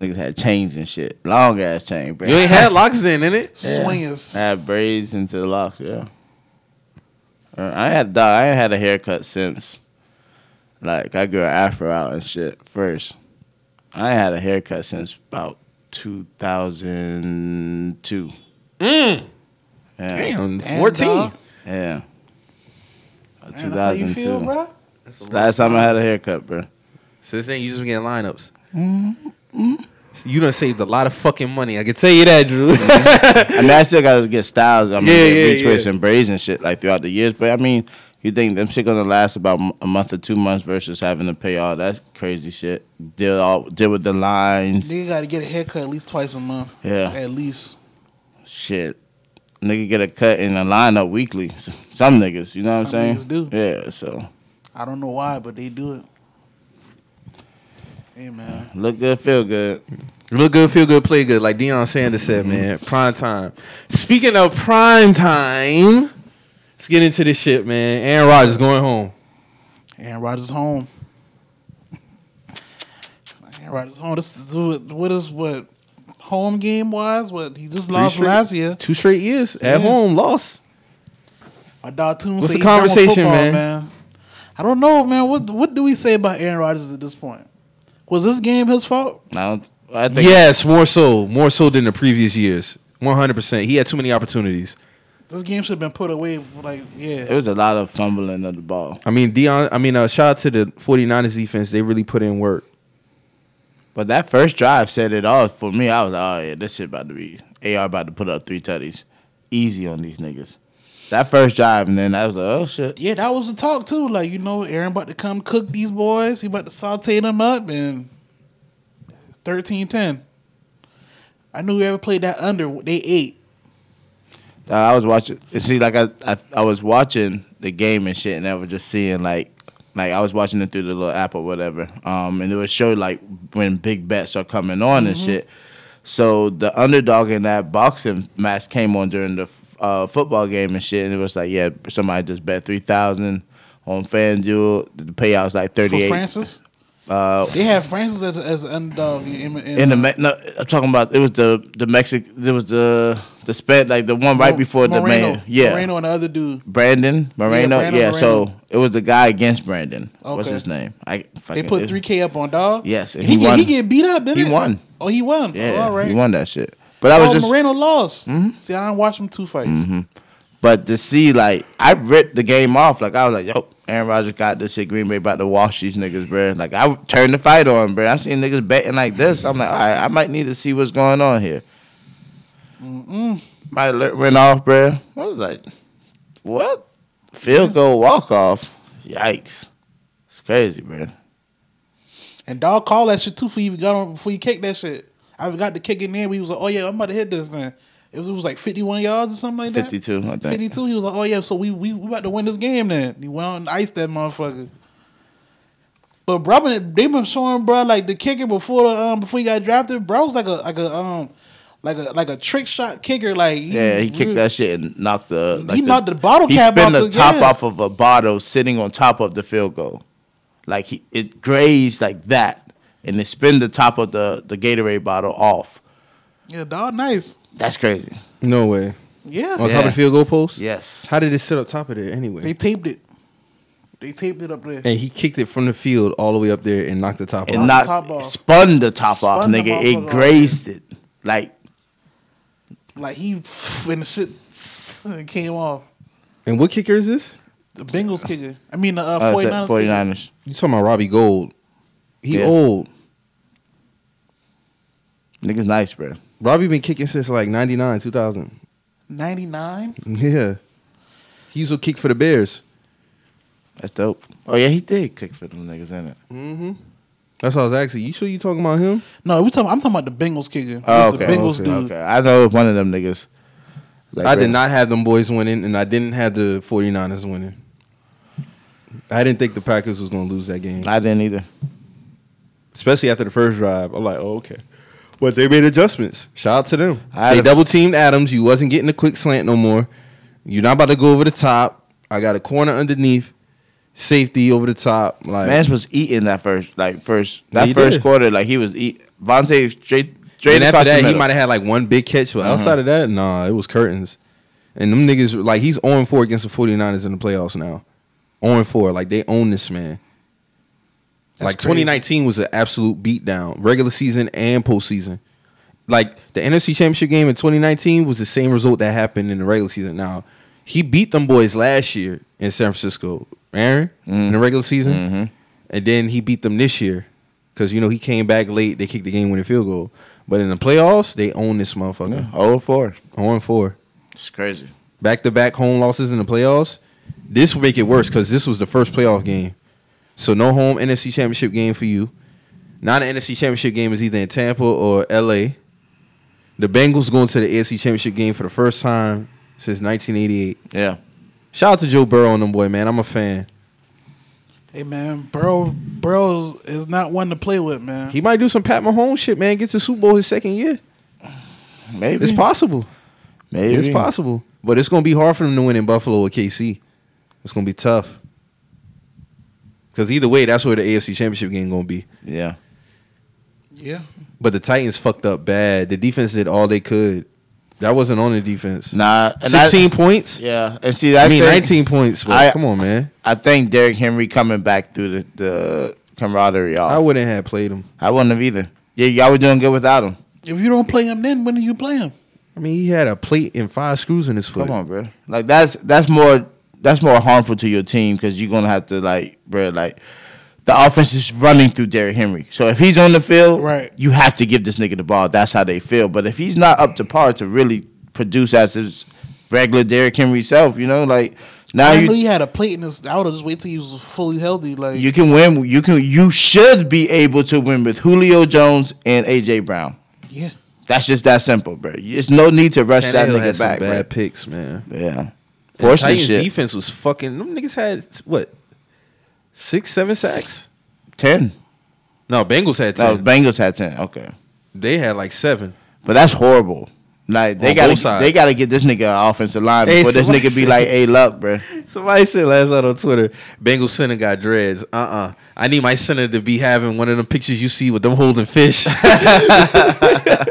S3: Niggas had chains and shit, long ass chain, bruh.
S2: You ain't had locks in, it?
S3: Yeah.
S1: Swingers.
S3: I had braids into the locks, yeah. Uh, I had dog, I ain't had a haircut since. Like I grew an afro out and shit first. I ain't had a haircut since about two thousand two.
S2: Mm.
S3: Yeah.
S2: Damn,
S1: Damn,
S2: 14.
S1: dog.
S3: Yeah.
S1: Man, that's how you feel,
S3: 2002.
S1: bro.
S2: That's a lot.
S3: Last time I had a haircut, bro.
S2: Since then, you just been getting lineups. Mm-hmm. So you done saved a lot of fucking money. I can tell you that, <laughs> Drew.
S3: I mean, I still gotta get styles. I mean,
S2: Yeah,
S3: get
S2: yeah,
S3: retwists
S2: yeah.
S3: and braids and shit like throughout the years. But I mean, you think them shit gonna last about m- a month or two months versus having to pay all that crazy shit. Deal all deal with the lines.
S1: Nigga got to get a haircut at least twice a month.
S3: Yeah.
S1: At least.
S3: Shit, nigga get a cut in a lineup weekly. S- Some niggas, you know what
S1: Some
S3: I'm saying?
S1: niggas do.
S3: Yeah, so
S1: I don't know why, but they do it. Hey, man.
S3: look good, feel good.
S2: Look good, feel good, play good, like Deion Sanders said, man. Prime time. Speaking of prime time, let's get into this shit, man. Aaron Rodgers going home.
S1: Aaron Rodgers home. <laughs> Aaron Rodgers home. This is what what is what home game wise? What he just lost
S2: straight-
S1: last year.
S2: Two straight years at
S1: Yeah.
S2: home, lost.
S1: My dog Toon
S2: What's
S1: said
S2: the
S1: he done with
S2: conversation,
S1: football,
S2: man?
S1: I don't know, man. What what do we say about Aaron Rodgers at this point? Was this game his fault?
S3: I don't. I think.
S2: Yes, more so, more so than the previous years. One hundred percent. He had too many opportunities.
S1: This game should have been put away. Like,
S3: It
S1: yeah,
S3: was a lot of fumbling of the ball,
S2: I mean, Deion. I mean, uh, shout out to the 49ers defense. They really put in work.
S3: but that first drive said it all for me. I was like, oh yeah, this shit about to be AR about to put up three tutties, easy on these niggas. That first drive, and then I was like, oh shit.
S1: yeah, that was the talk too. Like, you know, Aaron about to come cook these boys. He about to saute them up and 13-10. I knew whoever played that under, they ate.
S3: Uh, I was watching. See, like I, I, I was watching the game and shit, and I was just seeing like, like I was watching it through the little app or whatever. Um, and it would show like when big bets are coming on
S1: Mm-hmm.
S3: and shit. So the underdog in that boxing match came on during the uh, football game and shit, and it was like, yeah, somebody just bet three thousand on FanDuel. The payout's like
S1: For
S3: thirty eight.
S1: Francis, they had Francis as, as an underdog in, uh, in,
S3: Uh, In the Me- no, I'm talking about it was the the Mexic. It was the the spread like the one right before the
S1: Moreno,
S3: man. Yeah,
S1: Moreno and the other dude.
S3: Brandon Moreno. Yeah,
S1: Brandon
S3: so it was the guy against Brandon. What's
S1: Okay.
S3: his name? I
S1: They
S3: fucking-
S1: put three K up on dog.
S3: Yes, and
S1: he,
S3: he
S1: get, he
S3: won.
S1: get beat up. Didn't
S3: He
S1: it?
S3: won.
S1: Oh, he won.
S3: Yeah,
S1: oh, all right.
S3: he won that shit. But I was
S1: oh,
S3: just, Mm-hmm.
S1: Moreno lost. See, I didn't watch him two fights.
S3: but to see like I ripped the game off. Like I was like, yo, Aaron Rodgers got this shit. Green Bay about to wash these niggas, bruh. Like I turned the fight on, bruh. I seen niggas betting like this. I'm like, all right, I might need to see what's going on here. My alert went off, bruh. I was like, what? Field goal walk off. Yikes. It's crazy, bruh.
S1: And dog called that shit too before you got on before you kicked that shit. I forgot to kick it in. We was like, oh yeah, I'm about to hit this thing. It was, it was like 51 yards or something like that.
S3: 52, I think.
S1: 52. He was like, oh yeah, so we we, we about to win this game then. He went on and iced that motherfucker. But bro, I've been- they been showing bro like the kicker before the, um before he got drafted. Bro was like a like a um like a like a trick shot kicker. Like
S3: Yeah, he kicked
S1: re-
S3: that shit and knocked the.
S1: He knocked the bottle
S3: he
S1: cap
S3: spun
S1: off
S3: the
S1: the-
S3: top
S1: yeah.
S3: off of a bottle sitting on top of the field goal, like he it grazed like that, and it spun the top of the the Gatorade bottle off.
S1: Yeah, dog, nice.
S3: That's crazy.
S2: No way.
S1: Yeah,
S2: On top of
S3: Yeah.
S2: the field goal post.
S3: Yes.
S2: How did it sit up top of there
S1: they
S2: anyway?
S1: taped it. They taped it up there.
S2: And he kicked it from the field all the way up there and knocked the top
S3: And
S2: off.
S1: Knocked
S3: not
S1: the top off.
S3: spun the top off,
S1: Spun the
S3: nigga.
S1: motherfucker
S3: It
S1: off,
S3: grazed it. Like
S1: Like he when the shit <laughs> came off.
S2: And what kicker is this?
S1: The Bengals kicker. I mean the uh,
S3: Uh, it's
S1: 49ers,
S3: at
S1: kicker.
S3: 49ers.
S2: You talking about Robbie Gold? He
S3: Yeah.
S2: old.
S3: Niggas nice, bro.
S2: Robbie been kicking since like '99, 2000.
S1: 99?
S2: Yeah, he used to kick for the Bears.
S3: That's dope. Oh yeah, he did kick for them niggas, in it?
S2: Mm-hmm. That's what I was asking. You sure you talking about him?
S1: No, we talking I'm talking about the Bengals kicker.
S3: Oh,
S1: It's
S3: okay.
S1: The Bengals
S3: okay,
S1: dude.
S3: okay. I know one of them niggas. Like,
S2: I
S3: bro,
S2: did not have them boys winning, and I didn't have the 49ers winning. I didn't think the Packers was going to lose that game,
S3: I didn't either.
S2: especially after the first drive. I'm like, oh, okay. But they made adjustments. Shout out to them.
S3: I had
S2: they
S3: a-
S2: double teamed Adams. You wasn't getting a quick slant no more. You're not about to go over the top. I got a corner underneath, safety over the top. Like
S3: Mans was eating that first, like first
S2: Yeah,
S3: that
S2: he
S3: first
S2: did.
S3: quarter. Like he was eat. Vontae straight straight
S2: and after that,
S3: across the
S2: he
S3: middle. Uh-huh.
S2: might have had like one big catch, but outside of that, nah, it was curtains. And them niggas, like, he's on four against the 49ers in the playoffs now. On four. Like, they own this man. like,
S1: crazy.
S2: 2019 was an absolute beatdown, regular season and postseason. Like, the NFC Championship game in 2019 was the same result that happened in the regular season. Now, he beat them boys last year in San Francisco, Aaron, in the regular season. And then he beat them this year because you know he came back late. They kicked the game winning field goal. But in the playoffs, they own this motherfucker.
S3: Yeah, 0 4.
S2: On four,
S3: Oh, It's crazy.
S2: back to back home losses in the playoffs. This would make it worse because this was the first playoff game. So no home NFC Championship game for you. Now the NFC Championship game is either in Tampa or LA. The Bengals going to the AFC Championship game for the first time since 1988.
S3: Yeah.
S2: Shout out to Joe Burrow and them boy, man. I'm a fan.
S1: Hey man, Burrow Burrow is not one to play with, man.
S2: He might do some Pat Mahomes shit, man. Get to Super Bowl his second year.
S3: Maybe.
S2: It's possible.
S3: Maybe.
S2: It's possible, but it's gonna be hard for them to win in Buffalo or KC. It's gonna be tough. Because either way, that's where the AFC Championship game gonna be.
S3: Yeah.
S1: yeah.
S2: But the Titans fucked up bad. The defense did all they could. That wasn't on the defense.
S3: Nah. and I-
S2: Sixteen points.
S3: yeah. And see, I,
S2: I mean,
S3: think,
S2: nineteen points. But
S3: I-
S2: come on, man.
S3: I think Derrick Henry coming back through the, the camaraderie off. I
S2: I
S3: w-
S2: wouldn't have played him.
S3: I wouldn't have either. Yeah, y'all were doing good without him.
S1: If you don't play him then when do you play him?
S2: I mean, he had a plate and five screws in his foot.
S3: Come on, bro. Like that's that's more that's more harmful to your team because you're gonna have to like, bro, like the offense is running through Derrick Henry. So if he's on the field,
S1: Right.
S3: you have to give this nigga the ball. That's how they feel. But if he's not up to par to really produce as his regular Derrick Henry self, you know, like now
S1: I
S3: you
S1: knew he had a plate in his I would have just wait till he was fully healthy. Like
S3: you can win. You can you should be able to win with Julio Jones and AJ Brown.
S1: yeah.
S3: That's just that simple, bro. It's no need to rush
S2: Tannehill had
S3: that nigga
S2: some
S3: back, bro.
S2: bad picks, man.
S3: Yeah.
S2: The
S3: Force this
S2: Titans
S3: shit.
S2: defense was fucking. Them niggas had what six, seven sacks.
S3: Ten.
S2: No, Bengals had
S3: No,
S2: ten.
S3: Bengals had ten. Okay.
S2: They had like seven.
S3: But that's horrible. Like they
S2: On
S3: got
S2: both
S3: to
S2: sides.
S3: they got to get this nigga an offensive line
S2: Hey,
S3: before this
S2: somebody
S3: nigga be
S2: said-
S3: like, "Hey, luck, bro."
S2: Somebody said last night on Twitter, Bengals center got dreads. Uh uh I need my center to be having one of them pictures you see with them holding fish. <laughs>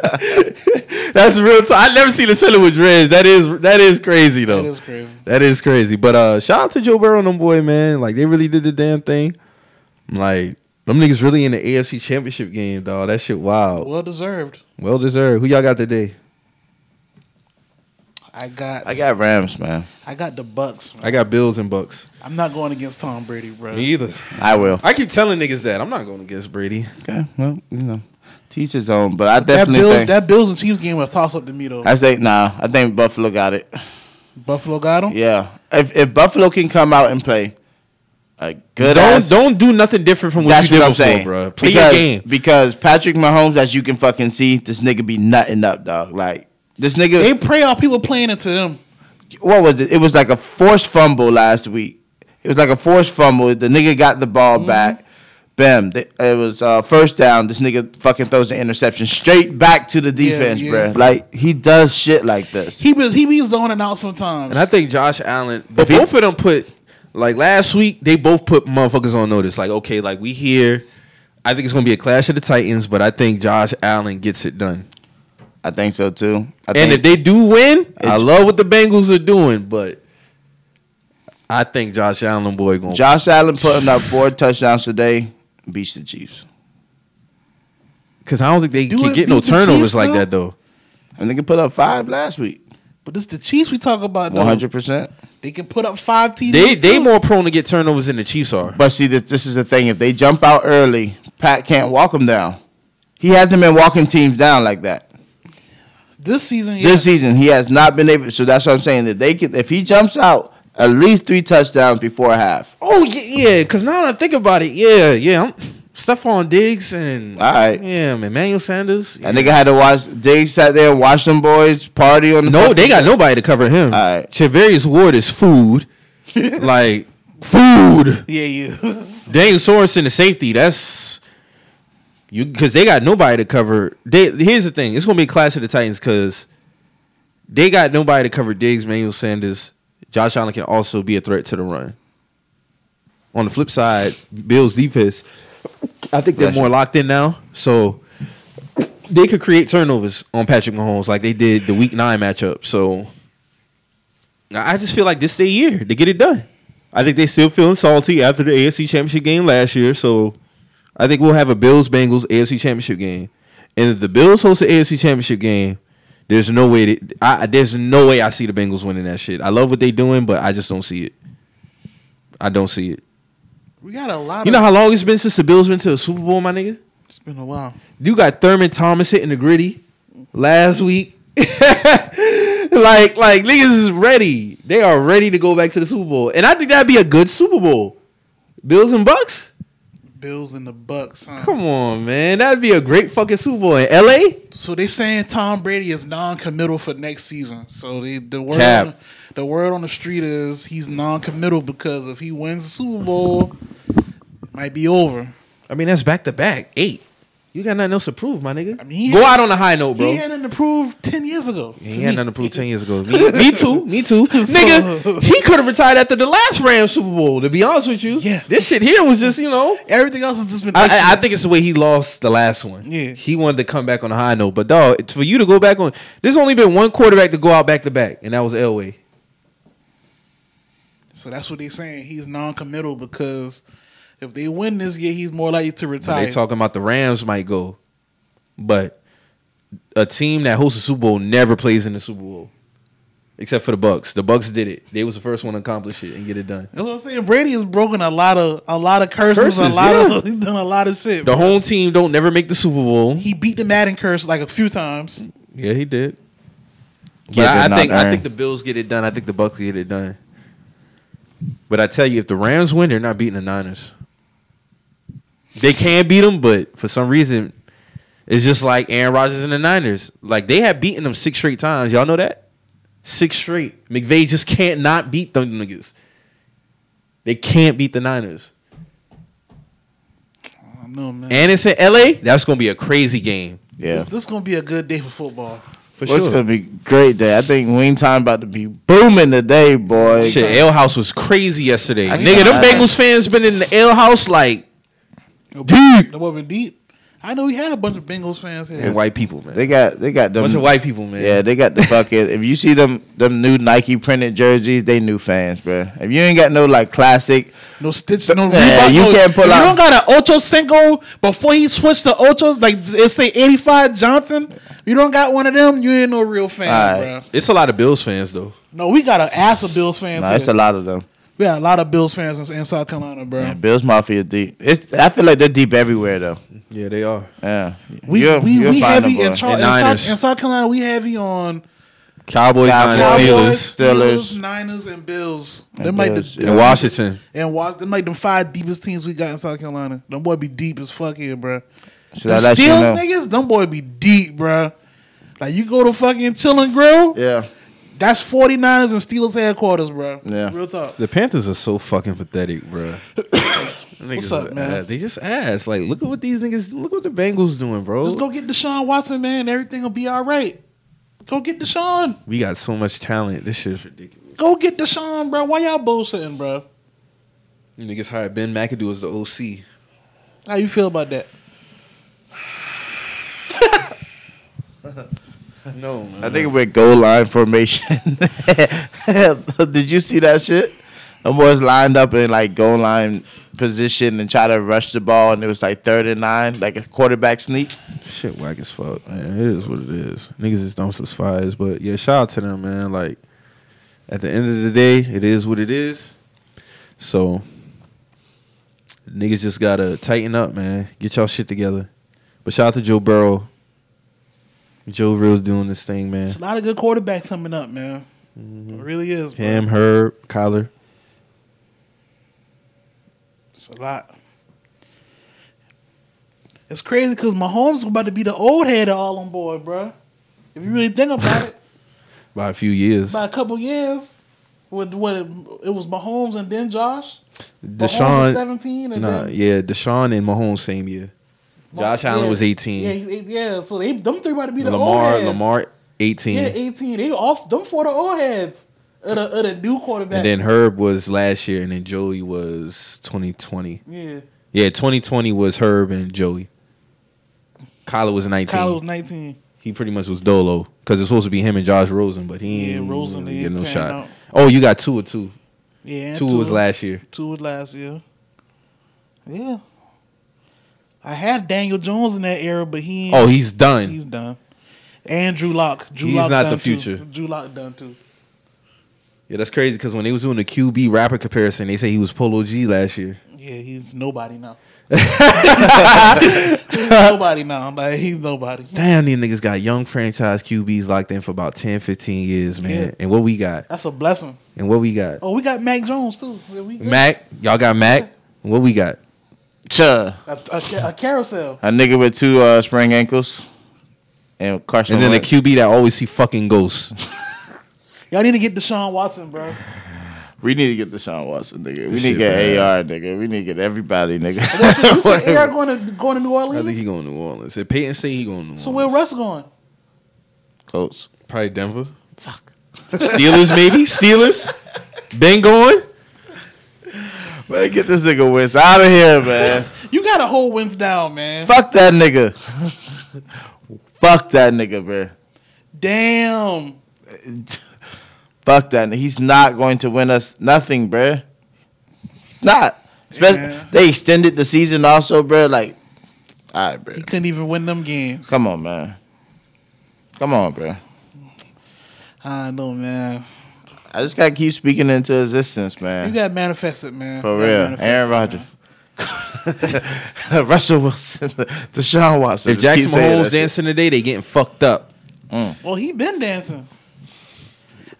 S2: That's real time. I never seen a center with dreads. That is that is crazy though.
S1: That is crazy.
S2: That is crazy. But uh shout out to Joe Burrow and them boy, man. Like they really did the damn thing. Like them niggas really in the AFC championship game, dog. That shit wild.
S1: Well deserved.
S2: Well deserved. Who y'all got today?
S1: I got
S3: I got Rams, man.
S1: I got the Bucks.
S2: I got Bills and Bucks.
S1: I'm not going against Tom Brady, bro.
S2: either.
S3: I will.
S2: I keep telling niggas that. I'm not going against Brady.
S3: Okay, well, you know, teach his own. But I
S1: That
S3: definitely
S1: Bills,
S3: think
S1: that Bills and Chiefs game was a toss up to me though.
S3: I think nah. I think Buffalo got it.
S1: Buffalo got him.
S3: Yeah, if if Buffalo can come out and play a good
S2: don't
S3: ass,
S2: don't do nothing different from what
S3: that's
S2: you did
S3: what I'm
S2: before,
S3: saying,
S2: bro. Play
S3: because,
S2: your game.
S3: Because Patrick Mahomes, as you can fucking see, this nigga be nutting up, dog. Like this nigga,
S1: They pray all people playing into them.
S3: what was it? It was like a forced fumble last week. It was like a forced fumble. The nigga got the ball
S2: Mm-hmm.
S3: back. Bam. Th- It was uh, first down. This nigga fucking throws an interception straight back to the defense,
S1: yeah.
S3: bruh. Like he does shit like this.
S1: He be he be zoning out sometimes.
S2: And I think Josh Allen, but
S3: he-
S2: both of them put like last week they both put motherfuckers on notice. Like okay, like we here. I think it's gonna be a clash of the Titans, but I think Josh Allen gets it done.
S3: I think so too. I
S2: And
S3: think,
S2: if they do win, I love what the Bengals are doing, but I think Josh Allen boy gonna
S3: Josh Allen putting up four touchdowns today beats the Chiefs.
S2: because I don't think they
S1: Do
S2: can
S1: it
S2: get no
S1: beat the
S2: turnovers
S1: Chiefs,
S2: like
S1: though?
S2: that though.
S3: And they can put up five last week.
S1: but this the Chiefs we talk about though.
S3: One hundred percent.
S1: They can put up five TDs.
S2: They they
S1: too.
S2: more prone to get turnovers than the Chiefs are.
S3: But see, this, this is the thing. If they jump out early, Pat can't walk them down. He hasn't been walking teams down like that
S1: this season. Yeah.
S3: this season. He has not been able. So that's what I'm saying. If they can, if he jumps out at least three touchdowns before half,
S2: Oh yeah, yeah. Because now that I think about it, yeah, yeah. I'm, Stephon Diggs and
S3: All right.
S2: yeah, man, Emmanuel Sanders.
S3: that nigga had to watch. Diggs sat there and watched them boys party on the.
S2: No, they got nobody to cover him.
S3: All right.
S2: Chavarius Ward is food, like food.
S1: yeah, yeah. <laughs>
S2: Daniel Sorensen is safety. That's you because they got nobody to cover. They here's the thing. It's gonna be a clash of the Titans because they got nobody to cover Diggs, Manuel Sanders. Josh Allen can also be a threat to the run. On the flip side, Bills defense, I think they're
S3: Bless
S2: more locked in now, so they could create turnovers on Patrick Mahomes like they did the Week Nine matchup. So I I just feel like this their year to get it done. I think they still feeling salty after the AFC Championship game last year, so I think we'll have a Bills Bengals AFC Championship game. And if the Bills host the AFC Championship game, there's no way that I, I- there's no way I see the Bengals winning that shit. I love what they doing, but I just don't see it. I don't see it.
S1: We got a lot.
S2: You know how long it's been since the Bills been to a Super Bowl, my nigga?
S1: it's been a while.
S2: You got Thurman Thomas hitting the gritty last week. <laughs> like, like niggas is ready. They are ready to go back to the Super Bowl, and I think that'd be a good Super Bowl. Bills and Bucks.
S1: Bills and the Bucks. Huh?
S2: Come on, man, that'd be a great fucking Super Bowl in L.A.
S1: So they saying Tom Brady is non-committal for next season. So they, the word
S2: Cap.
S1: on, the word on the street is he's non-committal because if he wins the Super Bowl, might be over.
S2: I mean, that's back to back eight. You got nothing else to prove, my nigga.
S1: I mean, he
S2: go
S1: had-
S2: out on a high note, bro.
S1: He hadn't approved ten years ago.
S2: He had nothing to prove ten years ago. Me, me too. Me
S1: <laughs>
S2: too. Nigga, he could have retired after the last Rams Super Bowl. To be honest with you,
S1: Yeah.
S2: This shit here was just you know.
S1: Everything else has just been.
S2: I, I, I think it's the way he lost the last one.
S1: Yeah.
S2: he wanted to come back on a high note, but dog, it's for you to go back on. There's only been one quarterback to go out back to back, and that was Elway.
S1: so that's what they saying. He's non-committal because if they win this year, he's more likely to
S2: But
S1: retire.
S2: they talking about the Rams might go, but a team that hosts a Super Bowl never plays in the Super Bowl, except for the Bucks. The Bucks did it. They was the first one to accomplish it and get it done.
S1: that's what I'm saying. Brady has broken a lot of a lot of curses,
S2: Curses,
S1: a lot of
S2: yeah.
S1: <laughs> he's done a lot of shit.
S2: The home team don't never make the Super Bowl.
S1: he beat the Madden curse like a few times.
S2: Yeah, he did. But
S3: Give
S2: I, I
S3: and not
S2: think I
S3: earn.
S2: think the Bills get it done. I think the Bucks get it done. But I tell you, if the Rams win, they're not beating the Niners. They can beat them, but for some reason, it's just like Aaron Rodgers and the Niners. Like they have beaten them six straight times. Y'all know that six straight. McVay just can't not beat them niggas. They can't beat the Niners,
S1: I don't know, man.
S2: and it's in LA. That's gonna be a crazy game
S3: Yeah,
S1: This, this gonna be a good day for football.
S2: for
S3: Well, it's
S2: sure.
S3: gonna be a great day. I think wing time about to be booming today, boy.
S2: Shit, Ale House was crazy yesterday.
S3: I
S2: Nigga, them
S3: got it.
S2: Bengals fans been in the Ale House like
S1: Deep. That wasn't deep. I know we had a bunch of Bengals fans here.
S2: white people, man.
S3: They got they got them
S2: bunch of white people, man.
S3: Yeah, they got the bucket. if you see them them new Nike printed jerseys, they new fans, bro. If you ain't got no like classic,
S1: No stitch, no
S3: Yeah,
S1: Reebok,
S3: you
S1: no-
S3: can't pull
S1: if You don't
S3: out-
S1: got an Ocho Cinco before he switched to Ochos. Like it say eighty five Johnson. You don't got one of them. You ain't no real fan,
S3: All
S1: bro.
S3: right.
S2: It's a lot of Bills fans though.
S1: No, we got an ass of Bills fans.
S3: nah, it's
S1: here.
S3: a lot of them.
S1: we got a lot of Bills fans in, in South Carolina, bro.
S3: Man, Bills Mafia deep. It's I feel like they're deep everywhere though.
S2: Yeah, they are.
S3: Yeah,
S1: we
S3: You'll-
S1: we,
S3: you'll
S1: we
S3: find
S1: heavy
S3: them,
S1: in,
S3: boy.
S1: Char- in,
S2: And
S1: South,
S2: Niners.
S1: in South Carolina. We heavy on
S2: Cowboys, Niners,
S1: Cowboys,
S2: Steelers,
S3: Steelers.
S1: Steelers, Niners, and Bills.
S3: And
S1: Them like
S3: Bills,
S1: the,
S3: yeah.
S2: and Washington.
S1: and watch them like the five deepest teams we got in South Carolina. Them boy be deep as fuck here, bro.
S3: Should I
S1: Them
S3: let you know?
S1: Steelers niggas, them boy be deep, bro. Like you go to fucking Chillin' Grill,
S3: Yeah,
S1: that's 49ers and Steelers headquarters, bro.
S3: Yeah.
S1: Real talk.
S2: The Panthers are so fucking pathetic, bro. <coughs> niggas,
S1: up, man?
S2: uh, they just ass. Like, look at what these niggas. Look what the Bengals doing, bro.
S1: Just go get Deshaun Watson, man. Everything will be all right. Go get Deshaun.
S2: we got so much talent. This shit is ridiculous.
S1: Go get Deshaun, bro. Why y'all bullshitting, bro?
S2: Niggas hired Ben McAdoo as the OC.
S1: How you feel about that?
S2: No, man.
S3: I think we're goal line formation. <laughs> Did you see that shit? The boys lined up in like goal line position and try to rush the ball, and it was like third and nine, like a quarterback sneak.
S2: Shit whack as fuck, man. It is what it is. Niggas is dumb as fires, but yeah, shout out to them, man. Like at the end of the day, it is what it is. So niggas just gotta tighten up, man. Get y'all shit together. But shout out to Joe Burrow. Joe Real's doing this thing, man.
S1: It's a lot of good quarterbacks coming up, man. It really is, bro.
S2: Mm-hmm. Him, Herb, Kyler.
S1: It's a lot. It's crazy because Mahomes is about to be the old head of all on board, bro. If you really think about
S2: <laughs>
S1: it,
S2: By a few years.
S1: by a couple years, with what it, it was Mahomes and then Josh. Mahomes was
S2: Deshaun.
S1: seventeen, and
S2: Nah,
S1: then
S2: yeah, Deshaun and Mahomes same year.
S1: Mah-
S2: Josh Allen was 18.
S1: Yeah, he's eight- yeah. So they them three about to be the old
S2: Lamar,
S1: heads.
S2: Lamar, eighteen,
S1: yeah, eighteen. They off them for the old heads of the, of the new quarterback.
S2: and then Herb was last year, and then Joey was twenty twenty.
S1: yeah,
S2: Yeah, twenty twenty was Herb and Joey. Kyler was nineteen.
S1: Kyle was nineteen.
S2: he pretty much was dolo because it's supposed to be him and Josh Rosen, but he
S1: Yeah,
S2: ain't
S1: Rosen
S2: really
S1: didn't
S2: get no
S1: pan
S2: shot.
S1: out.
S2: Oh, you got two or two.
S1: Yeah, and
S2: two, was last year.
S1: Two was last year. Yeah. I had Daniel Jones in that era, but he ain't-
S2: Oh, he's done.
S1: he's done. And Drew Lock. Drew
S2: He's
S1: Lock
S2: not
S1: done
S2: the
S1: too.
S2: future.
S1: Drew Lock done too.
S2: yeah, that's crazy because when they was doing the QB rapper comparison, they say he was Polo G last year.
S1: Yeah, he's nobody
S2: <laughs>
S1: now. he's nobody now. Like he's nobody.
S2: Damn, these niggas got young franchise QBs locked in for about 10, 15 years, man.
S1: Yeah.
S2: And what we got?
S1: That's a blessing.
S2: And what we got?
S1: Oh, we got Mac Jones too. Yeah, we good.
S2: Mac, y'all got Mac. What we got?
S3: Chuh.
S1: a, a ca- a carousel.
S3: A nigga with two uh, sprained ankles and Carson.
S2: And then a
S3: Wentz.
S2: QB that always see fucking ghosts.
S1: Y'all need to get Deshaun Watson, bro.
S3: We need to get Deshaun Watson, nigga. We
S2: This
S3: need to
S2: shit
S3: get
S2: bad.
S3: AR, nigga. We need to get everybody, <laughs>
S1: That's it. You said Air
S3: nigga.
S1: going to going to New
S2: I
S1: Orleans.
S2: think he going to New Orleans. If Peyton say he going to New
S1: so where
S2: Orleans,
S1: Russ going?
S3: Colts.
S2: probably Denver. Fuck. Steelers
S1: <laughs>
S2: maybe. Steelers. Been going.
S3: Man, get this nigga Wentz out of here, <laughs> man.
S1: You got a whole wins down, man.
S3: Fuck that nigga. Fuck that nigga, man.
S1: Damn.
S3: Fuck that. He's not going to win us nothing, bruh. He's Not. Spe-
S1: Yeah.
S3: They extended the season also, bruh. Like, all right,
S1: He
S3: bruh.
S1: couldn't even win them games.
S3: Come on, man. Come on, bruh.
S1: I know, man.
S3: I just gotta keep speaking into existence,
S1: You
S3: man.
S1: got manifested, man.
S3: For
S1: You gotta
S3: real.
S1: manifest
S3: Aaron
S1: it,
S3: Rodgers. <laughs> Russell Wilson, <laughs> Deshaun Watson.
S2: If
S3: Just keep
S2: Jackson
S3: saying that
S2: Mahomes
S3: shit.
S2: dancing today, they getting fucked up.
S1: man. Well, he been dancing.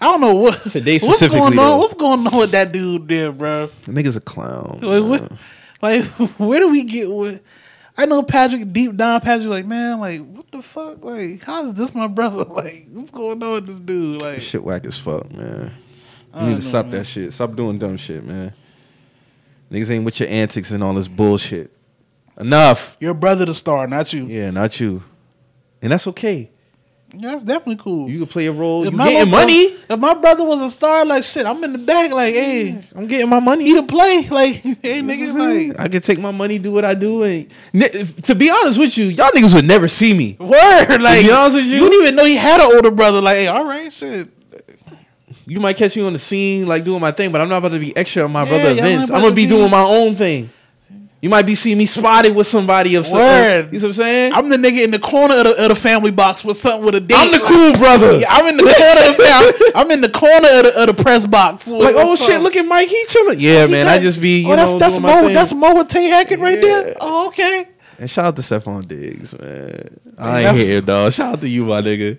S1: I don't know what
S2: Today
S1: what's
S2: specifically,
S1: going on.
S2: though.
S1: What's going on with that dude there, bro?
S2: The nigga's a clown.
S1: Like, what, like <laughs> where do we get what? I know Patrick deep down. Patrick like, man, like what the fuck? Like, how is this my brother? <laughs> Like, what's going on with this dude? Like,
S2: Shit whack as fuck, man.
S1: I
S2: You need to
S1: don't know,
S2: stop
S1: man.
S2: that shit. Stop doing dumb shit, man. Niggas ain't with your antics and all this bullshit. Enough.
S1: your brother the star, not you.
S2: Yeah, not you. And that's okay.
S1: Yeah, that's definitely cool.
S2: You can play a role.
S1: If
S2: You
S1: my
S2: getting
S1: little
S2: money.
S1: bro- if my brother was a star, like shit, I'm in the back, like, hey,
S2: I'm getting my money.
S1: he to
S2: <laughs>
S1: play, like, hey, nigga, like,
S2: I can take my money, do what I do, and Ni- to be honest with you, y'all niggas would never see me.
S1: word, like,
S2: be honest with you-
S1: didn't even know he had an older brother, like, hey, all right, shit,
S2: You might catch me on the scene, like doing my thing, but I'm not about to be extra on my
S1: Yeah,
S2: brother
S1: y'all not
S2: events.
S1: about
S2: I'm gonna
S1: to
S2: be
S1: be-
S2: doing my own thing. You might be seeing me spotted with somebody of some.
S1: Word.
S2: You see what I'm saying?
S1: I'm the nigga in the corner of the, of the family box with something with a date.
S2: I'm the cool brother.
S1: Yeah, I'm in the corner of the fam- I'm in the corner of the, of the press box. with-
S2: like, oh
S1: with
S2: shit,
S1: something.
S2: look at Mike, he chilling. Yeah, man, I just be. You
S1: oh, that's
S2: know,
S1: that's
S2: doing my
S1: Mo,
S2: thing.
S1: that's Mo with Tay Hackett right there. Oh, okay.
S2: And shout out to Stephon Diggs, man. I
S1: Man,
S2: ain't
S1: that's-
S2: here, dog. Shout out to you, my nigga.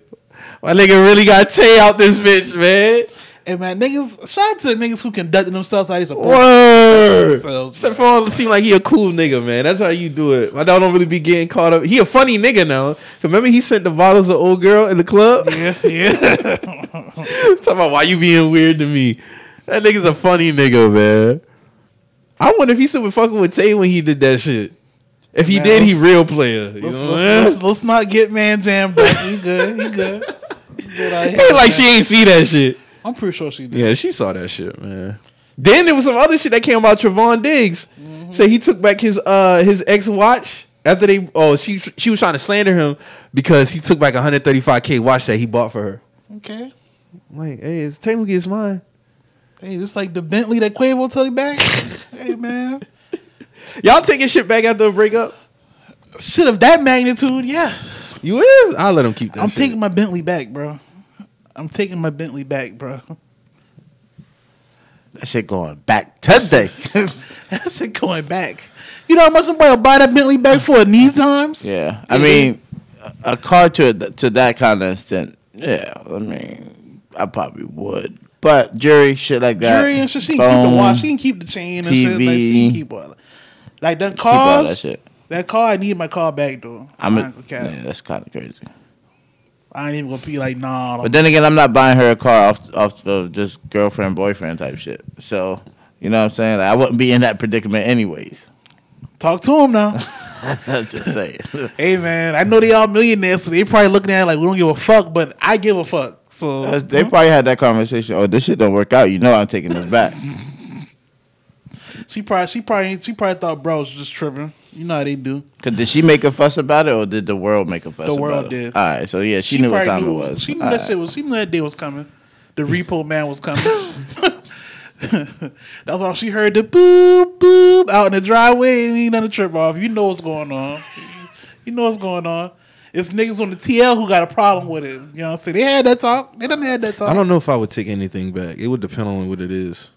S2: My nigga really got Tay out this bitch, man.
S1: And man, niggas, shout out to the niggas who conducted themselves like these.
S2: Word.
S1: Themselves,
S2: Stephon seem like he a cool nigga, man. That's how you do it. My dog don't really be getting caught up. He a funny nigga now. Remember he sent the bottles to old girl in the club?
S1: Yeah, yeah.
S2: <laughs> Talking about why you being weird to me. That nigga's a funny nigga, man. I wonder if he still been fucking with Tay when he did that shit. If he
S1: Man,
S2: did, he
S1: let's-
S2: real player. You
S1: Let's,
S2: know what I'm
S1: let's,
S2: saying?
S1: let's, let's not get man jammed up. You good? You good? You good out
S2: Ain't
S1: here,
S2: like
S1: man.
S2: she ain't see that shit.
S1: I'm pretty sure she did.
S2: Yeah, she saw that shit, man. Then there was some other shit that came about Trevon Diggs.
S1: Mm-hmm.
S2: Say he took back his uh his ex watch after they oh she she was trying to slander him because he took back 135k watch that he bought for her.
S1: Okay.
S2: I'm like, hey, it's technically it's mine.
S1: Hey, it's like the Bentley that Quavo took
S2: <laughs>
S1: back. hey man,
S2: Y'all taking shit back after a breakup?
S1: shit of that magnitude, yeah.
S2: You is? I'll let him keep that.
S1: I'm
S2: shit.
S1: taking my Bentley back, bro. <laughs> I'm taking my Bentley back, bro.
S3: That shit going back today.
S2: <laughs>
S1: That shit going back. You know how much somebody will buy that Bentley back for in these times?
S3: yeah, I mean, a a car to a- to that kind of extent. Yeah, I mean, I probably would, but jury shit like that.
S1: Jury and shit, she can keep the
S3: phone,
S1: watch. She can keep the chain and shit. Like she
S3: TV.
S1: can keep all that. Like them
S3: all that
S1: cars. that,
S3: shit.
S1: car, I need my car back though.
S3: I'm a,
S1: not gonna cap.
S3: yeah, that's kind of crazy.
S1: I ain't even gonna be like, nah.
S3: But then again, I'm not buying her a car off off of just girlfriend boyfriend type shit. So you know what I'm saying? Like, I wouldn't be in that predicament <laughs> anyways.
S1: talk to him
S3: <laughs>
S1: now.
S3: just saying.
S1: hey man, I know they all millionaires, so they probably looking at it like we don't give a fuck, but I give a fuck. So
S3: <laughs> they probably had that conversation. Oh, this shit don't work out. You know I'm taking
S1: <laughs>
S3: this back.
S1: she probably she probably she probably thought bro was just tripping. You know how they do.
S3: Cause did she make a fuss about it, or did the world make a fuss?
S1: The
S3: about
S1: world
S3: it?
S1: did.
S3: All right, so yeah, she, knew what
S1: probably
S3: time
S1: knew
S3: it was.
S1: She knew
S3: All
S1: that
S3: right.
S1: shit was. She knew that day was coming. The repo man was coming. <laughs> That's why she heard the boop boop out in the driveway and ain't nothing to trip off. You know what's going on. You know what's going on. It's niggas on the TL who got a problem with it. You know what I'm saying? They had that talk. They done had that talk.
S2: I don't know if I would take anything back. It would depend on what it is.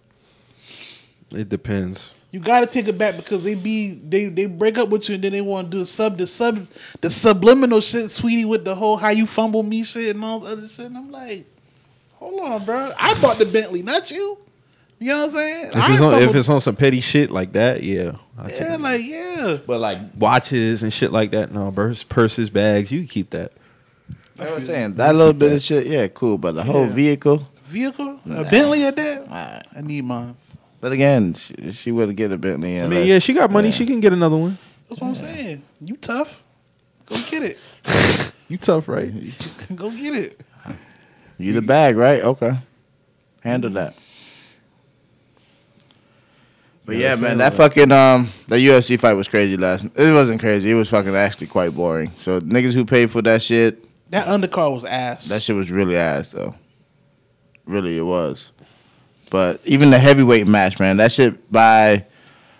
S2: It depends.
S1: You gotta take it back because they be they they break up with you and then they want to do the sub the sub the subliminal shit, sweetie, with the whole how you fumble me shit and all this other shit. And I'm like, hold on, bro. I bought the Bentley, not you. You know what I'm saying?
S2: If
S1: I
S2: it's on, if
S1: fumbled-
S2: it's on some petty shit like that, yeah, I take
S1: yeah,
S2: it.
S1: like yeah,
S2: But like watches and shit like that, no, purs- purses, bags, you can keep that.
S3: I was saying that little bit of shit. Yeah, cool, but the whole
S1: Yeah.
S3: vehicle.
S1: vehicle, a
S3: Nah.
S1: Bentley at that.
S3: All right.
S1: I need mine.
S3: But again, she, she would get a Bentley.
S2: I
S3: and
S2: mean,
S3: like-
S2: yeah, she got money.
S3: Yeah.
S2: She can get another one.
S1: That's what I'm saying. You tough? Go get it. <laughs>
S2: You tough, right?
S1: Go get it.
S3: You the bag, right? Okay. Handle that. But yeah, man, that fucking um that UFC fight was crazy last night. It wasn't crazy. It was fucking actually quite boring. So niggas who paid for that shit,
S1: That undercar was ass.
S3: that shit was really ass though. Really it was. But even the heavyweight match, man, that shit by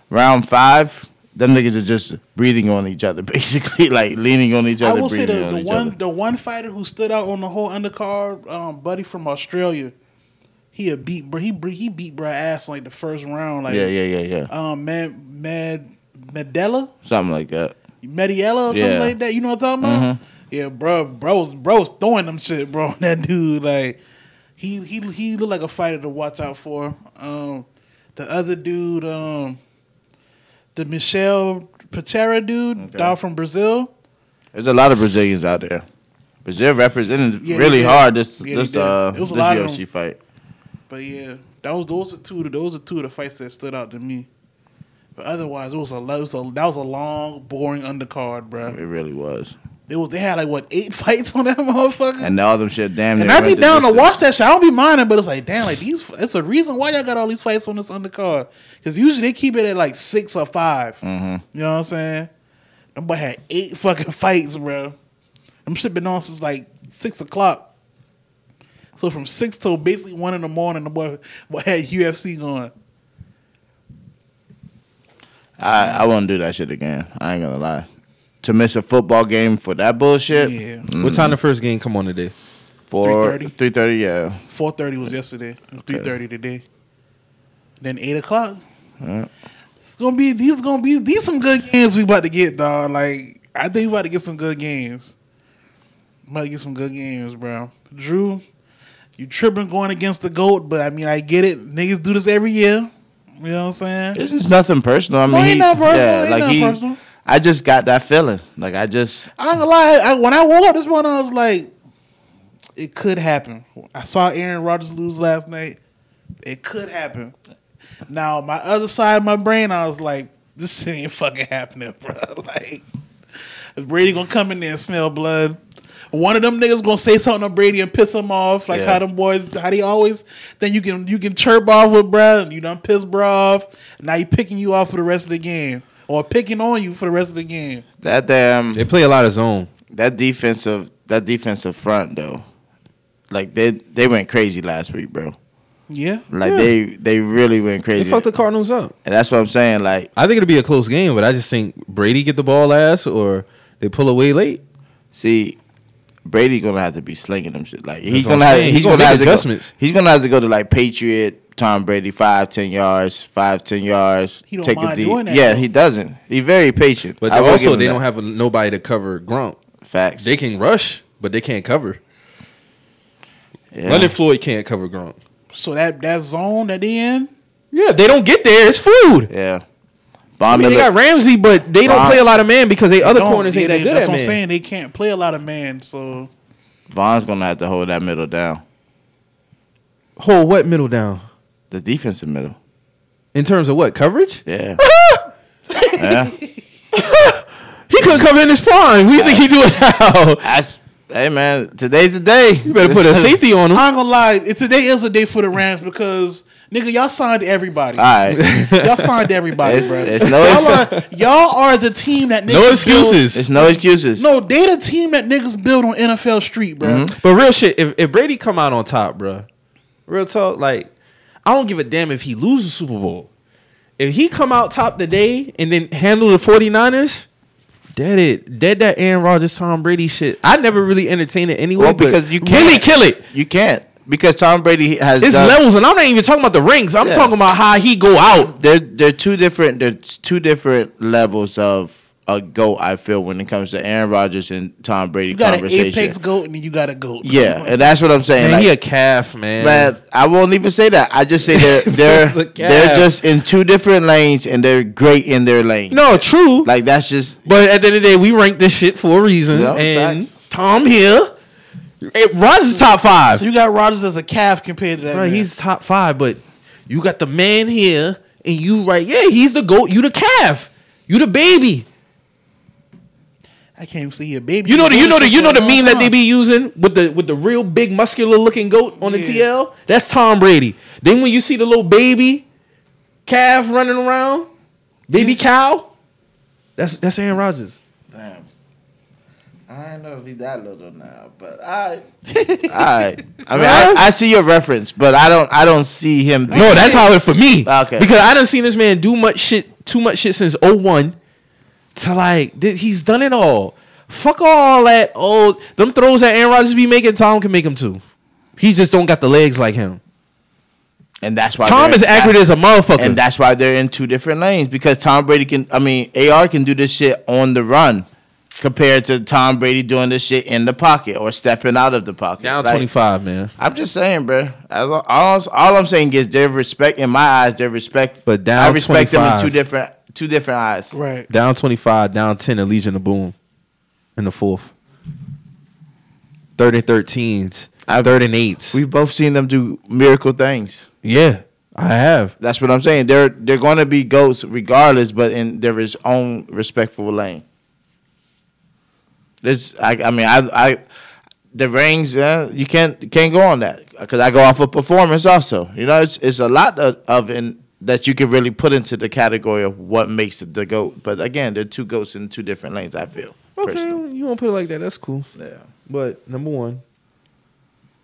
S3: round five, them niggas are just breathing on each other, <laughs> basically, like leaning on each
S1: I
S3: other.
S1: will say
S3: breathing
S1: the,
S3: on
S1: the
S3: each
S1: one
S3: other.
S1: the one fighter who stood out on the whole undercard, um, buddy from Australia. He a beat, bro. He bre- he beat bro ass like the first round, like
S3: Yeah, yeah, yeah, yeah.
S1: um, man, mad Medella,
S3: Something like that.
S1: Mediella, or something
S3: Yeah. Mm-hmm.
S1: like that. You know what I'm talking about? Yeah, bro, bro's bro's throwing them shit, bro. <laughs> That dude, like, he he he looked like a fighter to watch out for. Um, the other dude, um, the Michelle Patera dude, down from Brazil.
S3: There's a lot of Brazilians out there. Brazil represented
S1: Yeah, they
S3: really
S1: did.
S3: hard this
S1: Yeah, they
S3: this
S1: did.
S3: uh
S1: It was a
S3: this
S1: lot of
S3: UFC
S1: them.
S3: fight.
S1: But yeah, that was those are two those are two of the fights that stood out to me. But otherwise, it was a, lo- it was a that was a long, boring undercard,
S3: It
S1: bro.
S3: really was.
S1: It was they had like what eight <laughs> fights on that motherfucker, and,
S3: And all them shit damn near
S1: I
S3: went
S1: be
S3: the
S1: down to
S3: distance.
S1: watch that shit. I don't be minding, but it's like damn, like these. It's a reason why y'all got all these fights on this undercard because usually they keep it at like six or 5 You know what I'm saying? Them boy had eight <laughs> fucking fights, bro. Them shit been on since like six o'clock. So from six till basically one in the morning, the boy, boy had UFC going.
S3: I, I won't do that shit again. I ain't gonna lie. To miss a football game for that bullshit.
S1: Yeah,
S2: What time the first game come on today?
S3: For
S1: 3:30?
S3: three thirty, yeah.
S1: four thirty was yesterday. It was three thirty today. Then eight o'clock. It's gonna be these gonna be these some good games we about to get, dog. Like I think we about to get some good games. About to get some good games, bro. Drew, you tripping going against the goat, but I mean I get it. Niggas do this every year. You know what I'm saying?
S3: This is nothing personal. I mean,
S1: ain't
S3: he-
S1: nothing personal.
S3: yeah,
S1: Ain't
S3: like
S1: nothing
S3: he,
S1: personal.
S3: I just got that feeling. Like I just
S1: I ain't gonna lie. I, when I woke up this morning, I was like, it could happen. I saw Aaron Rodgers lose last night. It could happen. Now, my other side of my brain, I was like, this shit ain't fucking happening, bro. <laughs> Like, Brady gonna come in there and smell blood. One of them niggas gonna say something to Brady and piss him off, like
S3: Yeah.
S1: how them boys, how they always. Then you can you can chirp off with bro, and you done piss bro off. Now he picking you off for the rest of the game, or picking on you for the rest of the game.
S3: that damn
S2: They play a lot of zone.
S3: that defensive that defensive front though. Like they they went crazy last week, bro.
S1: Yeah,
S3: Like
S2: Yeah.
S3: they they really went
S2: They
S3: crazy.
S2: fucked the Cardinals up.
S3: And that's what I'm saying. Like
S2: I think it'll be a close game, but I just think Brady get the ball last, or they pull away late.
S3: See, Brady gonna have to be slinging them shit. Like he's
S2: what I'm
S3: gonna have,
S2: saying.
S3: he's,
S2: He gonna
S3: gonna,
S2: make
S3: have to go,
S2: adjustments.
S3: he's gonna have to go to like Patriot Tom Brady five, ten yards, five, ten yards.
S1: He don't mind doing that,
S3: Yeah,
S1: though.
S3: he doesn't. He's very patient.
S2: But
S3: I
S2: they
S3: will give
S2: also
S3: him
S2: they
S3: that.
S2: don't have a, nobody to cover Grunt.
S3: facts.
S2: They can rush, but they can't cover.
S3: Yeah.
S2: Leonard Floyd can't cover Grunt.
S1: So that that zone at the end,
S2: Yeah, they don't get there. It's food.
S3: Yeah.
S2: I
S3: Von
S2: mean, they
S3: Miller-
S2: got Ramsey, but they don't
S3: Ron-
S2: play a lot of man because they other
S1: don't.
S2: corners
S1: Yeah,
S2: ain't
S1: they-
S2: that good
S1: That's
S2: at
S1: what I'm
S2: man.
S1: saying. They can't play a lot of man. So
S3: Vaughn's gonna have to hold that middle down.
S2: Hold what middle down
S3: The defensive middle.
S2: in terms of what coverage? <laughs>
S3: Yeah. yeah.
S2: He couldn't cover in his prime. We think he do it now. <laughs>
S3: That's hey man, today's the day.
S2: You better put a safety on <laughs> him.
S1: I ain't gonna lie. It, today is a day for the Rams because nigga, y'all signed everybody.
S3: <laughs>
S2: Ah.
S3: All
S2: <laughs>
S3: right.
S1: Y'all signed everybody,
S3: It's,
S1: bro.
S3: it's no
S1: y'all,
S3: ex-
S1: are, y'all are the team that niggas
S2: No
S1: build-
S2: excuses.
S3: it's no excuses.
S1: No, they the team that niggas build on NFL Street, bro.
S2: But real shit, if, if Brady come out on top, bruh, real talk, like I don't give a damn if he loses the Super Bowl. If he come out top today and then handle the 49ers, dead it. Dead that Aaron Rodgers, Tom Brady shit. I never really entertain it anyway.
S3: Well,
S2: because you can't really kill it.
S3: You can't because Tom Brady has
S2: It's
S3: done,
S2: levels, and I'm not even talking about the rings. I'm
S3: Yeah.
S2: talking about how he go out.
S3: There, there are two different. There's two different levels of a goat. I feel when it comes to Aaron Rodgers and Tom Brady
S1: You got an
S3: conversation.
S1: apex goat and then you got a goat.
S3: yeah, and that's what I'm saying.
S2: Man,
S3: like,
S2: he a calf, man.
S3: Man, I won't even say that. I just
S2: <laughs>
S3: say they're they're
S2: He's a calf.
S3: they're just in two different lanes and they're great in their lane.
S2: No, true.
S3: Like that's just
S2: But at the end of the day, we rank this shit for a reason.
S3: Yeah,
S2: and
S3: facts.
S2: Tom here, it Rodgers is top five.
S1: So you got Rodgers as a calf compared to that.
S2: Bro,
S1: man.
S2: he's top five, but you got the man here, and you right, yeah, he's the goat. You the calf. You the baby.
S1: I can't even see a baby.
S2: You know the you know the you know the meme that they
S1: be.
S2: be using with the with the real big muscular looking goat on the
S1: Yeah.
S2: TL. That's Tom Brady. Then when you see the little baby calf running around, baby cow, that's that's Aaron Rodgers.
S3: Damn. I don't know if he's that little now, but
S2: <laughs>
S3: I Alright. I mean I, I see your reference, but I don't I don't see him
S2: No, that's how it for me.
S3: <laughs> Okay.
S2: Because I done seen this man do much shit, too much shit since 01 to like th- he's done it all. Fuck all that old them throws that Aaron Rodgers be making, Tom can make them too. He just don't got the legs like him.
S3: and that's why
S2: Tom
S3: they're-
S2: is accurate as a motherfucker.
S3: and that's why they're in two different lanes because Tom Brady can I mean AR can do this shit on the run compared to Tom Brady doing this shit in the pocket or stepping out of the pocket.
S2: Down
S3: Like,
S2: 25, man.
S3: I'm just saying, bro. As all, all, all I'm saying is their respect in my eyes. Their respect,
S2: But down
S3: I respect them
S2: 25.
S3: in two different two different eyes.
S1: Right.
S2: Down 25, down 10, and Legion of Boom in the fourth. Third and 13s. Third and 8s.
S3: We've both seen them do miracle things.
S2: yeah, I have.
S3: That's what I'm saying. They're they're going to be goats regardless, but in their res- own respectful lane. This, I, I mean, I, I, the rings. Uh, you can't can't go on that because I go off of performance also. You know, it's it's a lot of, of in, that you can really put into the category of what makes it the goat. But again, they're two goats in two different lanes. I feel personally.
S2: you want to put it like that. That's cool.
S3: Yeah.
S2: But number one,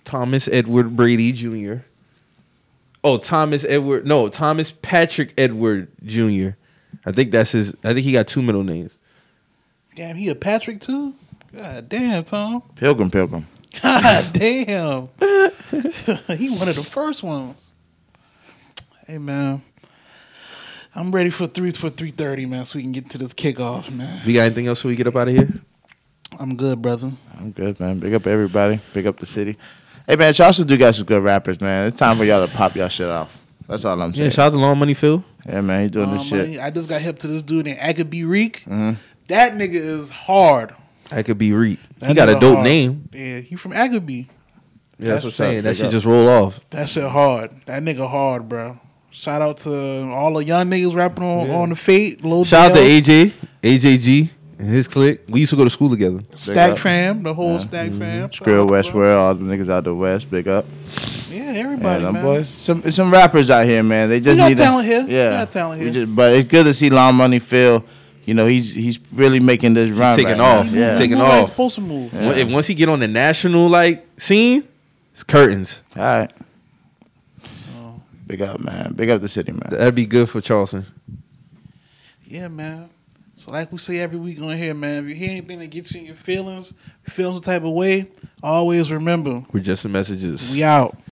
S2: Thomas Edward Brady Jr. Oh, Thomas Edward. No, Thomas Patrick Edward Jr. I think that's his. I think he got two middle names.
S1: Damn, he a Patrick too. God damn, Tom.
S3: Pilgrim, pilgrim.
S1: God damn. <laughs> he one of the first ones. Hey man, I'm ready for three for three thirty, man. So we can get to this kickoff, man.
S2: We got anything else before we get up out of here?
S1: I'm good, brother.
S3: I'm good, man. Big up everybody. Big up the city. Hey, man, y'all still do got some good rappers, man. It's time for y'all to pop y'all shit off. That's all I'm
S2: Yeah,
S3: saying.
S2: shout out to Long Money Phil.
S3: Yeah, man, he doing
S1: Um,
S3: this shit.
S1: I, I just got hip to this dude named Agaby Reek.
S2: Mm-hmm.
S1: That nigga is hard.
S2: I could be Reed. He
S1: That
S2: got a
S1: nigga
S2: dope
S1: hard.
S2: name.
S1: Yeah, he from Agaby.
S2: Yeah, that's,
S3: That's
S2: what I'm
S3: what's up.
S2: saying. That
S3: Big
S2: should
S3: up.
S2: just roll off.
S1: That shit hard. That nigga hard, bro. Shout out to all the young niggas rapping on, on the fate. Lil
S2: Shout out to
S1: Del,
S2: AJ, AJG, and his clique. We used to go to school together.
S3: Big
S1: Stack
S3: up.
S1: Fam, the whole Stack
S2: Mm-hmm.
S1: Fam.
S3: Grill West
S1: Westward.
S3: World, all the niggas out the West, big up.
S1: Yeah,
S3: And
S1: everybody,
S3: them
S1: man.
S3: boys, some some rappers out here, man. They just
S1: got
S3: need a-
S1: talent here. We
S3: Yeah,
S1: got talent
S3: We
S1: here.
S3: just- but it's good to see Long Money Phil. You know, he's he's really making this run.
S2: taking
S3: right now.
S2: off. He
S3: Yeah,
S2: taking
S1: Move how you
S2: off.
S1: supposed to move.
S2: Once- If once he get on the national like scene, it's curtains.
S3: all right. Big up, man. Big up the city, man.
S2: That'd be good for Charleston.
S1: Yeah, man. So like we say every week on here, man, if you hear anything that gets you in your feelings, you feel some type of way, always remember,
S2: We're just the messages.
S1: we out.